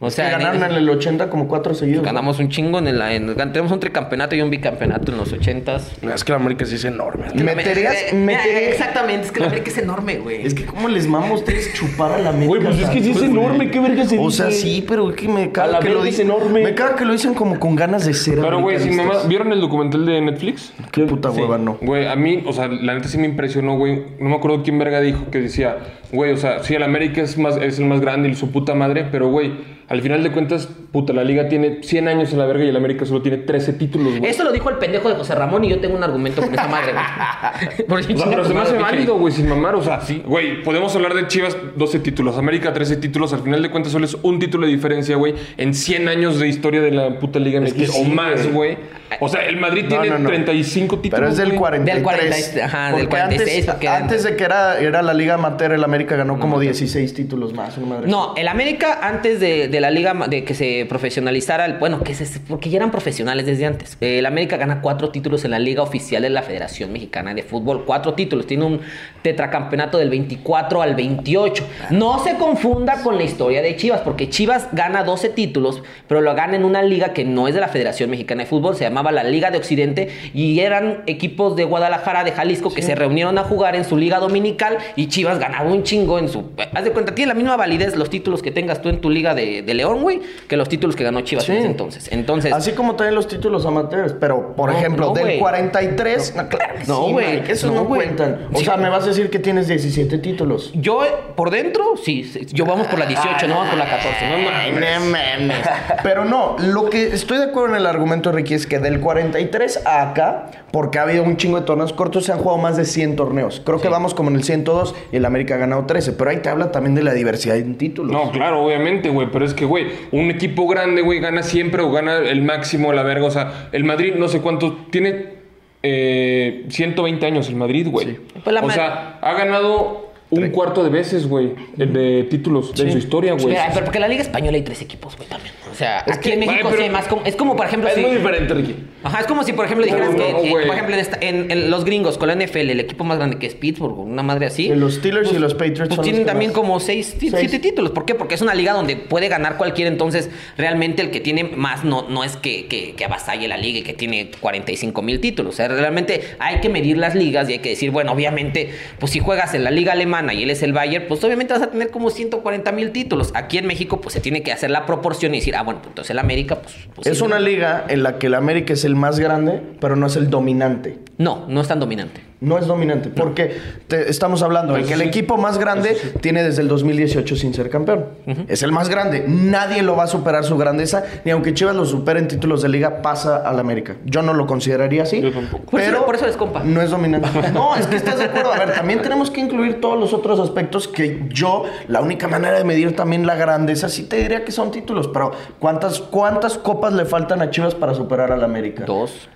Speaker 3: O
Speaker 2: Que
Speaker 3: sea, en-
Speaker 2: ganaron en el 80 como cuatro seguidos.
Speaker 3: Ganamos un chingo en el... en- tenemos un tricampeonato y un bicampeonato en los ochentas.
Speaker 4: No, es que la América sí es enorme.
Speaker 2: ¿no? Meterías.
Speaker 3: Eh, eh,
Speaker 2: meterías-
Speaker 3: eh, Exactamente, es que la América es enorme, güey.
Speaker 2: Es que cómo les mama a ustedes chupar a la América.
Speaker 4: Güey, pues es que sí es
Speaker 2: tanto, güey?
Speaker 4: enorme, qué verga se
Speaker 2: O
Speaker 4: dice.
Speaker 2: sea, sí, pero que me
Speaker 4: A
Speaker 2: caga
Speaker 4: la
Speaker 2: que lo
Speaker 4: verga es
Speaker 2: dicen.
Speaker 4: enorme.
Speaker 2: Me caga que lo dicen como con ganas de ser.
Speaker 5: Pero, güey, sin mamá,
Speaker 2: americanistas.
Speaker 5: ¿vieron el documental de Netflix?
Speaker 2: Qué puta hueva, no.
Speaker 5: Güey, a mí, o sea, la neta sí me impresionó, güey. No me acuerdo quién verga dijo que decía, güey, o sea, sí, el América es, más, es el más grande y su puta madre, pero, güey, al final de cuentas, puta, la liga tiene 100 años en la verga y el América solo tiene 13 títulos, güey.
Speaker 3: Eso lo dijo el pendejo de José Ramón y yo tengo un argumento con esa madre, güey. Por
Speaker 5: O sea,
Speaker 3: chinga
Speaker 5: pero
Speaker 3: tu
Speaker 5: se me
Speaker 3: madre,
Speaker 5: hace
Speaker 3: pinche.
Speaker 5: válido, güey, sin mamar. O sea, sí. Güey, podemos hablar de Chivas 12 títulos, América 13 títulos. Al final de cuentas, solo es un título de diferencia, güey, en 100 años de historia de la puta Liga MX
Speaker 4: que
Speaker 5: o
Speaker 4: sí,
Speaker 5: más, güey. O sea, el Madrid
Speaker 2: No,
Speaker 5: tiene
Speaker 2: no, no.
Speaker 5: 35 títulos.
Speaker 2: Pero es del
Speaker 5: güey.
Speaker 2: 43.
Speaker 3: Del 40, ajá, del
Speaker 2: Porque
Speaker 3: 46,
Speaker 2: Antes,
Speaker 3: porque-
Speaker 2: antes de que era, era la Liga Amateur, el América ganó como 16 títulos más. una madre
Speaker 3: No, el América antes de, de la liga ma- de que se profesionalizara, el- bueno, que se, porque ya eran profesionales desde antes. Eh, El América gana cuatro títulos en la liga oficial de la Federación Mexicana de Fútbol, cuatro títulos. Tiene un tetracampeonato del 24 al 28. No se confunda con la historia de Chivas, porque Chivas gana 12 títulos, pero lo gana en una liga que no es de la Federación Mexicana de Fútbol, se llamaba la Liga de Occidente y eran equipos de Guadalajara, de Jalisco, que se reunieron a jugar en su liga dominical y Chivas ganaba un chingo en su... Haz de cuenta, tiene la misma validez los títulos que tengas tú en tu liga de, de León, güey, que los títulos que ganó Chivas
Speaker 2: Sí.
Speaker 3: en ese entonces. Entonces...
Speaker 2: Así como también los títulos amateurs, pero por
Speaker 3: pues No,
Speaker 2: ejemplo,
Speaker 3: no,
Speaker 2: del
Speaker 3: güey.
Speaker 2: 43, no, claro que
Speaker 3: No,
Speaker 2: sí,
Speaker 3: güey,
Speaker 2: Mike, esos
Speaker 3: no,
Speaker 2: no,
Speaker 3: güey.
Speaker 2: cuentan. O
Speaker 3: Sí.
Speaker 2: sea, me vas a decir que tienes 17 títulos.
Speaker 3: Yo, eh, por dentro, sí, sí, yo vamos por la 18, no vamos por la 14.
Speaker 2: Ah,
Speaker 3: No, mames.
Speaker 2: Pero no, lo que estoy de acuerdo en el argumento de Ricky es que del 43 a acá, porque ha habido un chingo de torneos cortos, se han jugado más de 100 torneos. Creo que vamos como en el 102 y el América ha ganado 13, pero ahí te habla también de la diversidad en títulos.
Speaker 4: Pues,
Speaker 5: No, claro, obviamente, güey. Pero es que, güey, un equipo grande, güey, gana siempre o gana el máximo, la verga. O sea, el Madrid, no sé cuánto, tiene eh, 120 años el Madrid, güey.
Speaker 3: Pues la
Speaker 5: o
Speaker 3: ma-
Speaker 5: sea, ha ganado un cuarto de veces, güey, el de títulos de su historia, güey.
Speaker 3: Mira, pero porque en la Liga Española hay tres equipos, güey, también. O sea, aquí
Speaker 5: que-
Speaker 3: en México
Speaker 5: Vale, pero-
Speaker 3: sí hay más. como- es como, por ejemplo,
Speaker 4: Es
Speaker 3: si-
Speaker 4: muy diferente, Ricky.
Speaker 3: Ajá, es como si, por ejemplo, dijeras
Speaker 5: No,
Speaker 3: que,
Speaker 5: no,
Speaker 3: eh,
Speaker 5: güey.
Speaker 3: por ejemplo, en, esta- en- en los gringos, con la NFL, el equipo más grande que es Pittsburgh, una madre así.
Speaker 2: Que los Steelers y los Patriots
Speaker 3: pues
Speaker 2: son
Speaker 3: tienen
Speaker 2: los que
Speaker 3: también
Speaker 2: más.
Speaker 3: como seis, ti-
Speaker 2: Seis.
Speaker 3: siete títulos. ¿Por qué? Porque es una liga donde puede ganar cualquiera. Entonces, realmente el que tiene más no, no es que, que, que avasalle la liga y que tiene 45 mil títulos. O sea, realmente hay que medir las ligas y hay que decir, bueno, obviamente, pues si juegas en la liga alemana y él es el Bayern, pues obviamente vas a tener como 140 mil títulos. Aquí en México, pues se tiene que hacer la proporción y decir, ah, bueno, pues entonces el América, pues. pues,
Speaker 2: Es
Speaker 3: sí,
Speaker 2: una liga en la que el América es el más grande, pero no es el dominante.
Speaker 3: No, no es tan dominante.
Speaker 2: No es dominante, porque te- estamos hablando de que el equipo más grande tiene desde el 2018 sin ser campeón. Es el más grande. Nadie lo va a superar su grandeza, ni aunque Chivas lo supere en títulos de liga, pasa al América. Yo no lo consideraría así.
Speaker 5: Yo tampoco.
Speaker 3: Por eso- por eso eres compa.
Speaker 2: No es
Speaker 5: *laughs*
Speaker 2: dominante. No, es que estás de acuerdo. A ver, también tenemos que incluir todos los otros aspectos que yo, la única manera de medir también la grandeza, sí te diría que son títulos, pero ¿cuántas, cuántas copas le faltan a Chivas para superar al América?
Speaker 3: Dos.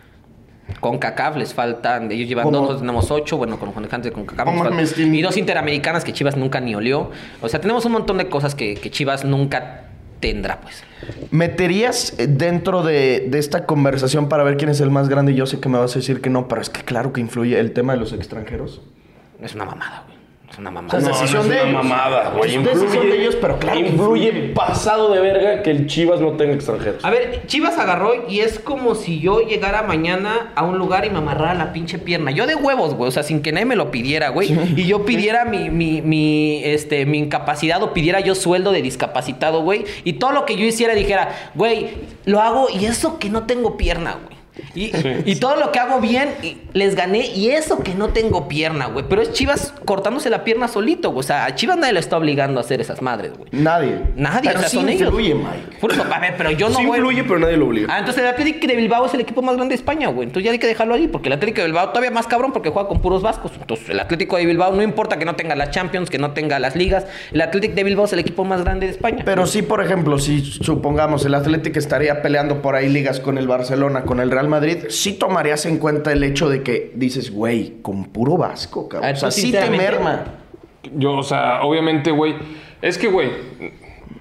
Speaker 3: Con CACAF les faltan, ellos llevan
Speaker 2: ¿Cómo?
Speaker 3: dos, nosotros tenemos ocho, bueno, con Juan Alejandro y con CACAF
Speaker 2: ¿Cómo
Speaker 3: nos faltan-
Speaker 2: mames, Tim?
Speaker 3: Y dos interamericanas que Chivas nunca ni olió. O sea, tenemos un montón de cosas que, que Chivas nunca tendrá, pues.
Speaker 2: ¿Meterías eh, dentro de, de esta conversación para ver quién es el más grande? Yo sé que me vas a decir que no, pero es que claro que influye el tema de los extranjeros.
Speaker 3: Es una mamada, güey. Es una
Speaker 2: O sea,
Speaker 3: mamada.
Speaker 2: es
Speaker 4: No,
Speaker 2: decisión
Speaker 4: no es
Speaker 2: de
Speaker 4: una
Speaker 2: ellos.
Speaker 4: mamada, güey.
Speaker 2: Es decisión
Speaker 4: Influye-
Speaker 2: de ellos, pero claro que
Speaker 4: Influye pasado de verga que el Chivas no tenga extranjeros.
Speaker 3: A ver, Chivas agarró y es como si yo llegara mañana a un lugar y me amarrara la pinche pierna. Yo de huevos, güey. O sea, sin que nadie me lo pidiera, güey. Y yo pidiera mi, mi, mi, este, mi incapacidad o pidiera yo sueldo de discapacitado, güey. Y todo lo que yo hiciera dijera, güey, lo hago y eso que no tengo pierna, güey. Y, y todo lo que hago bien, y les gané. Y eso que no tengo pierna, güey. Pero es Chivas cortándose la pierna solito, güey. O sea, a Chivas nadie le está obligando a hacer esas madres, güey.
Speaker 2: Nadie.
Speaker 3: Nadie,
Speaker 2: pero
Speaker 3: o sea,
Speaker 2: sí
Speaker 3: son ellos.
Speaker 2: influye, Mike.
Speaker 3: Por eso, a ver, pero yo no
Speaker 4: sí
Speaker 3: voy...
Speaker 4: influye, pero nadie lo obliga.
Speaker 3: Ah, entonces el Atlético de Bilbao es el equipo más grande de España, güey. Entonces ya hay que dejarlo ahí, porque el Atlético de Bilbao todavía más cabrón porque juega con puros vascos. Entonces el Atlético de Bilbao no importa que no tenga las Champions, que no tenga las ligas. El Atlético de Bilbao es el equipo más grande de España.
Speaker 2: Pero sí, por ejemplo, si supongamos el Atlético estaría peleando por ahí ligas con el Barcelona, con el Real Madrid, sí tomarías en cuenta el hecho de que dices, güey, con puro vasco, cabrón.
Speaker 3: Ah,
Speaker 2: O sea,
Speaker 3: tú
Speaker 2: sí te
Speaker 3: sinceramente-
Speaker 2: merma.
Speaker 5: Yo, o sea, obviamente, güey. Es que, güey,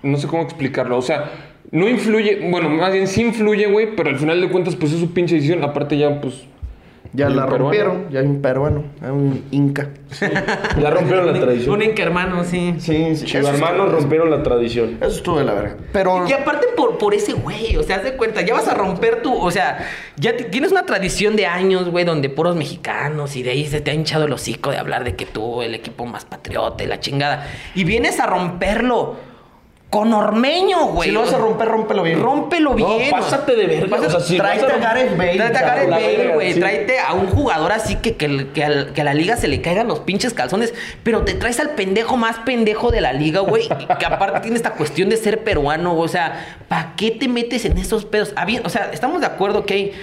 Speaker 5: no sé cómo explicarlo. O sea, no influye. Bueno, más bien sí influye, güey, pero al final de cuentas, pues es su pinche decisión. Aparte, ya, pues.
Speaker 2: Ya
Speaker 5: Y un
Speaker 2: la
Speaker 5: peruano.
Speaker 2: rompieron, ya hay un peruano, hay un inca.
Speaker 4: Ya rompieron la tradición.
Speaker 3: inca hermano, sí.
Speaker 2: Sí, sí.
Speaker 4: Chivas hermanos rompieron la tradición.
Speaker 2: Eso estuvo de la verga. Pero.
Speaker 3: Y aparte por, por ese güey, o sea, haz de cuenta, ya vas a romper tu, o sea, ya ti- tienes una tradición de años, güey, donde puros mexicanos y de ahí se te ha hinchado el hocico de hablar de que tú, el equipo más patriota y la chingada, y vienes a romperlo con ormeño, güey.
Speaker 2: Si lo vas a romper, rómpelo bien.
Speaker 3: Rómpelo
Speaker 4: No,
Speaker 3: bien.
Speaker 4: pásate de verga,
Speaker 3: Pásate-
Speaker 4: o sea, sí.
Speaker 2: Tráete a Gareth Bale.
Speaker 3: Tráete a
Speaker 2: cabrón.
Speaker 3: Gareth
Speaker 4: la
Speaker 3: Bale,
Speaker 4: verga,
Speaker 3: güey.
Speaker 4: sí.
Speaker 3: Tráete a un jugador así que, que, que al- que a la liga se le caigan los pinches calzones. Pero te traes al pendejo más pendejo de la liga, güey. y Que aparte tiene esta cuestión de ser peruano, güey. O sea, ¿para qué te metes en esos pedos? Había- o sea, estamos de acuerdo que hay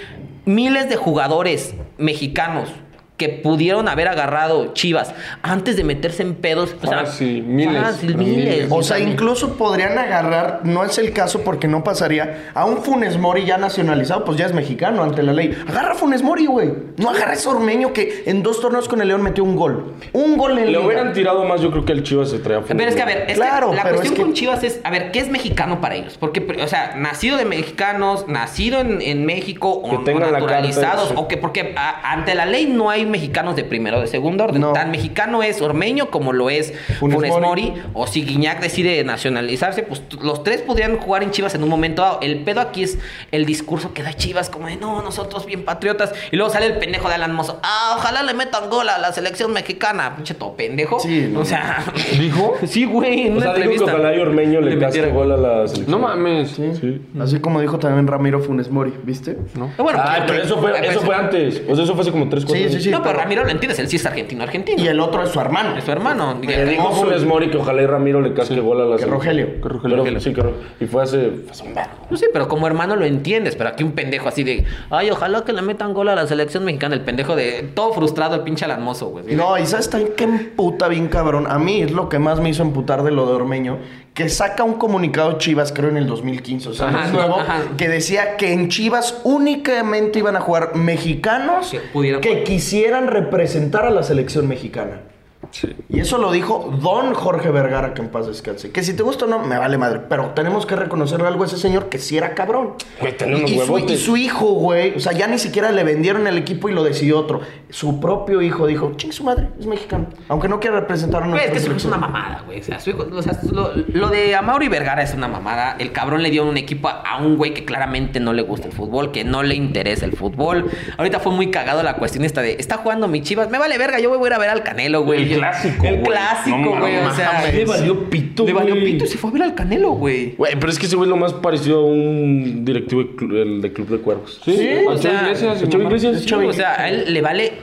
Speaker 3: miles de jugadores mexicanos. que que pudieron haber agarrado Chivas antes de meterse en pedos. O sea,
Speaker 5: Fácil, miles,
Speaker 3: fácil,
Speaker 5: pero
Speaker 3: miles.
Speaker 5: miles.
Speaker 2: O sea, incluso podrían agarrar, no es el caso porque no pasaría, a un Funes Mori ya nacionalizado, pues ya es mexicano ante la ley. Agarra a Funes Mori, güey. No agarra a ese ormeño que en dos torneos con el León metió un gol. Un gol en
Speaker 4: Le
Speaker 2: Liga.
Speaker 4: hubieran tirado más, yo creo que el Chivas se traía
Speaker 3: Pero es que, a ver, es
Speaker 2: Claro,
Speaker 3: que la
Speaker 2: pero
Speaker 3: cuestión
Speaker 2: es que-
Speaker 3: con Chivas es, a ver, ¿qué es mexicano para ellos? Porque, o sea, nacido de mexicanos, nacido en, en México o,
Speaker 4: Que
Speaker 3: o
Speaker 4: tengan la carta de-
Speaker 3: naturalizados, o que, porque a- ante la ley no hay mexicanos de primero o de segundo orden.
Speaker 2: No.
Speaker 3: Tan mexicano es Ormeño como lo es
Speaker 2: Funes
Speaker 3: Funes,
Speaker 2: Mori.
Speaker 3: Mori. o si Guiñac decide nacionalizarse, pues t- los tres podrían jugar en Chivas en un momento dado. El pedo aquí es el discurso que da Chivas, como de, no, nosotros bien patriotas, y luego sale el pendejo de Alan Mozo, ah, ojalá le metan gol a la selección mexicana, pinche todo pendejo.
Speaker 2: Sí, no.
Speaker 3: O sea... *laughs*
Speaker 4: *laughs*
Speaker 5: ¿Dijo?
Speaker 3: Sí, güey, en
Speaker 4: O
Speaker 3: una
Speaker 4: sea, digo que
Speaker 3: entrevista.
Speaker 4: ojalá y Ormeño le,
Speaker 3: Le
Speaker 4: casque
Speaker 3: metiera-
Speaker 4: gol a la selección.
Speaker 5: No mames. Sí.
Speaker 2: Así como dijo también Ramiro Funes Mori, ¿viste?
Speaker 3: Ah, bueno,
Speaker 4: Ay,
Speaker 3: porque-
Speaker 4: pero eso fue,
Speaker 3: pues,
Speaker 4: eso fue antes. O sea, eso fue hace como 3, 4
Speaker 2: Sí, sí, sí.
Speaker 3: no, pero
Speaker 2: pero-
Speaker 3: Ramiro lo entiendes, él sí es argentino, argentino.
Speaker 2: Y el otro es su hermano.
Speaker 3: Es su hermano. Y-
Speaker 4: Le dijo Funes Mori que ojalá y Ramiro le casque gol a la
Speaker 2: Que
Speaker 4: selección.
Speaker 2: Rogelio.
Speaker 4: Que Rogelio. Pero- Sí, que Rogelio. Y fue hace, fue hace un vergo.
Speaker 3: No sé, pero como hermano lo entiendes, pero aquí un pendejo así de, ay, ojalá que le metan gol a la selección mexicana, el pendejo de todo frustrado, el pinche alanmoso, güey.
Speaker 2: No, y sabes también que emputa bien cabrón. A mí es lo que más me hizo emputar de lo de Ormeño, que saca un comunicado Chivas, creo en el 2015, o sea, no es
Speaker 3: Ajá,
Speaker 2: nuevo,
Speaker 3: ajá.
Speaker 2: que decía que en Chivas únicamente iban a jugar mexicanos que,
Speaker 3: Que pudieran-
Speaker 2: quisieran representar a la selección mexicana. Y eso lo dijo don Jorge Vergara, que en paz descanse. Que si te gusta o no, me vale madre. Pero tenemos que reconocerle algo a ese señor que sí era cabrón.
Speaker 4: Güey, tenía unos
Speaker 2: y, su,
Speaker 4: huevotes.
Speaker 2: y su hijo, güey. O sea, ya ni siquiera le vendieron el equipo y lo decidió otro. Su propio hijo dijo, ching su madre, es mexicano. Aunque no quiera representar a
Speaker 3: Güey, es
Speaker 2: nuestra
Speaker 3: que eso es
Speaker 2: selección".
Speaker 3: una mamada, güey. O sea, su hijo- o sea, lo, lo de Amauri Vergara es una mamada. El cabrón le dio un equipo a, a un güey que claramente no le gusta el fútbol, que no le interesa el fútbol. Ahorita fue muy cagado la cuestión esta de, está jugando mi chivas, me vale verga, yo voy a ir a ver al Canelo, güey.
Speaker 5: El clásico,
Speaker 3: El
Speaker 5: güey. No
Speaker 3: clásico,
Speaker 5: mames.
Speaker 3: güey. o sea,
Speaker 4: Le valió pito,
Speaker 3: le valió
Speaker 4: güey.
Speaker 3: pito y se fue a ver al Canelo, güey.
Speaker 4: Güey, pero es que ese güey es lo más parecido a un directivo de clu- el de Club de Cuervos.
Speaker 5: Sí,
Speaker 3: Sí,
Speaker 5: a
Speaker 3: o
Speaker 5: Chavo
Speaker 3: sea,
Speaker 5: Iglesias,
Speaker 4: a Chavo
Speaker 5: mamá.
Speaker 4: Iglesias.
Speaker 3: Sí, o sea, a él le vale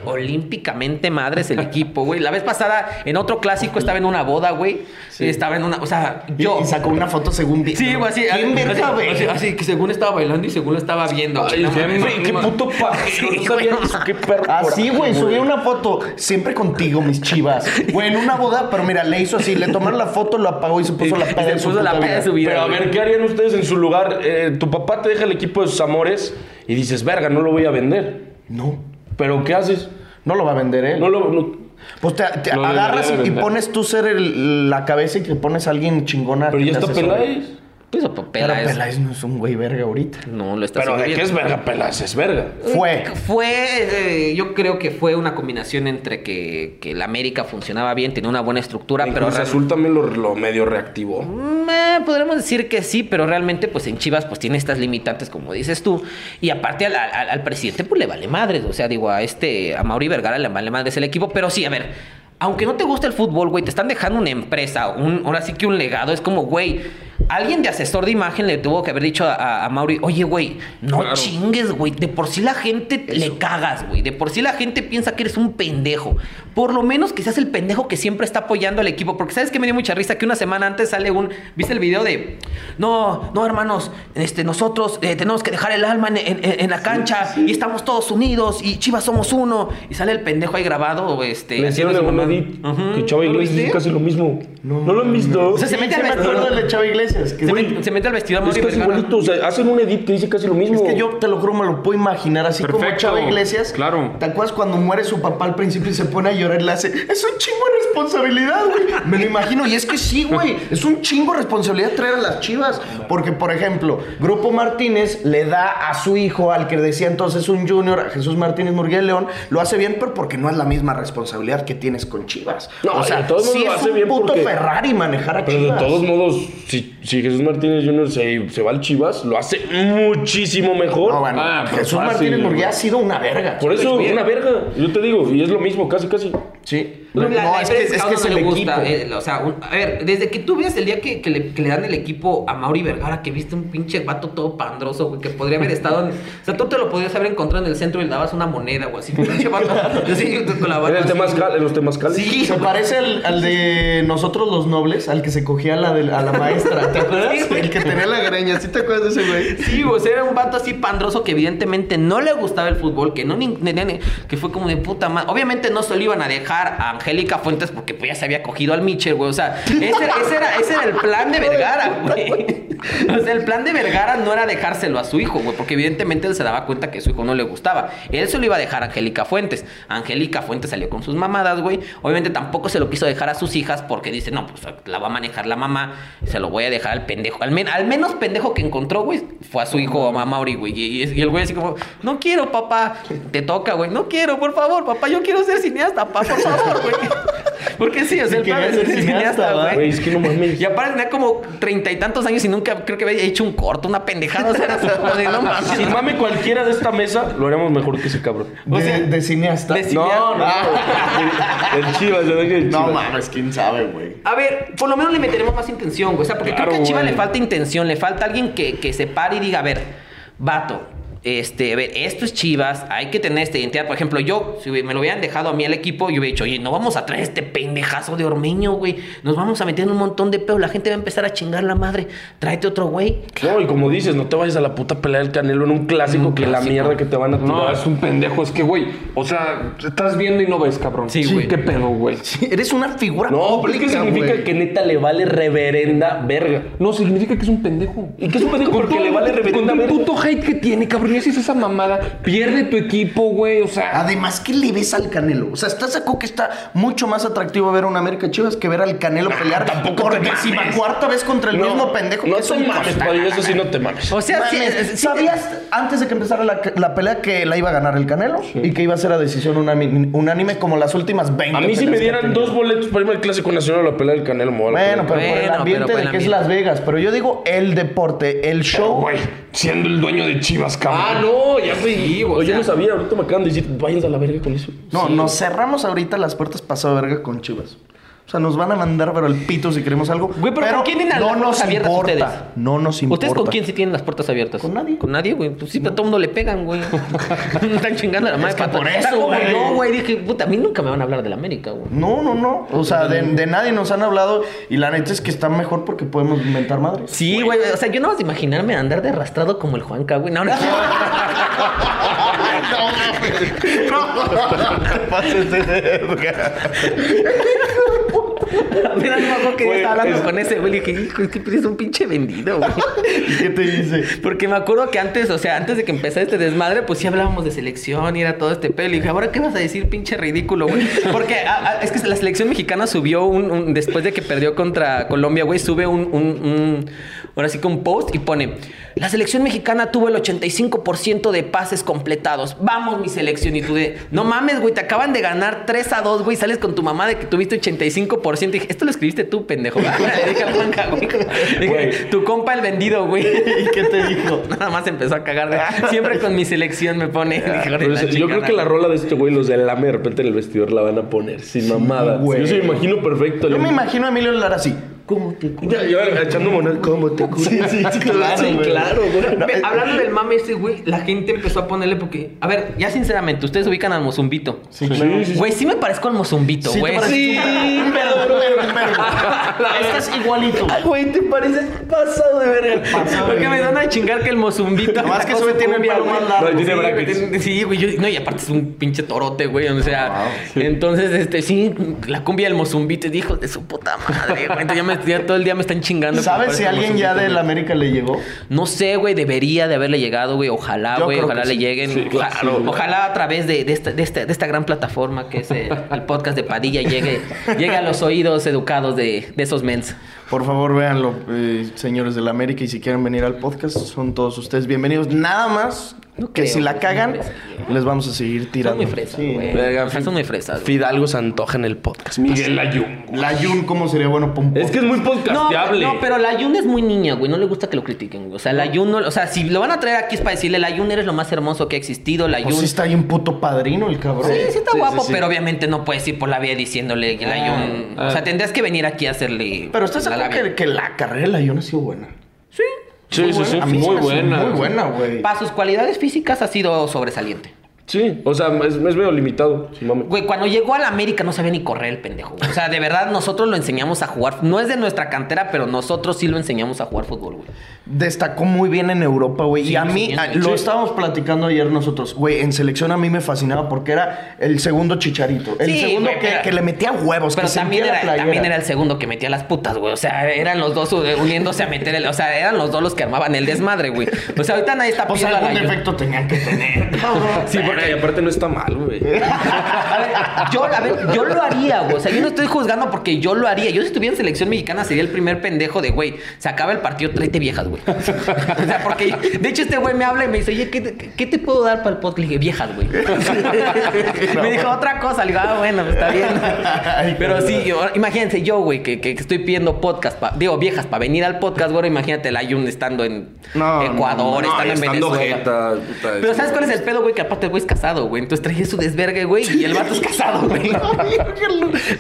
Speaker 3: olímpicamente madres el equipo, güey. La vez pasada, en otro clásico, estaba en una boda, güey. Estaba en una. O sea,
Speaker 2: Y-
Speaker 3: yo.
Speaker 2: Y sacó una foto según... vi-
Speaker 3: Sí, güey, así.
Speaker 2: ¿Quién
Speaker 3: así-
Speaker 2: verga ve?
Speaker 3: así, así que según estaba bailando y según lo estaba viendo. güey, no
Speaker 5: qué
Speaker 3: mames.
Speaker 5: ma-
Speaker 4: Güey, qué puto pajero. No sabía eso, qué perro.
Speaker 2: Así,
Speaker 4: coraje,
Speaker 2: Ah, güey, subí una foto. Siempre contigo, mis chivas. Güey, en una boda, pero mira, le hizo así, le tomaron la foto, lo apagó y se puso la
Speaker 3: Y
Speaker 2: peda
Speaker 3: se
Speaker 2: en su
Speaker 3: puso la
Speaker 2: puta
Speaker 3: peda
Speaker 2: vida.
Speaker 3: en su vida.
Speaker 4: Pero a ver, ¿qué harían ustedes en su lugar? Eh, tu papá te deja el equipo de sus amores y dices, verga, no lo voy a vender.
Speaker 2: No,
Speaker 4: ¿Pero qué haces?
Speaker 2: no lo va a vender él.
Speaker 4: No lo... no-
Speaker 2: Pues te, te
Speaker 5: Lo
Speaker 2: agarras
Speaker 5: debería de
Speaker 2: y
Speaker 5: vender.
Speaker 2: pones tú ser el- la cabeza y te pones a alguien chingona.
Speaker 4: Pero
Speaker 2: que
Speaker 4: ya
Speaker 2: te
Speaker 4: está
Speaker 2: asesore.
Speaker 4: Peláez.
Speaker 3: Pues, o, pues,
Speaker 2: Pero
Speaker 3: Peláez.
Speaker 2: Peláez no es un güey verga ahorita.
Speaker 3: No, lo está
Speaker 4: Pero
Speaker 3: haciendo
Speaker 4: ¿de qué
Speaker 3: bien.
Speaker 4: es verga Peláez? Es verga.
Speaker 2: Fue.
Speaker 3: Fue, eh, yo creo que fue una combinación entre que, que el América funcionaba bien, tenía una buena estructura,
Speaker 4: En
Speaker 3: pero
Speaker 4: Cruz Azul también lo, lo medio reactivó.
Speaker 3: Mm, eh, podremos decir que sí, pero realmente pues en Chivas pues tiene estas limitantes como dices tú. Y aparte al, al- al presidente pues le vale madres. O sea, digo, a este, a Mauri Vergara le vale madres el equipo. Pero sí, a ver, aunque no te guste el fútbol, güey, te están dejando una empresa, un, ahora sí que un legado. Es como, güey, alguien de asesor de imagen le tuvo que haber dicho a, a- a Mauri, oye, güey, no
Speaker 5: Claro.
Speaker 3: chingues, güey. De por sí la gente le cagas, güey. De por sí la gente piensa que eres un pendejo. Por lo menos que seas el pendejo que siempre está apoyando al equipo. Porque sabes que me dio mucha risa que una semana antes sale un. ¿Viste el video de.? No, no, hermanos. Este, nosotros eh, tenemos que dejar el alma en, en- en- en la cancha. Y estamos todos unidos. Y chivas somos uno. Y sale el pendejo ahí grabado. Este,
Speaker 4: Le hicieron
Speaker 3: haciendo
Speaker 4: el
Speaker 3: su mamá.
Speaker 4: Monedit.
Speaker 3: Ujú.
Speaker 4: Que Chava
Speaker 3: ¿No lo
Speaker 4: Iglesias
Speaker 3: viste?
Speaker 4: hizo casi lo mismo. No, lo han visto.
Speaker 3: O sea, se mete
Speaker 2: Sí,
Speaker 3: al
Speaker 2: me acuerdo
Speaker 3: vestidor.
Speaker 2: del de Chava Iglesias. Que
Speaker 3: Se
Speaker 2: güey,
Speaker 3: mete, se mete al vestidor
Speaker 4: Es
Speaker 3: Mauri
Speaker 4: casi
Speaker 3: Vergara.
Speaker 4: igualito. O sea, hacen un edit que dice casi lo mismo.
Speaker 2: Es que yo te lo juro, me lo puedo imaginar así como
Speaker 5: Perfecto.
Speaker 2: Chava Iglesias.
Speaker 5: Claro.
Speaker 2: ¿Te acuerdas cuando muere su papá al principio y se pone a llorar y le hace, es un chingo de responsabilidad, güey? Me lo imagino. Y es que sí, güey. Es un chingo de responsabilidad traer a las chivas. Porque, por ejemplo, Grupo Martínez le da a su hijo, al que decía entonces un junior, a Jesús Martínez Murguía León, lo hace bien, pero porque no es la misma responsabilidad que tienes con chivas.
Speaker 4: No,
Speaker 2: o sea,
Speaker 4: de todos modos
Speaker 2: sí
Speaker 4: lo
Speaker 2: es
Speaker 4: hace
Speaker 2: un
Speaker 4: bien
Speaker 2: puto
Speaker 4: porque-
Speaker 2: Ferrari manejar a
Speaker 4: Pero de
Speaker 2: chivas.
Speaker 4: todos modos, si, si Jesús Martínez Jr. se, se va al Chivas, lo hace muchísimo mejor.
Speaker 2: No, bueno,
Speaker 5: Ah, pues
Speaker 2: Jesús
Speaker 5: fácil,
Speaker 2: Martínez Murguía
Speaker 5: güey.
Speaker 2: ha sido una verga. Pues,
Speaker 4: Por eso, una verga. Yo te digo, y es lo mismo, casi, casi.
Speaker 2: Sí.
Speaker 3: No, la- la
Speaker 2: es que
Speaker 3: diferencia
Speaker 2: es,
Speaker 3: a
Speaker 2: que
Speaker 3: uno
Speaker 2: es
Speaker 3: no
Speaker 2: el
Speaker 3: le
Speaker 2: equipo.
Speaker 3: gusta, eh, o sea, un- a ver, desde que tú veas el día que, que le, que le dan el equipo a Mauri Vergara, que viste un pinche vato todo pandroso, güey, que podría haber estado en. O sea, tú te lo podrías haber encontrado en el centro y le dabas una moneda o así. Pinche vato. *laughs* así, con la
Speaker 4: En,
Speaker 3: barba
Speaker 4: el
Speaker 3: así.
Speaker 4: temazcal, en los temascales.
Speaker 3: Sí,
Speaker 2: Se parece al, al de nosotros los nobles, al que se cogía a la, de- a la
Speaker 3: maestra, ¿te acuerdas?
Speaker 2: Sí, güey, El que tenía la greña, ¿sí te acuerdas de ese güey?
Speaker 3: Sí, o sea, era un vato así pandroso que evidentemente no le gustaba el fútbol, que no ni- ni- ni- que fue como de puta madre. Obviamente no se lo iban a dejar a Angélica Fuentes porque pues ya se había cogido al Mitchell, güey. O sea, ese, era- ese era, ese era el plan de Vergara, güey. O sea, el plan de Vergara no era dejárselo a su hijo, güey, porque evidentemente él se daba cuenta que su hijo no le gustaba. Él se lo iba a dejar a Angélica Fuentes. Angélica Fuentes salió con sus mamadas, güey. Obviamente tampoco se lo quiso dejar a sus hijas porque dice, no, pues la va a manejar la mamá, se lo voy a dejar al pendejo. Al, men- al menos pendejo que encontró, güey, fue a su hijo, a Mauri, güey. Y, y- y el güey así como, no quiero, papá, te toca, güey, no quiero, por favor, papá, yo quiero ser cineasta, papá, por favor, güey. *laughs* Porque sí, o sea, el
Speaker 2: quería
Speaker 3: padre
Speaker 2: ser
Speaker 3: es cineasta,
Speaker 2: cineasta, ¿va?
Speaker 3: güey.
Speaker 4: Güey, es que no mames.
Speaker 3: Y aparte tenía como treinta y tantos años y nunca creo que había hecho un corto, una pendejada. O sea, *laughs* era así como de, no mames.
Speaker 4: *laughs* Si mame cualquiera de esta mesa, lo haremos mejor que ese cabrón.
Speaker 2: De, de cineasta.
Speaker 3: de
Speaker 4: No,
Speaker 3: Ya. *laughs*
Speaker 4: no, no.
Speaker 2: *laughs*
Speaker 4: El, el Chivas, el ángel del
Speaker 2: No
Speaker 4: Chivas.
Speaker 2: mames, quién sabe, güey.
Speaker 3: A ver, por lo menos le meteremos más intención, güey. O sea, porque
Speaker 5: Claro,
Speaker 3: creo que a Chivas
Speaker 5: güey.
Speaker 3: le falta intención, le falta alguien que, que se pare y diga, a ver, vato, este, a ver, esto es Chivas, hay que tener esta identidad. Por ejemplo, yo, si me lo hubieran dejado a mí al equipo, yo hubiera dicho, oye, no vamos a traer este pendejazo de ormeño, güey. Nos vamos a meter en un montón de peos, la gente va a empezar a chingar la madre. Tráete otro güey.
Speaker 4: No, y como dices, no te vayas a la puta pelea del canelo en un clásico que la
Speaker 3: clásico.
Speaker 4: mierda que te van a tirar.
Speaker 5: No, es un pendejo, es que, güey, o sea, estás viendo y no ves, cabrón.
Speaker 3: Sí, güey.
Speaker 5: ¿Qué pedo, güey?
Speaker 2: Eres una figura
Speaker 4: No, pero es que
Speaker 2: pública,
Speaker 4: significa
Speaker 2: güey.
Speaker 4: que neta le vale reverenda verga.
Speaker 5: No, significa que es un pendejo.
Speaker 4: ¿Y qué es un pendejo? Porque
Speaker 5: todo
Speaker 4: le
Speaker 5: el-
Speaker 4: vale
Speaker 5: Con
Speaker 4: reverenda
Speaker 5: el
Speaker 4: verga.
Speaker 5: puto hate que tiene, cabrón, y haces esa mamada. Pierde tu equipo, güey, o sea.
Speaker 2: Además, ¿qué le ves al Canelo? O sea, estás sacó que está mucho más atractivo ver a un América Chivas que ver al Canelo pelear
Speaker 4: tampoco
Speaker 2: por
Speaker 4: te mames.
Speaker 2: décima cuarta vez contra el mismo pendejo
Speaker 4: No
Speaker 2: que es
Speaker 4: te
Speaker 2: un
Speaker 4: mames,
Speaker 2: costal.
Speaker 4: padre, eso sí no te mames.
Speaker 3: O sea, sí,
Speaker 2: Mames,
Speaker 3: sí-
Speaker 2: ¿Sabías antes de que empezara la, la pelea que la iba a ganar el Canelo? Y que iba a ser a decisión unami- unánime como las últimas 20
Speaker 4: A mí si
Speaker 2: peleas
Speaker 4: me
Speaker 2: que ha
Speaker 4: dieran
Speaker 2: tenido.
Speaker 4: dos boletos para irme al Clásico Nacional a la pelea del Canelo, me voy a la
Speaker 2: Bueno, pero
Speaker 4: pelea.
Speaker 2: por el
Speaker 3: Bueno,
Speaker 2: ambiente
Speaker 3: pero por
Speaker 2: de
Speaker 3: el
Speaker 2: que es
Speaker 3: ambiente.
Speaker 2: Las Vegas. Pero yo digo el deporte, el show.
Speaker 5: Güey, siendo el dueño de Chivas, cabrón.
Speaker 4: Ah, no, ya me
Speaker 3: Sí, o
Speaker 4: Oye,
Speaker 3: sea.
Speaker 4: Yo no sabía, ahorita me acaban de decir, váyanse a la verga con eso.
Speaker 2: No, nos cerramos ahorita las puertas pasado verga con Chivas. O sea, nos van a mandar pero el pito si queremos algo.
Speaker 3: Güey, pero ¿con quién tienen las
Speaker 2: no
Speaker 3: puertas
Speaker 2: nos
Speaker 3: abiertas
Speaker 2: importa.
Speaker 3: ustedes?
Speaker 2: No nos importa.
Speaker 3: ¿Ustedes con quién sí tienen las puertas abiertas?
Speaker 2: Con nadie.
Speaker 3: Con nadie, güey. Pues sí, a todo mundo le
Speaker 2: *laughs*
Speaker 3: pegan, güey. No están chingando a la madre.
Speaker 2: que
Speaker 3: para
Speaker 2: por
Speaker 3: todo. Está
Speaker 2: eso,
Speaker 3: como
Speaker 2: güey.
Speaker 3: yo, güey. Dije, puta, a mí nunca me van a hablar de la América, güey.
Speaker 2: No, no, no. O sea, de,
Speaker 4: Mm.
Speaker 2: de nadie nos han hablado. Y la neta es que está mejor porque podemos inventar
Speaker 4: *laughs*
Speaker 2: madres. *laughs*
Speaker 3: Sí, güey. O sea, yo nada más de imaginarme andar de arrastrado como el Juanca, güey. No, no.
Speaker 2: *laughs*
Speaker 3: A ver, no me acuerdo que yo
Speaker 4: Güey,
Speaker 3: estaba hablando
Speaker 4: es-
Speaker 3: con ese, güey. Le dije, hijo, es que eres un pinche vendido, güey.
Speaker 2: ¿Qué te dice?
Speaker 3: *laughs* Porque me acuerdo que antes, o sea, antes de que empezara este desmadre, pues sí hablábamos de selección y era todo este pelo. Y dije, ¿ahora qué vas a decir, pinche ridículo, güey? Porque a- a- es que la selección mexicana subió un, un- después de que perdió contra Colombia, güey, sube un, un, un- ahora sí que un post y pone, la selección mexicana tuvo el 85% de pases completados. Vamos, mi selección. Y tú de, no mames, güey, te acaban de ganar 3 a 2, güey, sales con tu mamá de que tuviste 85%. Y dije, esto lo escribiste tú, pendejo. *laughs* Le dije a Juanca, güey. Le dije,
Speaker 4: Güey.
Speaker 3: tu compa el vendido, güey.
Speaker 2: ¿Y qué te dijo?
Speaker 3: Nada más empezó a cagar de. *laughs* Siempre con mi selección me pone. hijo de
Speaker 4: Pero
Speaker 3: la
Speaker 4: es- yo creo
Speaker 3: chingada.
Speaker 4: que la rola de este güey, los del lame, de repente en el vestidor la van a poner, sin mamada.
Speaker 2: güey.
Speaker 4: Yo se me imagino perfecto.
Speaker 2: Yo me imagino a Emilio Lara así.
Speaker 3: ¿Cómo te cu-
Speaker 4: Ya, ya, echando monedas, ¿cómo te
Speaker 3: *laughs*
Speaker 4: curas?
Speaker 3: Sí,
Speaker 4: güey.
Speaker 3: claro, güey. eh,
Speaker 4: No,
Speaker 3: Ve,
Speaker 2: ah,
Speaker 4: es-
Speaker 3: Hablando del mame ese, güey, la gente empezó a ponerle porque. A ver, ya sinceramente, ustedes ubican al mozumbito.
Speaker 4: Sí, sí, sí.
Speaker 3: Güey, sí me parezco al mozumbito, güey.
Speaker 4: Sí,
Speaker 2: pero, pero, pero. Estás igualito.
Speaker 3: Ay, güey, te pareces pasado de verga.
Speaker 2: Pasado de
Speaker 3: Porque me
Speaker 2: verga.
Speaker 3: dan a chingar que el mozumbito. *laughs*
Speaker 2: Nomás que
Speaker 3: sacó
Speaker 2: ese güey
Speaker 3: su
Speaker 2: tiene el
Speaker 3: cumbia,
Speaker 2: pelo
Speaker 3: güey.
Speaker 2: más largo.
Speaker 4: No, tiene
Speaker 3: Sí, güey,
Speaker 4: brackets.
Speaker 3: tiene- Sí, güey. yo- No, y aparte es un pinche torote, güey. O sea, entonces, este, sí, la cumbia del mozumbito. y Dijo, de su puta madre, güey. Entonces, ya, me, ya todo el día me están chingando. que me
Speaker 2: ¿Sabes
Speaker 3: parezco
Speaker 2: si
Speaker 3: al
Speaker 2: alguien ya
Speaker 3: mozumbito,
Speaker 2: de la
Speaker 3: güey.
Speaker 2: América le llegó?
Speaker 3: No sé, güey, debería de haberle llegado, güey. Ojalá,
Speaker 2: Yo
Speaker 3: güey,
Speaker 2: creo que
Speaker 3: ojalá le
Speaker 2: sí.
Speaker 3: lleguen.
Speaker 5: Sí, claro,
Speaker 3: Ojalá-
Speaker 5: güey.
Speaker 3: Ojalá a través de, de esta, de, esta, de esta gran plataforma que es eh, el podcast de Padilla llegue, llegue a los oídos educados de, de esos mens.
Speaker 2: Por favor, véanlo, eh, señores de la América, y si quieren venir al podcast, son todos ustedes bienvenidos. Nada más
Speaker 3: No
Speaker 2: que
Speaker 3: creo,
Speaker 2: si la
Speaker 3: güey,
Speaker 2: cagan,
Speaker 3: no creo.
Speaker 2: les vamos a seguir tirando.
Speaker 3: Son muy fresas,
Speaker 2: Sí.
Speaker 3: güey.
Speaker 4: Verga,
Speaker 3: O sea, son muy fresas. güey.
Speaker 4: Fidalgo se antoja en el podcast.
Speaker 5: Miguel Ayun.
Speaker 2: La Jun, ¿cómo sería bueno para un
Speaker 4: Es que es
Speaker 2: podcast?
Speaker 4: muy
Speaker 3: No,
Speaker 4: podcasteable.
Speaker 3: no, pero la Yun es muy niña, güey. No le gusta que lo critiquen, güey. O sea, la Yun no. O sea, si lo van a traer aquí es para decirle, la Yun eres lo más hermoso que ha existido. La Yun.
Speaker 2: Pues sí
Speaker 3: sí,
Speaker 2: está ahí un puto padrino el cabrón.
Speaker 3: sí, está
Speaker 4: Sí,
Speaker 3: guapo,
Speaker 4: sí, sí.
Speaker 3: pero obviamente no puedes ir por la vía diciéndole que la Yun. o sea, tendrías que venir aquí a hacerle.
Speaker 2: Pero estás
Speaker 3: la
Speaker 2: seguro
Speaker 3: labia.
Speaker 2: que, que la carrera de la Jun ha sido buena.
Speaker 3: Sí.
Speaker 5: Sí, sí, sí,
Speaker 2: A mí se
Speaker 5: muy
Speaker 2: me hace
Speaker 5: buena.
Speaker 2: Muy buena, güey.
Speaker 3: Para sus cualidades físicas ha sido sobresaliente.
Speaker 4: Sí, o sea, es, es medio limitado. sin mame.
Speaker 3: Güey, cuando llegó al América no sabía ni correr el pendejo. güey. O sea, de verdad, nosotros lo enseñamos a jugar. No es de nuestra cantera, pero nosotros sí lo enseñamos a jugar fútbol, güey.
Speaker 2: destacó muy bien en Europa, güey.
Speaker 3: Sí,
Speaker 2: y a mí,
Speaker 3: sí,
Speaker 2: a-
Speaker 3: sí.
Speaker 2: lo estábamos platicando ayer nosotros, güey, en selección a mí me fascinaba porque era el segundo chicharito. El
Speaker 3: Sí,
Speaker 2: segundo
Speaker 3: güey,
Speaker 2: que,
Speaker 3: pero-
Speaker 2: que le metía huevos,
Speaker 3: Pero
Speaker 2: que
Speaker 3: también
Speaker 2: sentía Pues la
Speaker 3: era,
Speaker 2: playera.
Speaker 3: también era el segundo que metía las putas, güey. O sea, eran los dos eh, uniéndose a meter el. O sea, eran los dos los que armaban el desmadre, güey. O sea, ahorita nadie está
Speaker 2: Pues
Speaker 3: pidiendo a
Speaker 2: algún
Speaker 3: la Juve.
Speaker 2: defecto tenían que tener.
Speaker 3: *laughs*
Speaker 4: Sí, porque y aparte no está mal, güey.
Speaker 3: A ver, yo, a ver, yo lo haría, güey. O sea, yo no estoy juzgando porque yo lo haría. Yo si estuviera en selección mexicana sería el primer pendejo de, güey, se acaba el partido, tráete viejas, güey. O sea, porque, de hecho, este güey me habla y me dice, oye, ¿qué te, qué te puedo dar para el podcast? Le dije, viejas,
Speaker 2: *laughs*
Speaker 3: güey. me dijo otra cosa. Le digo, ah, bueno, está bien.
Speaker 2: Ay,
Speaker 3: Pero
Speaker 2: qué
Speaker 3: sí,
Speaker 2: verdad.
Speaker 3: yo- imagínense yo, güey, que, que estoy pidiendo podcast, pa- digo, viejas, para venir al podcast, güey, imagínate la Ayun estando en
Speaker 2: No,
Speaker 3: Ecuador,
Speaker 4: No,
Speaker 3: estando en
Speaker 4: estando
Speaker 3: Venezuela.
Speaker 4: jeta, puta,
Speaker 3: Pero
Speaker 4: sí.
Speaker 3: ¿sabes cuál es el pedo, güey? Que aparte el güey es casado, güey. Entonces traía su desvergue, güey, y el vato es
Speaker 2: *laughs*
Speaker 3: casado, güey.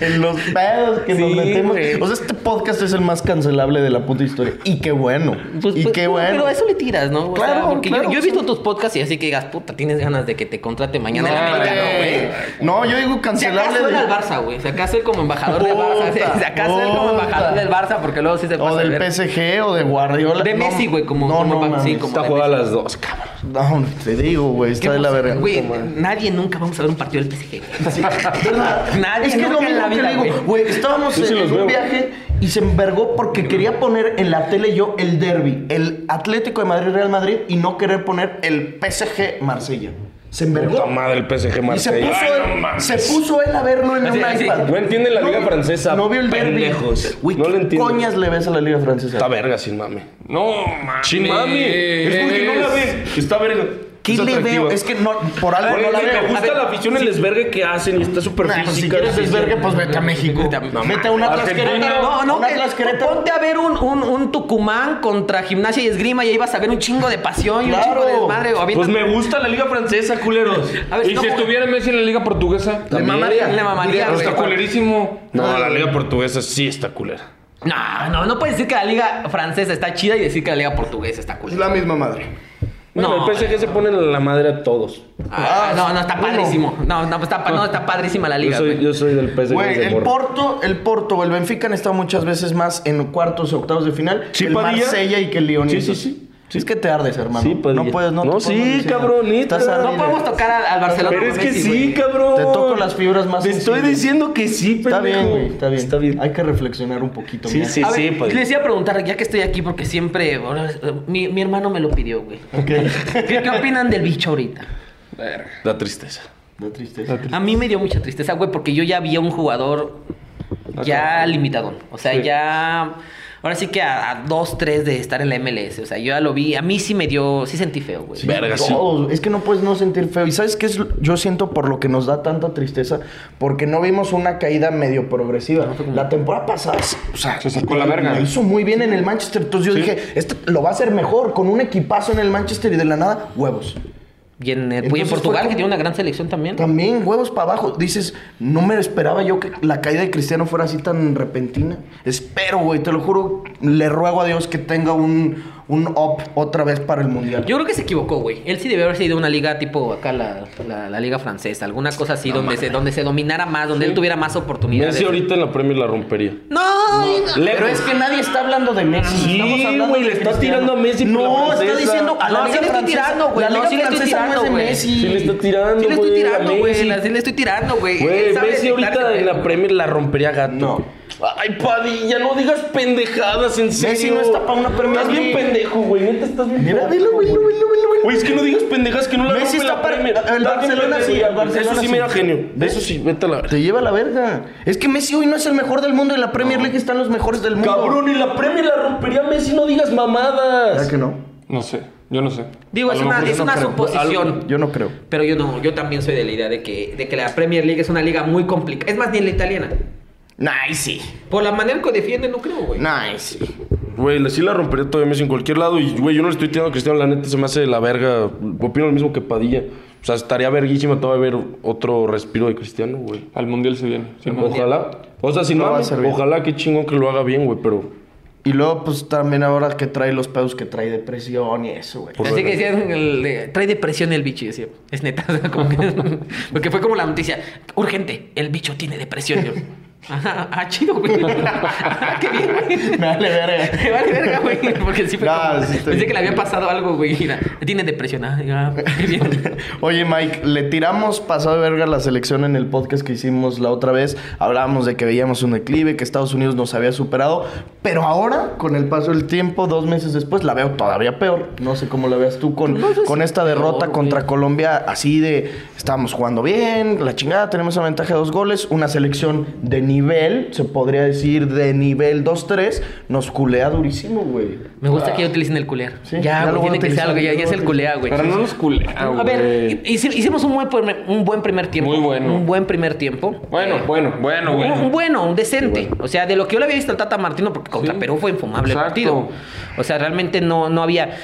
Speaker 2: en los pedos que nos
Speaker 3: Sí,
Speaker 2: metemos.
Speaker 3: güey.
Speaker 2: O sea, este podcast es el más cancelable de la puta historia. Y qué bueno.
Speaker 3: Pues,
Speaker 2: y
Speaker 3: pues,
Speaker 2: qué
Speaker 3: no,
Speaker 2: bueno.
Speaker 3: Pero a eso le tiras, ¿no? O sea,
Speaker 2: Claro,
Speaker 3: porque yo-
Speaker 2: claro,
Speaker 3: yo, he visto
Speaker 2: sí.
Speaker 3: tus podcasts y así que digas, puta, tienes ganas de que te contrate mañana en
Speaker 5: No,
Speaker 3: América,
Speaker 5: Ah, güey.
Speaker 3: ¿no, güey?
Speaker 2: No, yo digo
Speaker 3: Si acaso
Speaker 2: cancelable.
Speaker 3: era
Speaker 2: de-
Speaker 3: el Barça, güey. Si acaso él como embajador del Barça.
Speaker 2: Puta,
Speaker 3: *laughs* Si acaso él como
Speaker 2: puta.
Speaker 3: embajador del Barça, porque luego sí se pasa
Speaker 2: O
Speaker 3: de
Speaker 2: del
Speaker 3: ver.
Speaker 2: PSG o de Guardiola.
Speaker 3: De
Speaker 2: No,
Speaker 3: Messi, güey, como-
Speaker 2: No,
Speaker 3: como
Speaker 2: no,
Speaker 3: Pan- sí,
Speaker 2: mames.
Speaker 3: como-
Speaker 4: Está jugada a las dos, cabrón.
Speaker 2: No, te digo, güey, está
Speaker 3: ¿Qué
Speaker 2: de la
Speaker 3: pasa?
Speaker 2: verga.
Speaker 3: Güey,
Speaker 2: Puta madre.
Speaker 3: nadie nunca vamos a ver un partido del PSG. güey. *laughs* Nadie
Speaker 2: es que es lo
Speaker 3: nunca en
Speaker 2: mismo
Speaker 3: la
Speaker 2: que
Speaker 3: vida,
Speaker 2: le digo,
Speaker 3: güey.
Speaker 2: güey, estábamos
Speaker 4: Yo sí
Speaker 2: en,
Speaker 4: los
Speaker 2: en
Speaker 4: veo.
Speaker 2: un viaje y se envergó porque quería poner en la tele yo el derby, el Atlético de Madrid Real Madrid y no querer poner el PSG Marsella. Se envergó.
Speaker 4: Puta madre, el PSG
Speaker 2: Y se
Speaker 4: Marsella.
Speaker 2: puso,
Speaker 4: Ay, no
Speaker 2: él,
Speaker 4: mames.
Speaker 2: se puso él a verlo en
Speaker 3: Así,
Speaker 2: un
Speaker 3: así.
Speaker 2: iPad.
Speaker 4: No entiende la liga
Speaker 2: vi-
Speaker 4: francesa,
Speaker 2: No vio el derby.
Speaker 4: pendejos.
Speaker 2: Güey,
Speaker 4: No
Speaker 2: ¿qué
Speaker 4: lo entiende.
Speaker 2: coñas le ves a la liga francesa?
Speaker 4: Está verga sin mame.
Speaker 5: No, mames.
Speaker 4: Sin
Speaker 5: eh,
Speaker 4: mame. Es porque no la ve. Está verga.
Speaker 2: ¿Qué
Speaker 4: Es
Speaker 2: le
Speaker 4: atractiva.
Speaker 2: veo? Es que no, por algo
Speaker 4: Güey,
Speaker 2: no la
Speaker 4: me
Speaker 2: veo.
Speaker 4: gusta
Speaker 3: A ver,
Speaker 4: la afición, el desvergue que hacen y está súper
Speaker 2: Nah,
Speaker 4: física.
Speaker 2: pues, si quieres
Speaker 4: la afición.
Speaker 2: desvergue, pues vete a México.
Speaker 3: Vete a-
Speaker 2: Vete a una
Speaker 4: Argentina.
Speaker 2: Tlaxcala.
Speaker 3: No, no,
Speaker 2: una
Speaker 3: que-
Speaker 2: Atlas Querétaro.
Speaker 3: ponte a ver un, un, un Tucumán contra Gimnasia y Esgrima y ahí vas a ver un chingo de pasión y un
Speaker 2: Claro.
Speaker 3: chingo de desmadre. o
Speaker 4: Pues
Speaker 3: aviéntate-
Speaker 4: me gusta la liga francesa, culeros.
Speaker 3: *laughs* A ver,
Speaker 5: Y
Speaker 3: no
Speaker 5: si
Speaker 3: juega-
Speaker 5: estuviera Messi en la liga portuguesa,
Speaker 2: Le mamaría.
Speaker 3: Le mamaría,
Speaker 5: pero
Speaker 3: güey.
Speaker 5: está culerísimo.
Speaker 4: No, la liga portuguesa sí está culera.
Speaker 3: No, no, no puedes decir que la liga francesa está chida y decir que la liga portuguesa está
Speaker 2: Es
Speaker 3: cool.
Speaker 2: la misma madre.
Speaker 4: No,
Speaker 3: No.
Speaker 4: el PSG se pone la madre a todos.
Speaker 3: Ah, no, no, está
Speaker 2: bueno.
Speaker 3: padrísimo. No, no, está, pa- no, está padrísima la
Speaker 4: Yo
Speaker 3: liga.
Speaker 4: soy,
Speaker 3: güey.
Speaker 4: yo soy del PSG
Speaker 2: Güey,
Speaker 4: desde
Speaker 2: el
Speaker 4: morro.
Speaker 2: Porto, el Porto o el Benfica han estado muchas veces más en cuartos o octavos de final
Speaker 4: Sí,
Speaker 2: que el
Speaker 4: Padilla.
Speaker 2: Marsella y que el Lyon. y
Speaker 4: Sí,
Speaker 2: esos.
Speaker 4: sí, sí.
Speaker 2: Es que te ardes, hermano.
Speaker 4: Sí, Padilla.
Speaker 2: no puedes, no. te
Speaker 4: No,
Speaker 2: puedo
Speaker 4: sí,
Speaker 2: decir.
Speaker 4: cabronita.
Speaker 2: Estás ardido.
Speaker 3: No podemos tocar al, al Barcelona.
Speaker 4: Pero es
Speaker 3: con
Speaker 4: que
Speaker 3: Messi,
Speaker 4: sí,
Speaker 3: güey.
Speaker 4: cabrón.
Speaker 2: Te toco las fibras más
Speaker 4: Te estoy
Speaker 2: sensibles.
Speaker 4: diciendo que sí, pendejo.
Speaker 2: Está bien, güey, está bien.
Speaker 4: Está bien.
Speaker 2: Hay que reflexionar un poquito.
Speaker 4: Sí,
Speaker 2: mira.
Speaker 4: sí,
Speaker 3: A ver,
Speaker 4: sí,
Speaker 3: les
Speaker 4: pues.
Speaker 3: iba a preguntar, ya que estoy aquí, porque siempre. bueno, Mi, mi hermano me lo pidió, güey.
Speaker 2: Ok.
Speaker 3: ¿Qué, ¿Qué opinan del bicho ahorita?
Speaker 5: Verga.
Speaker 4: Da tristeza.
Speaker 2: Da tristeza.
Speaker 3: A mí me dio mucha tristeza, güey, porque yo ya vi a un jugador ya limitadón. O sea,
Speaker 5: Sí.
Speaker 3: ya. Ahora sí que a, a dos, tres de estar en la MLS. O sea, yo ya lo vi. A mí sí me dio. Sí sentí feo, güey.
Speaker 4: Verga, sí.
Speaker 2: Todos, Es que no puedes no sentir feo. ¿Y sabes qué es? lo- Yo siento por lo que nos da tanta tristeza, porque no vimos una caída medio progresiva. La temporada pasada, o sea,
Speaker 5: Se sacó la verga.
Speaker 2: la hizo muy bien en el Manchester. Entonces yo dije, este lo va a hacer mejor con un equipazo en el Manchester y de la nada, huevos.
Speaker 3: Y en, eh, güey, en
Speaker 2: Entonces fue
Speaker 3: Portugal,
Speaker 2: como-
Speaker 3: que tiene una gran selección también.
Speaker 2: También huevos para abajo. Dices, no me esperaba yo que la caída de Cristiano fuera así tan repentina. Espero, güey, te lo juro, le ruego a Dios que tenga un, un up otra vez para el Mundial.
Speaker 3: Yo creo que se equivocó, güey. Él sí debió haberse ido a una liga tipo acá, la, la- la liga francesa. Alguna cosa así donde, se, donde se dominara más, donde él tuviera más oportunidades.
Speaker 4: Messi ahorita en la Premier la rompería.
Speaker 3: No, no.
Speaker 2: Pero es que nadie está hablando de Messi.
Speaker 4: Sí,
Speaker 2: Estamos hablando
Speaker 4: güey,
Speaker 2: de
Speaker 4: le está
Speaker 2: Cristiano.
Speaker 4: tirando a Messi por la
Speaker 2: No, está
Speaker 4: francesa.
Speaker 2: diciendo a la
Speaker 3: No, sí
Speaker 2: liga
Speaker 3: le estoy
Speaker 2: francesa.
Speaker 3: tirando, güey.
Speaker 2: La
Speaker 3: No,
Speaker 2: liga
Speaker 3: sí le estoy
Speaker 2: francesa no es de
Speaker 3: tirando, güey.
Speaker 2: Messi.
Speaker 4: Sí le está tirando,
Speaker 3: Sí le estoy
Speaker 4: güey,
Speaker 3: tirando,
Speaker 4: a
Speaker 3: güey.
Speaker 4: Messi.
Speaker 3: la- Sí le estoy tirando, güey.
Speaker 4: Güey,
Speaker 3: Él sabe
Speaker 4: Messi
Speaker 3: quitarse
Speaker 4: ahorita en
Speaker 3: pedo,
Speaker 4: la
Speaker 3: güey.
Speaker 4: Premier la rompería gato.
Speaker 2: No.
Speaker 4: Ay, Padilla, no digas pendejadas, en serio.
Speaker 2: no está pa' una Premier
Speaker 4: Estás bien
Speaker 2: League.
Speaker 4: pendejo, güey. Neta, estás bien
Speaker 2: Mira,
Speaker 4: pendejo,
Speaker 2: velo, velo, velo, velo, velo.
Speaker 4: Güey, es que no digas pendejas que no la
Speaker 2: Messi
Speaker 4: rompe
Speaker 2: está
Speaker 4: la
Speaker 2: para-
Speaker 4: Premier.
Speaker 2: el
Speaker 4: Estás bien
Speaker 2: Barcelona
Speaker 4: pendejo,
Speaker 2: sí,
Speaker 4: güey.
Speaker 2: el Barcelona
Speaker 4: Eso sí
Speaker 2: sí.
Speaker 4: me da genio. De eso sí, vete a la verga.
Speaker 2: Te lleva a la verga. Es que Messi hoy no es el mejor del mundo. En la Premier League están los mejores del mundo.
Speaker 4: Cabrón, en la Premier la rompería Messi, no digas mamadas.
Speaker 2: ¿Verdad que no?
Speaker 5: No sé, yo no sé.
Speaker 3: Digo,
Speaker 5: A
Speaker 3: es
Speaker 5: lo
Speaker 2: Ah,
Speaker 3: una,
Speaker 5: mejor
Speaker 3: es
Speaker 5: no
Speaker 3: una
Speaker 5: creo.
Speaker 3: suposición.
Speaker 2: Yo no creo.
Speaker 3: Pero yo no, yo también soy de la idea de que, de que la Premier League es una liga muy complicada. Es más, ni en la italiana.
Speaker 2: Nah, sí.
Speaker 3: Por la manera que defiende, no creo, güey.
Speaker 2: Nah, sí.
Speaker 4: Güey, la- sí la rompería todavía Messi en cualquier lado. Y, güey, yo no le estoy tirando a Cristiano, la neta se me hace la verga. Opino lo mismo que Padilla. O sea, estaría verguísima todavía ver otro respiro de Cristiano, güey.
Speaker 5: Al mundial se viene. sin mame.
Speaker 4: Ojalá. O sea, si
Speaker 2: No
Speaker 4: no,
Speaker 2: va a ser bien.
Speaker 4: ojalá que chingón que lo haga bien, güey, pero
Speaker 2: Y luego, pues también ahora que trae los pedos que trae depresión y eso, güey.
Speaker 3: Así que decían, el de- trae depresión el bicho. Y decía, es neta. *laughs* o sea, como que- porque fue como la noticia, urgente, el bicho tiene depresión. Y yo, Ajá, ah, chido, güey. *laughs* Ah, Qué bien,
Speaker 2: *laughs*
Speaker 3: güey.
Speaker 2: Me vale verga.
Speaker 3: Me vale verga, güey. Porque sí fue
Speaker 2: Nah,
Speaker 3: como-
Speaker 2: sí estoy-
Speaker 3: Pensé que le había pasado algo, güey. Mira, tiene depresión. Ah, ya,
Speaker 2: *laughs*
Speaker 3: qué bien.
Speaker 2: Oye, Mike, le tiramos pasado de verga la selección en el podcast que hicimos la otra vez. Hablábamos de que veíamos un declive, que Estados Unidos nos había superado. Pero ahora, con el paso del tiempo, dos meses después, la veo todavía peor. No sé cómo la veas tú con,
Speaker 3: No sé
Speaker 2: con
Speaker 3: si
Speaker 2: esta
Speaker 3: peor,
Speaker 2: derrota
Speaker 3: güey.
Speaker 2: contra Colombia, así de estábamos jugando bien, la chingada, tenemos una ventaja de dos goles, una selección de nivel, se podría decir de nivel 2-3, nos culea durísimo, güey.
Speaker 3: Me gusta que ya utilicen el culear.
Speaker 2: Ah. Sí, ya
Speaker 3: ya,
Speaker 2: lo voy
Speaker 3: güey,
Speaker 2: a
Speaker 3: tiene que ser
Speaker 2: utilizar,
Speaker 3: algo. Ya,
Speaker 2: ya lo
Speaker 3: ya es
Speaker 2: voy a
Speaker 3: el culea, güey.
Speaker 5: Pero no nos culea,
Speaker 3: A ver,
Speaker 5: güey.
Speaker 3: hi- hice- hicimos un buen, primer- un buen primer tiempo.
Speaker 5: Muy bueno.
Speaker 3: Un buen primer tiempo.
Speaker 5: Bueno, pues
Speaker 3: Eh,
Speaker 5: bueno, bueno,
Speaker 3: un- Un
Speaker 5: bueno.
Speaker 3: bueno, un decente. O sea, de lo que yo le había visto al Tata Martino, porque contra
Speaker 5: Sí.
Speaker 3: Perú fue infumable
Speaker 5: Exacto.
Speaker 3: el partido. O sea, realmente no, no había.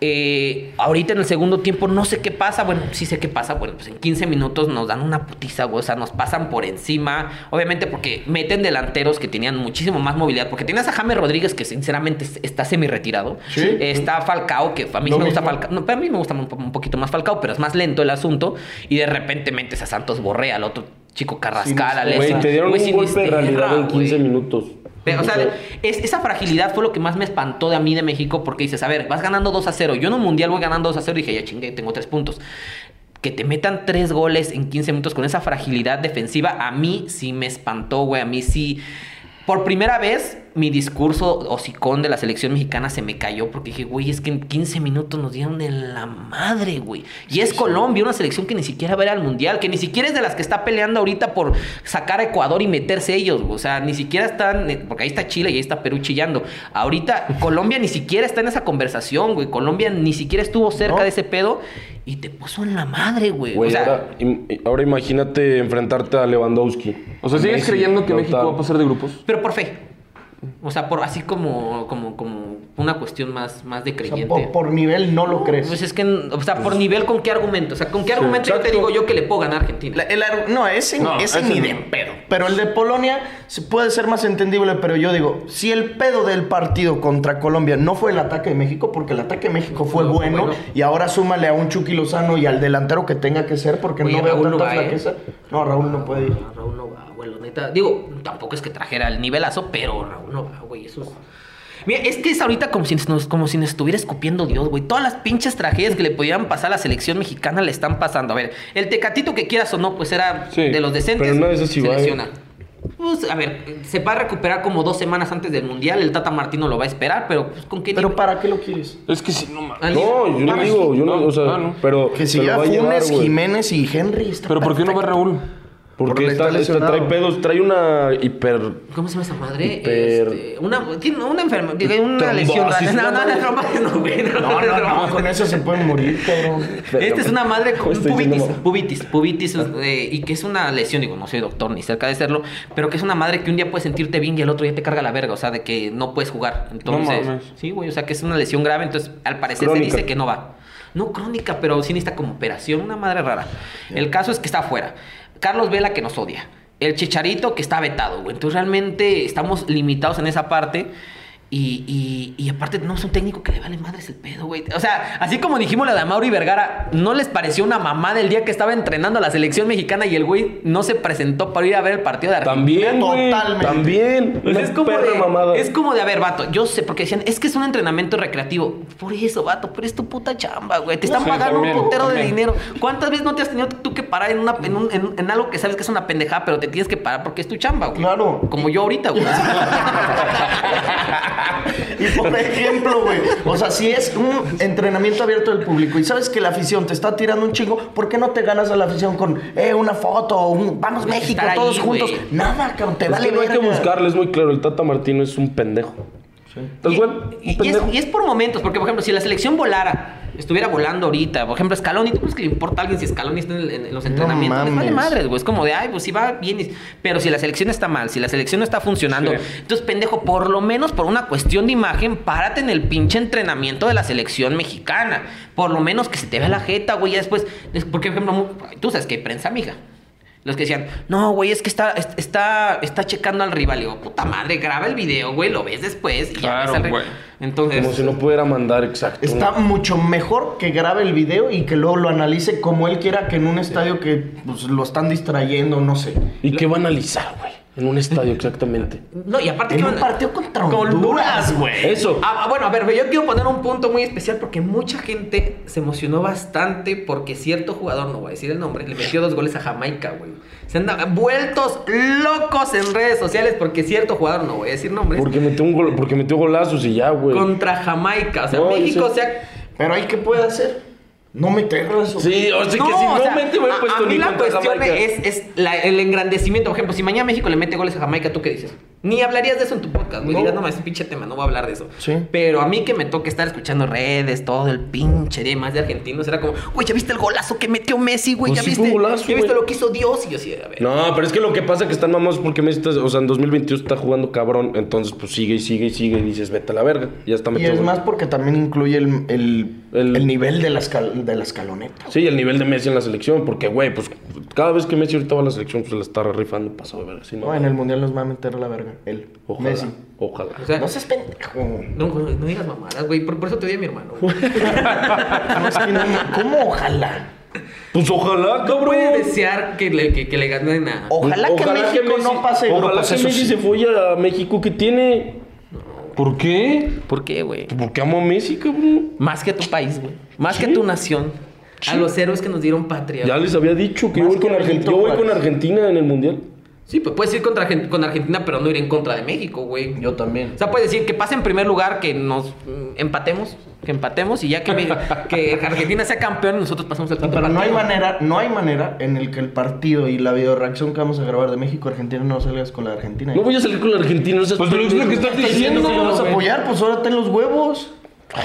Speaker 3: eh, ahorita en el segundo tiempo no sé qué pasa. Bueno, sí sé qué pasa. Bueno, pues en 15 minutos nos dan una putiza, güey. O sea, nos pasan por encima. Obviamente porque meten delanteros que tenían muchísimo más movilidad. Porque tenías a James Rodríguez, que sinceramente es- está semi-retirado.
Speaker 2: Sí.
Speaker 3: Está Falcao, que a mí
Speaker 2: Lo
Speaker 3: sí me gusta
Speaker 2: mismo.
Speaker 3: Falcao. No, pero a mí me gusta un, po- un poquito más Falcao, pero es más lento el asunto. Y de repente metes a Santos Borré, al otro chico Carrascal, al
Speaker 4: Güey,
Speaker 3: ese.
Speaker 4: te dieron
Speaker 3: Güey,
Speaker 4: un golpe de
Speaker 3: Sinisterra,
Speaker 4: realidad en 15
Speaker 3: güey.
Speaker 4: minutos.
Speaker 3: Pero, o sea, es- esa fragilidad fue lo que más me espantó de a mí de México porque dices, a ver, vas ganando 2 a 0. Yo en un mundial voy ganando 2 a 0 y dije, ya chingué, tengo 3 puntos. Que te metan 3 goles en 15 minutos con esa fragilidad defensiva, a mí sí me espantó, güey. A mí sí. Por primera vez, mi discurso hocicón de la selección mexicana se me cayó porque dije, güey, es que en 15 minutos nos dieron en la madre, güey. Y es Colombia, una selección que ni siquiera va a ir al mundial, que ni siquiera es de las que está peleando ahorita por sacar a Ecuador y meterse ellos, güey. O sea, ni siquiera están, eh, porque ahí está Chile y ahí está Perú chillando.
Speaker 4: *laughs*
Speaker 3: Ahorita Colombia ni siquiera está en esa conversación, güey. Colombia ni siquiera estuvo cerca
Speaker 2: No.
Speaker 3: de ese pedo y te puso en la madre, güey.
Speaker 4: Güey,
Speaker 3: o sea,
Speaker 4: ahora, im- ahora imagínate enfrentarte a Lewandowski.
Speaker 5: O sea, ¿sigues
Speaker 4: Messi,
Speaker 5: creyendo que México
Speaker 4: Lautaro.
Speaker 5: va a pasar de grupos?
Speaker 3: pero por fe. O sea, por así como, como, como una cuestión más, más de
Speaker 2: O sea,
Speaker 3: creyente.
Speaker 2: por, por nivel no lo crees.
Speaker 3: Pues es que, o sea, por nivel, ¿con qué argumento? O sea, ¿con qué argumento yo te
Speaker 4: exacto.
Speaker 3: digo yo que le puedo ganar a Argentina?
Speaker 2: La- el ar- no, ese,
Speaker 5: No,
Speaker 2: ese
Speaker 5: ese
Speaker 2: ni
Speaker 5: no.
Speaker 2: de pedo. Pero el de Polonia se puede ser más entendible, pero yo digo, si el pedo del partido contra Colombia no fue el ataque de México, porque el ataque de México fue
Speaker 3: No,
Speaker 2: bueno,
Speaker 3: bueno.
Speaker 2: y ahora súmale a un Chucky Lozano y al delantero que tenga que ser, porque
Speaker 3: Oye,
Speaker 2: no veo
Speaker 3: Raúl
Speaker 2: tanta
Speaker 3: no va, ¿eh?
Speaker 2: flaqueza. No, Raúl no puede ir.
Speaker 3: No, Raúl no va, güey, la neta. Digo, tampoco es que trajera el nivelazo, pero Raúl no va, güey, eso es... Mira, es que es ahorita como si nos, como si nos estuviera escupiendo Dios, güey. Todas las pinches tragedias que le pudieran pasar a la selección mexicana le están pasando. A ver, el tecatito que quieras o no, pues era
Speaker 5: Sí,
Speaker 3: de los decentes.
Speaker 4: pero no es así,
Speaker 3: se
Speaker 4: va, eh.
Speaker 3: lesiona. Pues, a ver, se va a recuperar como dos semanas antes del Mundial. El Tata Martino lo va a esperar, pero pues, ¿con qué
Speaker 2: Pero
Speaker 3: nivel?
Speaker 2: ¿para qué lo quieres?
Speaker 5: Es que si no mames.
Speaker 3: Al
Speaker 4: No,
Speaker 3: nivel-
Speaker 4: yo no
Speaker 5: Ah,
Speaker 4: digo, yo no,
Speaker 5: no,
Speaker 4: o sea,
Speaker 5: ah, no.
Speaker 4: pero
Speaker 2: Que si
Speaker 4: se lo
Speaker 2: ya
Speaker 4: va a llevar,
Speaker 2: Funes,
Speaker 4: güey.
Speaker 2: Jiménez y Henry... está
Speaker 5: Pero ¿por qué no va
Speaker 2: perfecto.
Speaker 5: Raúl?
Speaker 4: Porque
Speaker 2: Porque
Speaker 4: está,
Speaker 2: está
Speaker 4: está- trae
Speaker 2: lesionado.
Speaker 4: pedos, trae una hiper
Speaker 3: ¿Cómo se llama esa madre?
Speaker 4: Hiper-
Speaker 3: Este, una, tiene una enfermedad, una lesión.
Speaker 4: Trombosis,
Speaker 3: No, no,
Speaker 4: ¿no?
Speaker 3: no, trombosis no, güey, no,
Speaker 2: No,
Speaker 3: no,
Speaker 2: no,
Speaker 5: *laughs*
Speaker 2: no,
Speaker 3: no.
Speaker 2: con eso se pueden morir, cabrón.
Speaker 3: Esta es una madre con
Speaker 4: Estoy
Speaker 3: pubitis,
Speaker 4: diciendo-
Speaker 3: pubitis, pubitis, eh, y que es una lesión, digo, no soy doctor ni cerca de serlo, pero que es una madre que un día puedes sentirte bien y el otro día te carga la verga, o sea, de que no puedes jugar. Entonces,
Speaker 5: mames.
Speaker 3: sí, güey, o sea, que es una lesión grave, entonces al parecer
Speaker 4: Crónica.
Speaker 3: se dice que no va. No crónica, pero sí necesita como operación, una madre rara. El caso es que está afuera. Carlos Vela que nos odia. El Chicharito que está vetado, güey. Entonces realmente estamos limitados en esa parte. Y, y, y aparte no es un técnico que le vale madres el pedo, güey. O sea, así como dijimos la de Mauri Vergara, ¿no les pareció una mamada el día que estaba entrenando a la selección mexicana y el güey no se presentó para ir a ver el partido de Argentina?
Speaker 4: también, güey,
Speaker 2: Totalmente.
Speaker 4: también,
Speaker 3: Pues
Speaker 4: una
Speaker 3: es como
Speaker 4: perra
Speaker 3: de,
Speaker 4: mamada.
Speaker 3: es como de, a ver, vato, yo sé, porque decían, es que es un entrenamiento recreativo. Por eso, vato, pero es tu puta chamba, güey. Te están
Speaker 5: Sí,
Speaker 3: pagando
Speaker 5: también,
Speaker 3: un putero de
Speaker 5: también.
Speaker 3: dinero. ¿Cuántas veces no te has tenido tú que parar en, una, en, un- en- en algo que sabes que es una pendejada, pero te tienes que parar porque es tu chamba, güey?
Speaker 2: Claro.
Speaker 3: Como yo ahorita, güey.
Speaker 2: *laughs* Y por ejemplo, güey, o sea, si es un entrenamiento abierto del público y sabes que la afición te está tirando un chingo, ¿por qué no te ganas a la afición con eh, una foto, o un, vamos México,
Speaker 3: Estar ahí,
Speaker 2: todos juntos?
Speaker 3: güey.
Speaker 2: Nada, cabrón, te
Speaker 4: Es
Speaker 2: vale
Speaker 4: que no hay que
Speaker 2: verga.
Speaker 4: buscarle, es muy claro, el Tata Martino es un pendejo. Tal cual,
Speaker 3: Y,
Speaker 4: un
Speaker 3: y- y es,
Speaker 4: pendejo.
Speaker 3: y es por momentos, porque por ejemplo, si la selección volara, estuviera volando ahorita, por ejemplo, Scaloni, ¿tú crees que le importa a alguien si Scaloni está en, el- en los entrenamientos? Les vale
Speaker 2: mames.
Speaker 3: madres, güey. Es como de, ay, pues si va bien. y- Pero si la selección está mal, si la selección no está funcionando,
Speaker 5: Sí.
Speaker 3: entonces, pendejo, por lo menos por una cuestión de imagen, párate en el pinche entrenamiento de la selección mexicana. Por lo menos que se te vea la jeta, güey. Ya después, des- porque por ejemplo, mu- tú sabes que hay prensa, amiga. Los que decían, no, güey, es que está, es- está, está checando al rival. Le digo, puta madre, graba el video, güey, lo ves después. Y ya
Speaker 5: Claro,
Speaker 3: ves al ri-".
Speaker 5: güey.
Speaker 3: Entonces,
Speaker 4: Como si no pudiera mandar exacto.
Speaker 2: Está mucho mejor que grabe el video y que luego lo analice como él quiera que en un estadio que pues, lo están distrayendo, no sé.
Speaker 4: ¿Y qué va a analizar, güey? En un estadio, exactamente.
Speaker 3: no, y aparte
Speaker 2: En
Speaker 3: que
Speaker 2: un
Speaker 3: van-
Speaker 2: partido contra Honduras,
Speaker 3: güey.
Speaker 4: Eso.
Speaker 3: Ah, ah, bueno, a ver, pero yo quiero poner un punto muy especial porque mucha gente se emocionó bastante porque cierto jugador, no voy a decir el nombre, le metió dos goles a Jamaica, güey. Se andan vueltos locos en redes sociales porque cierto jugador, no voy a decir nombres,
Speaker 4: Porque metió, un gol, porque metió golazos y ya, güey.
Speaker 3: contra Jamaica. O sea,
Speaker 4: No, yo
Speaker 3: México
Speaker 4: sé.
Speaker 3: se ha
Speaker 2: Pero ahí, ¿qué puede hacer? No meterlo eso.
Speaker 4: Sí, o sea, que
Speaker 3: No,
Speaker 4: si
Speaker 3: o
Speaker 4: no
Speaker 3: sea,
Speaker 4: mete, güey,
Speaker 3: a-
Speaker 4: puesto
Speaker 3: a mí
Speaker 4: ni
Speaker 3: la
Speaker 4: contra
Speaker 3: cuestión
Speaker 4: Jamaica.
Speaker 3: es, es la- el engrandecimiento. Por ejemplo, si mañana México le mete goles a Jamaica, ¿tú qué dices? Ni hablarías de eso en tu podcast, güey.
Speaker 2: No.
Speaker 3: Dirías, no más, pinche tema, no voy a hablar de eso.
Speaker 2: Sí.
Speaker 3: Pero a mí que me toca estar escuchando redes, todo el pinche día y más de argentinos, era como, güey, ¿ya viste el golazo que metió Messi, güey?
Speaker 4: Pues
Speaker 3: ¿Ya
Speaker 4: sí fue
Speaker 3: viste,
Speaker 4: un golazo,
Speaker 3: ¿ya viste
Speaker 4: güey.
Speaker 3: lo que hizo Dios? Y yo así, a ver.
Speaker 4: No, pero es que lo que pasa es que están mamados porque Messi está, o sea, en 2022 está jugando cabrón, entonces pues sigue y sigue y sigue y dices, vete a la verga, ya está
Speaker 2: Y
Speaker 4: metido.
Speaker 2: es
Speaker 4: gol.
Speaker 2: más porque también incluye el, el-
Speaker 4: El-
Speaker 2: el nivel de la, escal- de la escaloneta.
Speaker 4: Sí, el nivel de Messi en la selección, porque güey, pues cada vez que Messi ahorita va a la selección, pues se la está rifando pasado de verga, sí,
Speaker 2: No, Ah, en el mundial nos va a meter la verga. Él.
Speaker 4: Ojalá,
Speaker 2: Messi.
Speaker 4: ojalá.
Speaker 3: O sea,
Speaker 2: No seas pendejo. *laughs*
Speaker 3: no, no, no digas mamadas, güey. Por, por eso te odia mi hermano.
Speaker 4: *laughs*
Speaker 3: güey.
Speaker 2: No, es que no- ¿Cómo ojalá?
Speaker 4: Pues ojalá,
Speaker 3: No
Speaker 4: cabrón.
Speaker 3: puedes desear que le, que, que le ganen a...
Speaker 2: Ojalá, que México no pase.
Speaker 4: Ojalá
Speaker 2: Europa,
Speaker 4: que
Speaker 2: eso
Speaker 4: Messi
Speaker 2: sí.
Speaker 4: se folla a México que tiene.
Speaker 5: ¿Por qué?
Speaker 3: ¿Por qué, güey?
Speaker 4: Porque amo a Messi, cabrón.
Speaker 3: Más que a tu país, güey. Más que a tu nación. A los héroes que nos dieron patria.
Speaker 4: Ya
Speaker 3: güey.
Speaker 4: les había dicho que yo
Speaker 2: Más
Speaker 4: voy, con,
Speaker 2: que
Speaker 4: Argen-
Speaker 2: Benito
Speaker 4: yo voy con
Speaker 2: Juárez.
Speaker 4: Argentina en el mundial.
Speaker 3: Sí, pues puedes ir contra Argen- con Argentina, pero no ir en contra de México, güey.
Speaker 2: Yo también.
Speaker 3: O sea, puedes decir que pase en primer lugar, que nos mm, empatemos, que empatemos y
Speaker 2: *laughs*
Speaker 3: ya que, me- que Argentina sea campeón, nosotros pasamos al quinto
Speaker 2: Pero no hay
Speaker 3: partido.
Speaker 2: manera, no hay manera en el que el partido y la videoreacción que vamos a grabar de México Argentina no salgas con la Argentina.
Speaker 4: No voy a salir con la Argentina, no seas
Speaker 5: Pues lo es lo que estás diciendo.
Speaker 2: Si lo vas a
Speaker 5: güey.
Speaker 2: apoyar, pues ahora ten los huevos.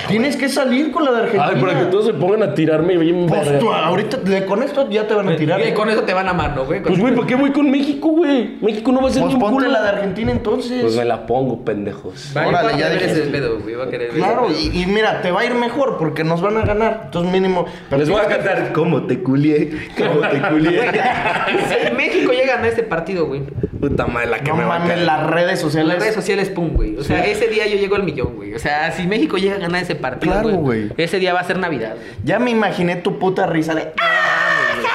Speaker 2: Tienes que salir con la de Argentina.
Speaker 4: Ah, Ay, para que todos se pongan a tirarme bien
Speaker 2: Pues
Speaker 4: verga.
Speaker 2: tú, ahorita de- con esto ya te van a tirar.
Speaker 3: Y con eso te van a mano, güey.
Speaker 4: Pues güey, ¿para qué voy con México, güey? México no va a ser
Speaker 2: Pues
Speaker 4: ni un
Speaker 2: ponte
Speaker 4: culo.
Speaker 2: la de Argentina entonces.
Speaker 4: Pues me la pongo, pendejos.
Speaker 3: Va,
Speaker 2: Órale,
Speaker 3: va a
Speaker 2: ya
Speaker 3: querer
Speaker 2: dijiste.
Speaker 3: ese pedo, güey. Va a querer ese
Speaker 2: Claro,
Speaker 3: pedo.
Speaker 2: y, y mira, te va a ir mejor porque nos van a ganar. Entonces mínimo. Pero
Speaker 4: Les voy *laughs* a cantar cómo te culié, cómo te culié.
Speaker 3: Si México llega a ganar este partido, güey.
Speaker 4: *laughs* Puta madre, la que
Speaker 2: no
Speaker 4: me va a
Speaker 2: mames,
Speaker 4: caer.
Speaker 2: las redes
Speaker 3: En las
Speaker 2: sociales.
Speaker 3: redes sociales, pum, güey. O sea, ese día yo llego al millón, güey. O sea, si México llega a ganar ese partido,
Speaker 2: Claro, güey.
Speaker 3: Ese día va a ser Navidad, güey.
Speaker 2: Ya me imaginé tu puta risa de. "Ah,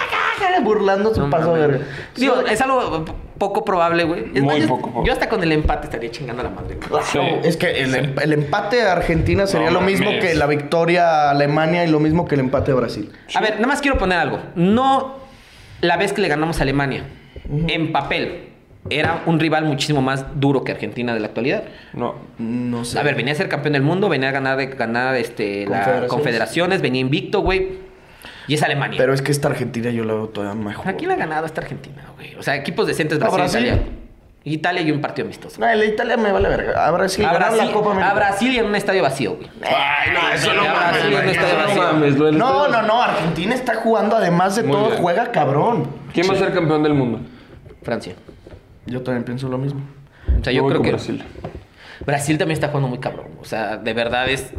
Speaker 2: burlando su
Speaker 3: No
Speaker 2: paso
Speaker 3: mames,
Speaker 2: de
Speaker 3: güey.
Speaker 2: verga.
Speaker 3: Digo, es algo p- poco probable, güey. Es
Speaker 5: Muy
Speaker 3: más, yo-
Speaker 5: poco probable.
Speaker 3: Yo hasta con el empate estaría chingando a la madre, güey.
Speaker 2: Claro,
Speaker 5: Sí.
Speaker 2: es que el, em- el empate a Argentina sería lo
Speaker 5: No
Speaker 2: mismo
Speaker 5: mames.
Speaker 2: que la victoria a Alemania y lo mismo que el empate a Brasil.
Speaker 3: A ver, nada más quiero poner algo. No la vez que le ganamos a Alemania, en papel, era un rival muchísimo más duro que Argentina de la actualidad.
Speaker 5: No.
Speaker 2: No sé.
Speaker 3: A ver, venía a ser campeón del mundo, venía a ganar, de, ganar este, las
Speaker 2: Confederaciones.
Speaker 3: confederaciones, venía invicto, güey. Y es Alemania.
Speaker 2: Pero es que esta Argentina yo la veo todavía mejor.
Speaker 3: Aquí la ha ganado esta Argentina, güey. O sea, equipos decentes,
Speaker 2: A
Speaker 3: Brasil,
Speaker 2: Brasil.
Speaker 3: Italia. Italia y un partido amistoso.
Speaker 2: No, el de Italia me vale verga. A Brasil,
Speaker 3: a,
Speaker 2: ganaron
Speaker 3: Brasil,
Speaker 2: la Copa América. Ah,
Speaker 3: a Brasil y en un estadio vacío, güey.
Speaker 4: Ay, no, eso no
Speaker 3: Ya,
Speaker 4: mames,
Speaker 3: Brasil,
Speaker 4: güey,
Speaker 3: no
Speaker 4: eso
Speaker 3: estoy
Speaker 4: no
Speaker 3: vacío.
Speaker 4: mames. lo del
Speaker 2: No,
Speaker 4: estadio.
Speaker 2: no, no. Argentina está jugando, además de
Speaker 5: Muy
Speaker 2: todo,
Speaker 5: bien.
Speaker 2: juega cabrón.
Speaker 5: ¿Quién va a ser campeón del mundo?
Speaker 3: Francia.
Speaker 2: Yo también pienso lo mismo.
Speaker 3: O sea, yo
Speaker 5: voy
Speaker 3: creo
Speaker 5: con
Speaker 3: que
Speaker 5: Brasil.
Speaker 3: Brasil también está jugando muy cabrón. O sea, de verdad es.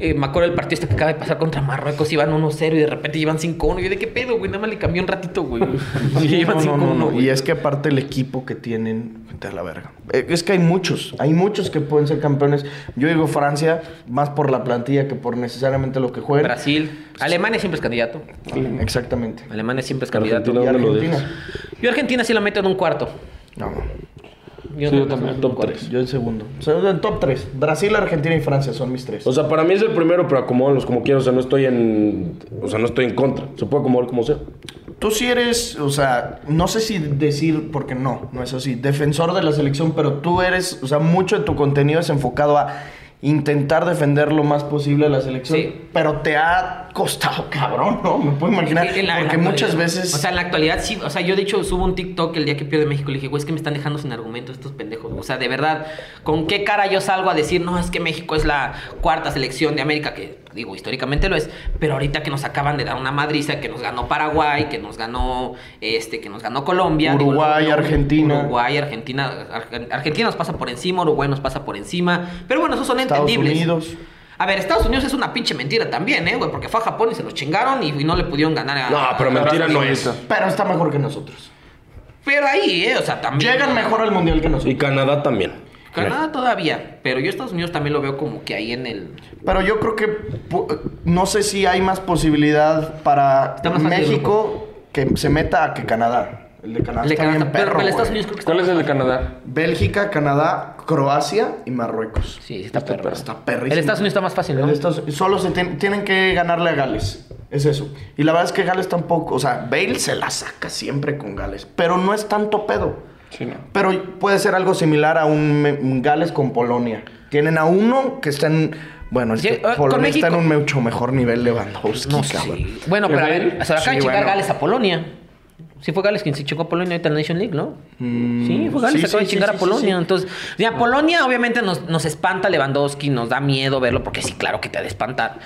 Speaker 3: eh, me acuerdo del partido este que acaba de pasar contra Marruecos. Iban 1-0 y de repente iban 5-1. Yo de qué pedo, güey. Nada más le cambió un ratito, güey. Y iban
Speaker 2: No, no,
Speaker 3: 5-1.
Speaker 2: no, no.
Speaker 3: güey.
Speaker 2: Y es que aparte el equipo que tienen, vete a la verga. Eh, Es que hay muchos, hay muchos que pueden ser campeones. Yo digo Francia, más por la plantilla que por necesariamente lo que juegan.
Speaker 3: Brasil. Alemania siempre es candidato.
Speaker 2: Exactamente.
Speaker 3: Alemania siempre es candidato.
Speaker 4: Argentina,
Speaker 2: Y
Speaker 4: ¿dónde lo
Speaker 2: Argentina.
Speaker 4: dejas?
Speaker 3: Yo a Argentina sí la meto en un cuarto.
Speaker 2: No,
Speaker 5: Sí, yo
Speaker 3: la meto en
Speaker 5: también,
Speaker 3: un
Speaker 5: top
Speaker 3: cuarto.
Speaker 5: tres.
Speaker 2: yo en segundo. O sea, en top 3. Brasil, Argentina y Francia son mis tres.
Speaker 4: O sea, para mí es el primero, pero acomódalos como quiera. O sea, no estoy en. O sea, no estoy en contra. Se puede acomodar como sea.
Speaker 2: Tú sí eres, o sea, no sé si decir, porque no, no es así, defensor de la selección, pero tú eres, o sea, mucho de tu contenido es enfocado a intentar defender lo más posible a la selección,
Speaker 3: Sí.
Speaker 2: pero te ha costado cabrón, ¿no? Me puedo imaginar,
Speaker 3: En la- en la
Speaker 2: porque muchas
Speaker 3: actualidad.
Speaker 2: veces...
Speaker 3: O sea, en la actualidad sí. O sea, yo de hecho subo un TikTok el día que pierde México. Le dije, güey, es que me están dejando sin argumentos estos pendejos. O sea, de verdad, ¿con qué cara yo salgo a decir, no, es que México es la cuarta selección de América? Que digo, históricamente lo es. Pero ahorita que nos acaban de dar una madriza, que nos ganó Paraguay, que nos ganó este, que nos ganó Colombia. digo,
Speaker 2: Uruguay,
Speaker 3: no, no,
Speaker 2: Argentina.
Speaker 3: Uruguay, Argentina. Argen- Argentina nos pasa por encima, Uruguay nos pasa por encima. Pero bueno, esos son
Speaker 2: Estados
Speaker 3: entendibles.
Speaker 2: Unidos.
Speaker 3: A ver, Estados Unidos es una pinche mentira también, ¿eh, güey? Porque fue a Japón y se los chingaron y, y no le pudieron ganar a...
Speaker 4: No, pero mentira no es.
Speaker 2: Pero está mejor que nosotros.
Speaker 3: Pero ahí, ¿eh? O sea, también...
Speaker 2: Llegan mejor al mundial que
Speaker 4: Y
Speaker 2: nosotros.
Speaker 4: Canadá también.
Speaker 3: Canadá todavía, pero yo Estados Unidos también lo veo como que ahí en el...
Speaker 2: Pero yo creo que pu- no sé si hay más posibilidad para
Speaker 3: Está más fácil el
Speaker 2: México que se meta a que Canadá. El de Canadá
Speaker 3: el de
Speaker 2: Ah, está
Speaker 3: Canadá.
Speaker 2: bien
Speaker 3: pero
Speaker 2: perro,
Speaker 3: el
Speaker 2: güey.
Speaker 3: de Estados Unidos creo que está...
Speaker 5: ¿Cuál es el de Canadá?
Speaker 2: Bélgica, Canadá, Croacia y Marruecos.
Speaker 3: Sí, está, perro. Está
Speaker 2: perrísimo.
Speaker 3: El de Estados Unidos está más fácil, ¿no?
Speaker 2: El de Estados- solo se tien- tienen que ganarle a Gales. Es eso. Y la verdad es que Gales tampoco. O sea, Bale se la saca siempre con Gales. Pero no es tanto pedo.
Speaker 5: Sí, no.
Speaker 2: Pero puede ser algo similar a un, me- un Gales con Polonia. Tienen a uno que está en. Bueno, es
Speaker 3: Sí,
Speaker 2: que
Speaker 3: eh, con
Speaker 2: Polonia
Speaker 3: México.
Speaker 2: está en un mucho mejor nivel Lewandowski,
Speaker 3: No sé.
Speaker 2: cabrón.
Speaker 3: Pues Bueno,
Speaker 5: ¿Que
Speaker 3: pero a
Speaker 5: Bale?
Speaker 3: ver, se lo acaban
Speaker 2: Sí,
Speaker 3: de chingar
Speaker 2: bueno.
Speaker 3: Gales a Polonia. Sí fue Gales quien se chingó a Polonia ahorita en la Nation League, ¿no? sí, fue Gales
Speaker 2: Mm, sí,
Speaker 3: se
Speaker 2: sí,
Speaker 3: acaba de chingar
Speaker 2: sí, sí,
Speaker 3: a Polonia.
Speaker 2: sí. Ah.
Speaker 3: Entonces, mira, Polonia obviamente nos, nos espanta Lewandowski, nos da miedo verlo, porque sí, claro que te ha de espantar.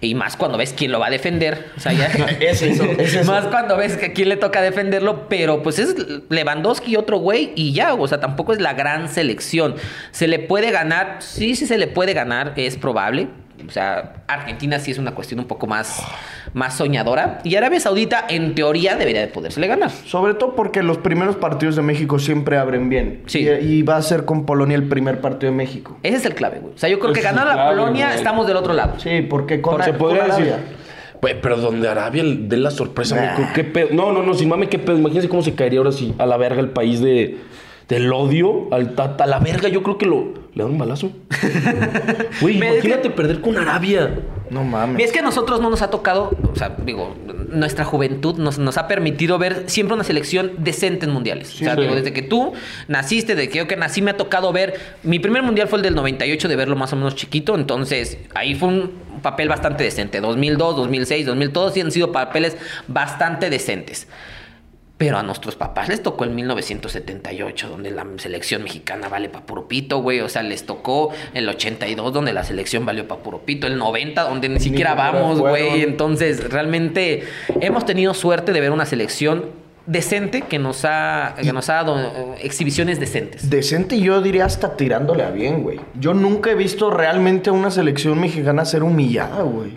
Speaker 3: Y más cuando ves quién lo va a defender. O
Speaker 2: *laughs*
Speaker 3: sea, ya...
Speaker 2: Es eso, es eso.
Speaker 3: Más cuando ves que a quién le toca defenderlo, pero pues es Lewandowski y otro güey y ya, o sea, tampoco es la gran selección. ¿Se le puede ganar? Sí, sí se le puede ganar, es probable. O sea, Argentina sí es una cuestión un poco más, más soñadora. Y Arabia Saudita, en teoría, debería de podérsele ganar.
Speaker 2: Sobre todo porque los primeros partidos de México siempre abren bien.
Speaker 3: Sí.
Speaker 2: Y, y va a ser con Polonia el primer partido de México.
Speaker 3: Ese es el clave, güey. O sea, yo creo
Speaker 5: Ese
Speaker 3: que
Speaker 5: es el
Speaker 3: ganar a
Speaker 5: clave,
Speaker 3: Polonia,
Speaker 5: güey.
Speaker 3: estamos del otro lado.
Speaker 2: Sí, porque con,
Speaker 4: Se
Speaker 2: con
Speaker 4: podría decir.
Speaker 2: Arabia.
Speaker 4: Pe- Pero donde Arabia le dé la sorpresa,
Speaker 2: Nah.
Speaker 4: güey, qué pedo. No, no, no, sin mame, qué pedo. Imagínense cómo se caería ahora sí a la verga el país de del odio al Tata. A la verga, yo creo que lo le dan
Speaker 2: *laughs*
Speaker 4: un balazo. Güey,
Speaker 3: Me-
Speaker 4: imagínate perder con Arabia.
Speaker 2: No mames.
Speaker 3: Mira, Es que a nosotros no nos ha tocado, o sea, digo, nuestra juventud nos, nos ha permitido ver siempre una selección decente en mundiales. o sea,
Speaker 5: sí.
Speaker 3: digo, desde que tú naciste, desde que yo que nací, me ha tocado ver. Mi primer mundial fue el del 98, de verlo más o menos chiquito. Entonces, ahí fue un papel bastante decente. 2002, 2006, 2000, todos sí han sido papeles bastante decentes. Pero a nuestros papás les tocó en 1978, donde la selección mexicana vale pa' puro pito, güey. O sea, les tocó el 82, donde la selección valió pa' puro pito. El 90, donde ni siquiera
Speaker 2: siquiera
Speaker 3: vamos,
Speaker 2: fueron.
Speaker 3: güey. Entonces, realmente hemos tenido suerte de ver una selección decente que nos ha, que nos ha dado eh, exhibiciones decentes.
Speaker 2: Decente yo diría hasta tirándole a bien, güey. Yo nunca he visto realmente a una selección mexicana ser humillada, güey.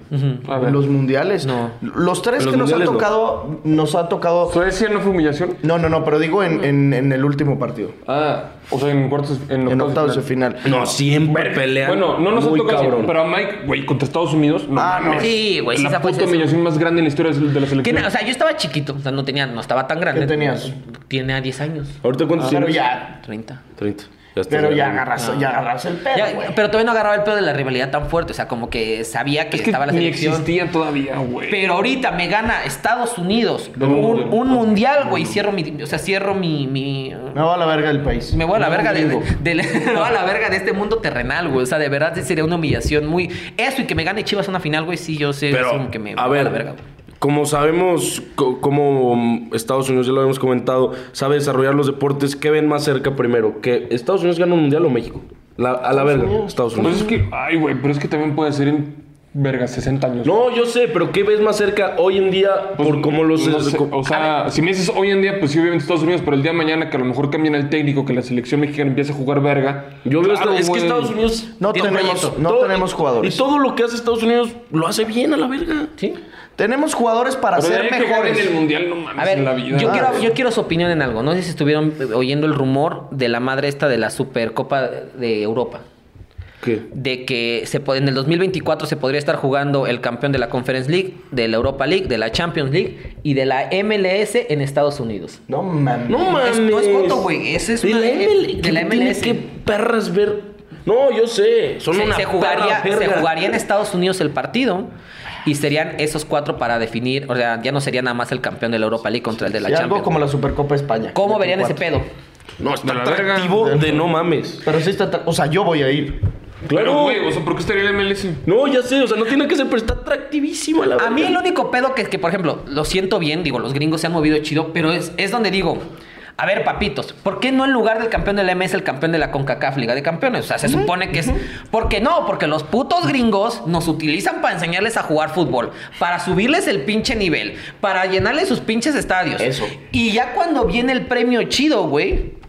Speaker 5: A ver.
Speaker 2: En los mundiales.
Speaker 3: No.
Speaker 2: Los tres
Speaker 4: Los
Speaker 2: que nos ha
Speaker 4: mundiales no.
Speaker 2: tocado, nos ha tocado...
Speaker 5: ¿Suecia no fue humillación?
Speaker 2: No, no, no, pero digo en, en- en el último partido.
Speaker 5: Ah, o sea, en cuartos, en
Speaker 2: En octavos de
Speaker 5: final.
Speaker 2: final.
Speaker 4: No, siempre pelean.
Speaker 5: Bueno, no nos ha
Speaker 4: muy
Speaker 5: tocado,
Speaker 4: cabrón.
Speaker 5: pero a Mike, güey, contra Estados Unidos, no
Speaker 2: Ah, no.
Speaker 5: mames.
Speaker 3: Sí, güey, sí,
Speaker 5: la
Speaker 3: esa fue
Speaker 5: puta
Speaker 3: esa.
Speaker 5: humillación más grande en la historia de la
Speaker 3: Que
Speaker 5: selección.
Speaker 3: na- o sea, yo estaba chiquito, o sea, no tenía, no estaba tan grande.
Speaker 2: ¿Qué tenías?
Speaker 3: Tiene a 10 años,
Speaker 4: Ahorita
Speaker 5: Ah,
Speaker 4: cuántos
Speaker 2: Pero
Speaker 4: tienes?
Speaker 2: ya,
Speaker 3: 30.
Speaker 4: 30. Ya
Speaker 3: este
Speaker 4: está.
Speaker 2: pero ya agarras, ya agarras el pedo,
Speaker 3: Ah. Ya,
Speaker 2: güey.
Speaker 3: pero todavía no agarraba el pedo de la rivalidad tan fuerte, o sea, como que sabía que,
Speaker 5: es que
Speaker 3: estaba la
Speaker 5: ni
Speaker 3: selección.
Speaker 5: existía todavía, güey.
Speaker 3: Pero ahorita me gana Estados Unidos
Speaker 5: No,
Speaker 3: un,
Speaker 5: no,
Speaker 3: un mundial, güey. Cierro mi. O sea, cierro mi. mi-
Speaker 2: Me va a la verga el país.
Speaker 3: me voy a la verga de,
Speaker 2: digo.
Speaker 3: de- *laughs* me voy a la verga de este mundo terrenal, güey. O sea, de verdad sí sería una humillación muy. Eso y que me gane Chivas una final, güey. Sí, yo sé es
Speaker 4: Pero,
Speaker 3: como que me
Speaker 4: a
Speaker 3: me voy
Speaker 4: ver,
Speaker 3: la verga, güey.
Speaker 4: como sabemos, co- como mm, Estados Unidos, ya lo habíamos comentado, sabe desarrollar los deportes, ¿qué ven más cerca primero? ¿Que Estados Unidos gana un mundial o México? La- a la verga, Estados
Speaker 5: Pues es
Speaker 4: Unidos.
Speaker 5: que, ay, güey, pero es que también puede ser en verga 60 años.
Speaker 4: No, yo sé, pero ¿qué ves más cerca hoy en día
Speaker 5: Pues,
Speaker 4: por cómo los...
Speaker 5: no sé,
Speaker 4: co-
Speaker 5: o sea, si me dices hoy en día, pues sí, obviamente Estados Unidos, pero el día de mañana que a lo mejor cambien el técnico, que la selección mexicana empiece a jugar verga.
Speaker 4: yo veo,
Speaker 5: Claro,
Speaker 4: esta- es que
Speaker 5: güey.
Speaker 4: Estados Unidos...
Speaker 2: No
Speaker 4: tiene un
Speaker 2: tenemos-
Speaker 4: proyecto.
Speaker 2: no tenemos jugadores.
Speaker 4: Y todo lo que hace Estados Unidos lo hace bien a la verga.
Speaker 3: Sí.
Speaker 2: Tenemos jugadores para
Speaker 5: Pero de ahí
Speaker 2: ser
Speaker 5: a que ganen el
Speaker 2: mejores.
Speaker 5: mundial, no mames,
Speaker 3: A ver,
Speaker 5: en la vida.
Speaker 3: yo,
Speaker 5: Ah,
Speaker 3: quiero,
Speaker 5: güey.
Speaker 3: yo quiero su opinión en algo. No sé si estuvieron eh, oyendo el rumor de la madre esta de la Supercopa de Europa.
Speaker 4: ¿Qué?
Speaker 3: de que se puede, en el 2024 se podría estar jugando el campeón de la Conference League, de la Europa League, de la Champions League y de la MLS en Estados Unidos.
Speaker 2: No mames.
Speaker 4: No mames.
Speaker 3: Es- no es coto, güey, ese es
Speaker 4: de
Speaker 3: una-
Speaker 4: la,
Speaker 3: eh,
Speaker 4: ML,
Speaker 3: de la
Speaker 4: tiene
Speaker 3: MLS.
Speaker 4: que perras ver. No, yo sé. Son
Speaker 3: Se,
Speaker 4: una
Speaker 3: se jugaría,
Speaker 4: perra
Speaker 3: se
Speaker 4: verga.
Speaker 3: jugaría en Estados Unidos el partido y serían esos cuatro para definir, o sea, ya no sería nada más el campeón de la Europa League contra el de la
Speaker 2: Y algo
Speaker 3: Champions.
Speaker 2: como la Supercopa España.
Speaker 3: ¿Cómo verían ese
Speaker 2: Cuatro.
Speaker 3: pedo?
Speaker 4: No, está
Speaker 5: De la verga.
Speaker 4: atractivo de no mames.
Speaker 2: Pero sí está... tra- O sea, yo voy a ir.
Speaker 5: Pero,
Speaker 4: Claro.
Speaker 5: güey, o sea, ¿por qué estaría el MLS?
Speaker 4: no, ya sé. O sea, no tiene que ser, pero está atractivísimo la
Speaker 3: A
Speaker 4: verga.
Speaker 3: mí el único pedo que, que, por ejemplo, lo siento bien, digo, los gringos se han movido chido, pero es, es donde digo, a ver, papitos, ¿por qué no en lugar del campeón de la MS el campeón de la CONCACAF, Liga de Campeones? O sea, se supone que es... ¿Por qué no? Porque los putos gringos nos utilizan para enseñarles a jugar fútbol, para subirles el pinche nivel, para llenarles sus pinches estadios.
Speaker 2: Eso.
Speaker 3: Y ya cuando viene el premio chido, güey...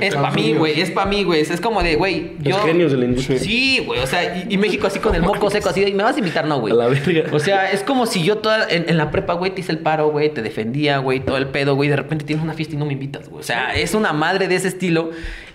Speaker 3: Es para mí, güey, es para mí, güey. Es como de, güey, yo...
Speaker 4: Los genios de la industria.
Speaker 3: Sí, güey, o sea, y, y México así con el moco seco, así de, ¿y me vas a invitar? No, güey.
Speaker 4: A la verga.
Speaker 3: O sea, es como si yo toda, en, en la prepa, güey, te hice el paro, güey, te defendía, güey, todo el pedo, güey, de repente tienes una fiesta y no me invitas, güey. O sea, es una madre de ese estilo.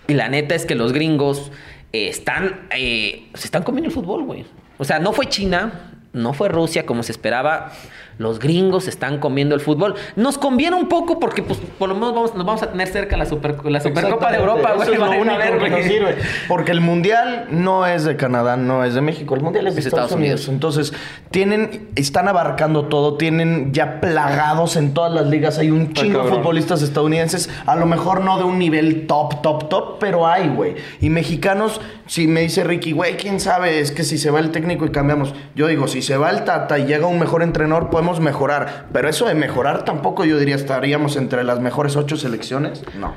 Speaker 3: Y la neta es que los gringos eh, están, eh, se están comiendo el fútbol, güey. O sea, no fue China, no fue Rusia como se esperaba. Los gringos se están comiendo el fútbol. Nos conviene un poco porque, pues, por lo menos vamos, nos vamos a tener cerca la, super, la Supercopa de Europa, güey.
Speaker 2: Eso es lo
Speaker 3: Van a
Speaker 2: único
Speaker 3: ver,
Speaker 2: que
Speaker 3: güey.
Speaker 2: nos sirve. Porque el mundial no es de Canadá, no es de México. El mundial es de
Speaker 3: Es
Speaker 2: Estados,
Speaker 3: Estados
Speaker 2: Unidos. Entonces, tienen, están abarcando todo. Tienen ya plagados en todas las ligas. Hay un chingo de
Speaker 5: cabrón.
Speaker 2: futbolistas estadounidenses. A lo mejor no de un nivel top, top, top, pero hay, güey. Y mexicanos, si me dice Ricky, güey, quién sabe, es que si se va el técnico y cambiamos. Yo digo, si se va el Tata y llega un mejor entrenador, podemos mejorar. Pero eso de mejorar tampoco, yo diría, estaríamos entre las mejores ocho selecciones. No.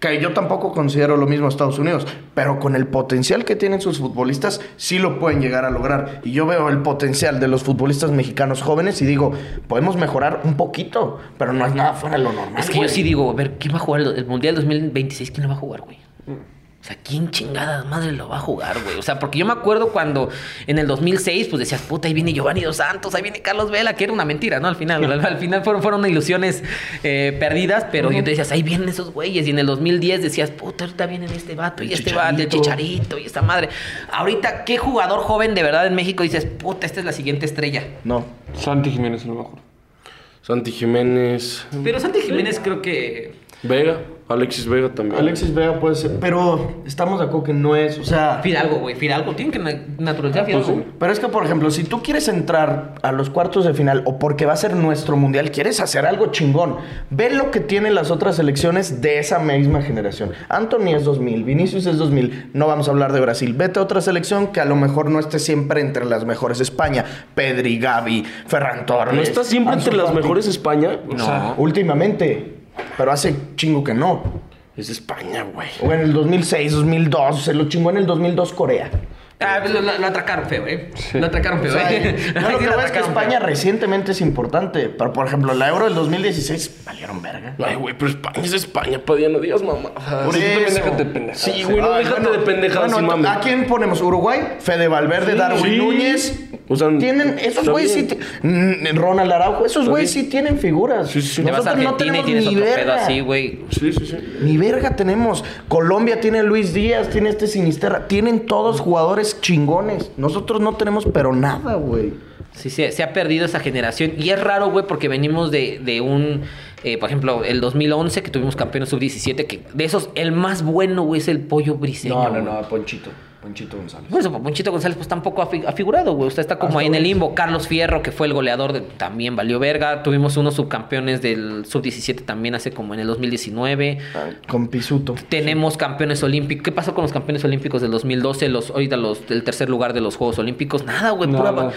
Speaker 2: Que yo tampoco considero lo mismo Estados Unidos, pero con el potencial que tienen sus futbolistas, sí lo pueden llegar a lograr. Y yo veo el potencial de los futbolistas mexicanos jóvenes y digo, podemos mejorar un poquito, pero no es nada fuera de lo normal.
Speaker 3: Es que yo
Speaker 2: güey.
Speaker 3: sí digo, a ver, ¿quién va a jugar el, el Mundial 2026? ¿Quién lo va a jugar, güey? O sea, ¿quién chingadas madre lo va a jugar, güey? O sea, porque yo me acuerdo cuando en el 2006, pues decías, puta, ahí viene Giovanni Dos Santos, ahí viene Carlos Vela, que era una mentira, ¿no? Al final, al, al final fueron, fueron ilusiones eh, perdidas, pero yo te decías, ahí vienen esos güeyes. Y en el 2010 decías, puta, ahorita vienen este vato y este vato, el chicharito y esta madre. Ahorita, ¿qué jugador joven de verdad en México dices, puta, esta es la siguiente estrella?
Speaker 2: No.
Speaker 5: Santi Jiménez a lo mejor.
Speaker 4: Santi Jiménez.
Speaker 3: Pero Santi Jiménez creo que
Speaker 4: Vega. Alexis Vega también.
Speaker 2: Alexis Vega puede ser, pero estamos de acuerdo que no es, o sea...
Speaker 3: Fidalgo, güey. Fidalgo tiene que na- naturalizar a Fidalgo. güey.
Speaker 2: Pero es que, por ejemplo, si tú quieres entrar a los cuartos de final o porque va a ser nuestro mundial, quieres hacer algo chingón. Ve lo que tienen las otras selecciones de esa misma generación. Anthony es 2000, Vinicius es 2000. No vamos a hablar de Brasil. Vete a otra selección que a lo mejor no esté siempre entre las mejores. España, Pedri, Gaby, Ferran Torres.
Speaker 4: ¿No está siempre
Speaker 5: Ah,
Speaker 2: Ansu
Speaker 4: entre las
Speaker 2: Fati.
Speaker 4: mejores España? O
Speaker 3: No.
Speaker 4: sea,
Speaker 2: Últimamente, pero hace chingo que no.
Speaker 4: es España, güey.
Speaker 2: O en el 2006, 2002, se lo chingó en el 2002 Corea.
Speaker 3: Ah, pues lo, lo- lo atracaron feo, ¿eh? Lo atracaron
Speaker 2: O
Speaker 3: feo,
Speaker 2: sea,
Speaker 3: *laughs* ¿eh?
Speaker 2: yo lo
Speaker 3: Sí,
Speaker 2: que
Speaker 3: lo
Speaker 2: veo es que
Speaker 3: atracaron
Speaker 2: España
Speaker 3: feo.
Speaker 2: recientemente es importante, pero por ejemplo, la Euro del 2016 valieron verga.
Speaker 4: Ay, güey, pero España es España, Padilla, no digas mamá.
Speaker 2: Por eso.
Speaker 5: déjate de pendejadas.
Speaker 4: Sí, güey, no
Speaker 2: Ay,
Speaker 4: déjate
Speaker 2: bueno,
Speaker 4: de pendejadas,
Speaker 2: bueno,
Speaker 4: sí, mames.
Speaker 2: ¿A quién ponemos? Uruguay, Fede Valverde, Darwin
Speaker 4: sí.
Speaker 2: Núñez.
Speaker 4: O sea,
Speaker 2: tienen, esos
Speaker 4: está
Speaker 2: güeyes sí.
Speaker 4: bien.
Speaker 2: ti- Mm, Ronald Araujo, esos güeyes sí tienen figuras.
Speaker 3: Te vas a
Speaker 2: Nosotros no
Speaker 3: Argentina y
Speaker 2: tenemos
Speaker 3: tienes
Speaker 2: ni
Speaker 3: otro pedo
Speaker 2: verga.
Speaker 3: así, güey.
Speaker 4: Sí, sí, sí.
Speaker 2: Ni verga tenemos. Colombia tiene Luis Díaz, tiene este Sinisterra. Tienen todos jugadores chingones. Nosotros no tenemos, pero nada, güey.
Speaker 3: Sí, se, se ha perdido esa generación. Y es raro, güey, porque venimos de, de un... eh, por ejemplo, el 2011 que tuvimos campeones sub-17, que de esos, el más bueno, güey, es el pollo briseño. güey.
Speaker 2: Ponchito. Ponchito González.
Speaker 3: Por eso, pues, Ponchito González, pues tampoco ha, fi- ha figurado, güey. Usted está como ahí en el limbo. Carlos Fierro, que fue el goleador, de- también valió verga. Tuvimos unos subcampeones del sub-17 también hace como en el 2019.
Speaker 2: Con Pisuto.
Speaker 3: Tenemos campeones olímpicos. ¿Qué pasó con los campeones olímpicos del 2012? Los, ahorita los del tercer lugar de los Juegos Olímpicos. Nada, güey. pura
Speaker 5: Nada.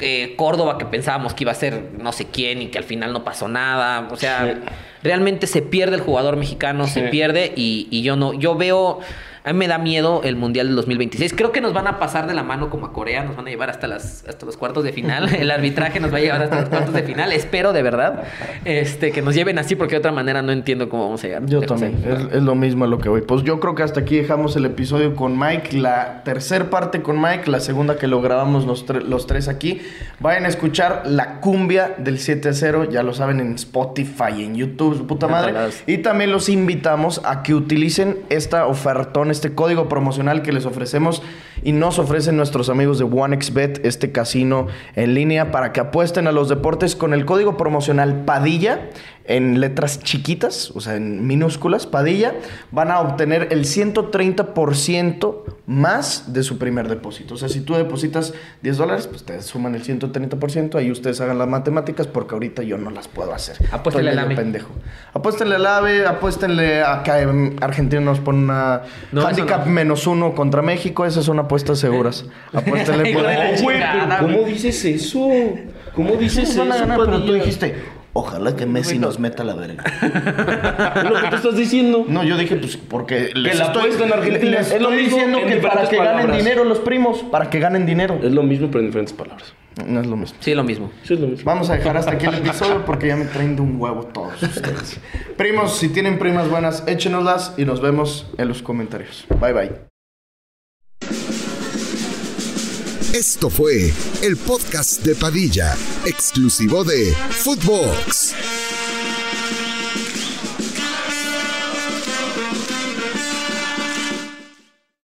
Speaker 3: eh, Córdoba que pensábamos que iba a ser no sé quién y que al final no pasó nada. O sea, realmente se pierde el jugador mexicano, se
Speaker 5: Sí.
Speaker 3: pierde y, y yo no. Yo veo. A mí me da miedo el Mundial del 2026. Creo que nos van a pasar de la mano como a Corea, nos van a llevar hasta, las, hasta los cuartos
Speaker 2: *laughs*
Speaker 3: de final. El arbitraje nos va a llevar hasta los cuartos de final. Espero de verdad este, que nos lleven así, porque de otra manera no entiendo cómo vamos a llegar.
Speaker 2: Yo
Speaker 3: Te
Speaker 2: también,
Speaker 3: consejo.
Speaker 2: es, es lo mismo a lo que voy. Pues yo creo que hasta aquí dejamos el episodio con Mike, la tercer parte con Mike, la segunda que lo grabamos los, tre- los tres aquí. Vayan a escuchar la cumbia del 7 a 0, ya lo saben en Spotify, en YouTube, su puta
Speaker 3: En
Speaker 2: madre.
Speaker 3: todos lados.
Speaker 2: Y también los invitamos a que utilicen esta ofertón, este código promocional que les ofrecemos y nos ofrecen nuestros amigos de OneXBet, este casino en línea, para que apuesten a los deportes con el código promocional Padilla en letras chiquitas, o sea, en minúsculas, Padilla, van a obtener el 130% más de su primer depósito. O sea, si tú depositas 10 dólares, pues te suman el 130%, ahí ustedes hagan las matemáticas porque ahorita yo no las puedo hacer. Estoy
Speaker 3: Apuéstale al
Speaker 2: medio
Speaker 3: AME.
Speaker 2: pendejo. Apuéstenle al AVE, apuéstenle a que em, Argentina nos pone una
Speaker 3: No, eso
Speaker 2: handicap
Speaker 3: no.
Speaker 2: menos uno contra México. Esas son apuestas
Speaker 3: *laughs*
Speaker 2: seguras. Apuéstenle
Speaker 3: Hijo
Speaker 2: por
Speaker 3: de la
Speaker 2: Güey,
Speaker 3: chingada,
Speaker 2: pero
Speaker 3: güey.
Speaker 4: ¿Cómo dices eso? ¿Cómo dices
Speaker 2: ustedes
Speaker 4: eso?
Speaker 2: van a ganar, pero tú
Speaker 4: Padilla?
Speaker 2: dijiste, ojalá que Messi nos meta la verga.
Speaker 4: Es lo que tú estás diciendo.
Speaker 2: No, yo dije, pues, porque les
Speaker 4: la
Speaker 2: estoy,
Speaker 4: apuesta en Argentina.
Speaker 2: les
Speaker 4: Es lo
Speaker 2: estoy
Speaker 4: mismo
Speaker 2: diciendo
Speaker 4: en
Speaker 2: que para
Speaker 4: diferentes
Speaker 2: que ganen
Speaker 4: palabras.
Speaker 2: dinero los primos, para que ganen dinero.
Speaker 4: Es lo mismo, pero en diferentes palabras.
Speaker 2: No es lo mismo.
Speaker 3: Sí, lo mismo.
Speaker 4: Sí, es lo mismo.
Speaker 2: Vamos a dejar hasta aquí el episodio porque ya me traen de un huevo todos
Speaker 4: *laughs*
Speaker 2: ustedes. Primos, si tienen primas buenas, échenoslas y nos vemos en los comentarios. Bye bye.
Speaker 1: Esto fue el podcast de Padilla, exclusivo de Footbox.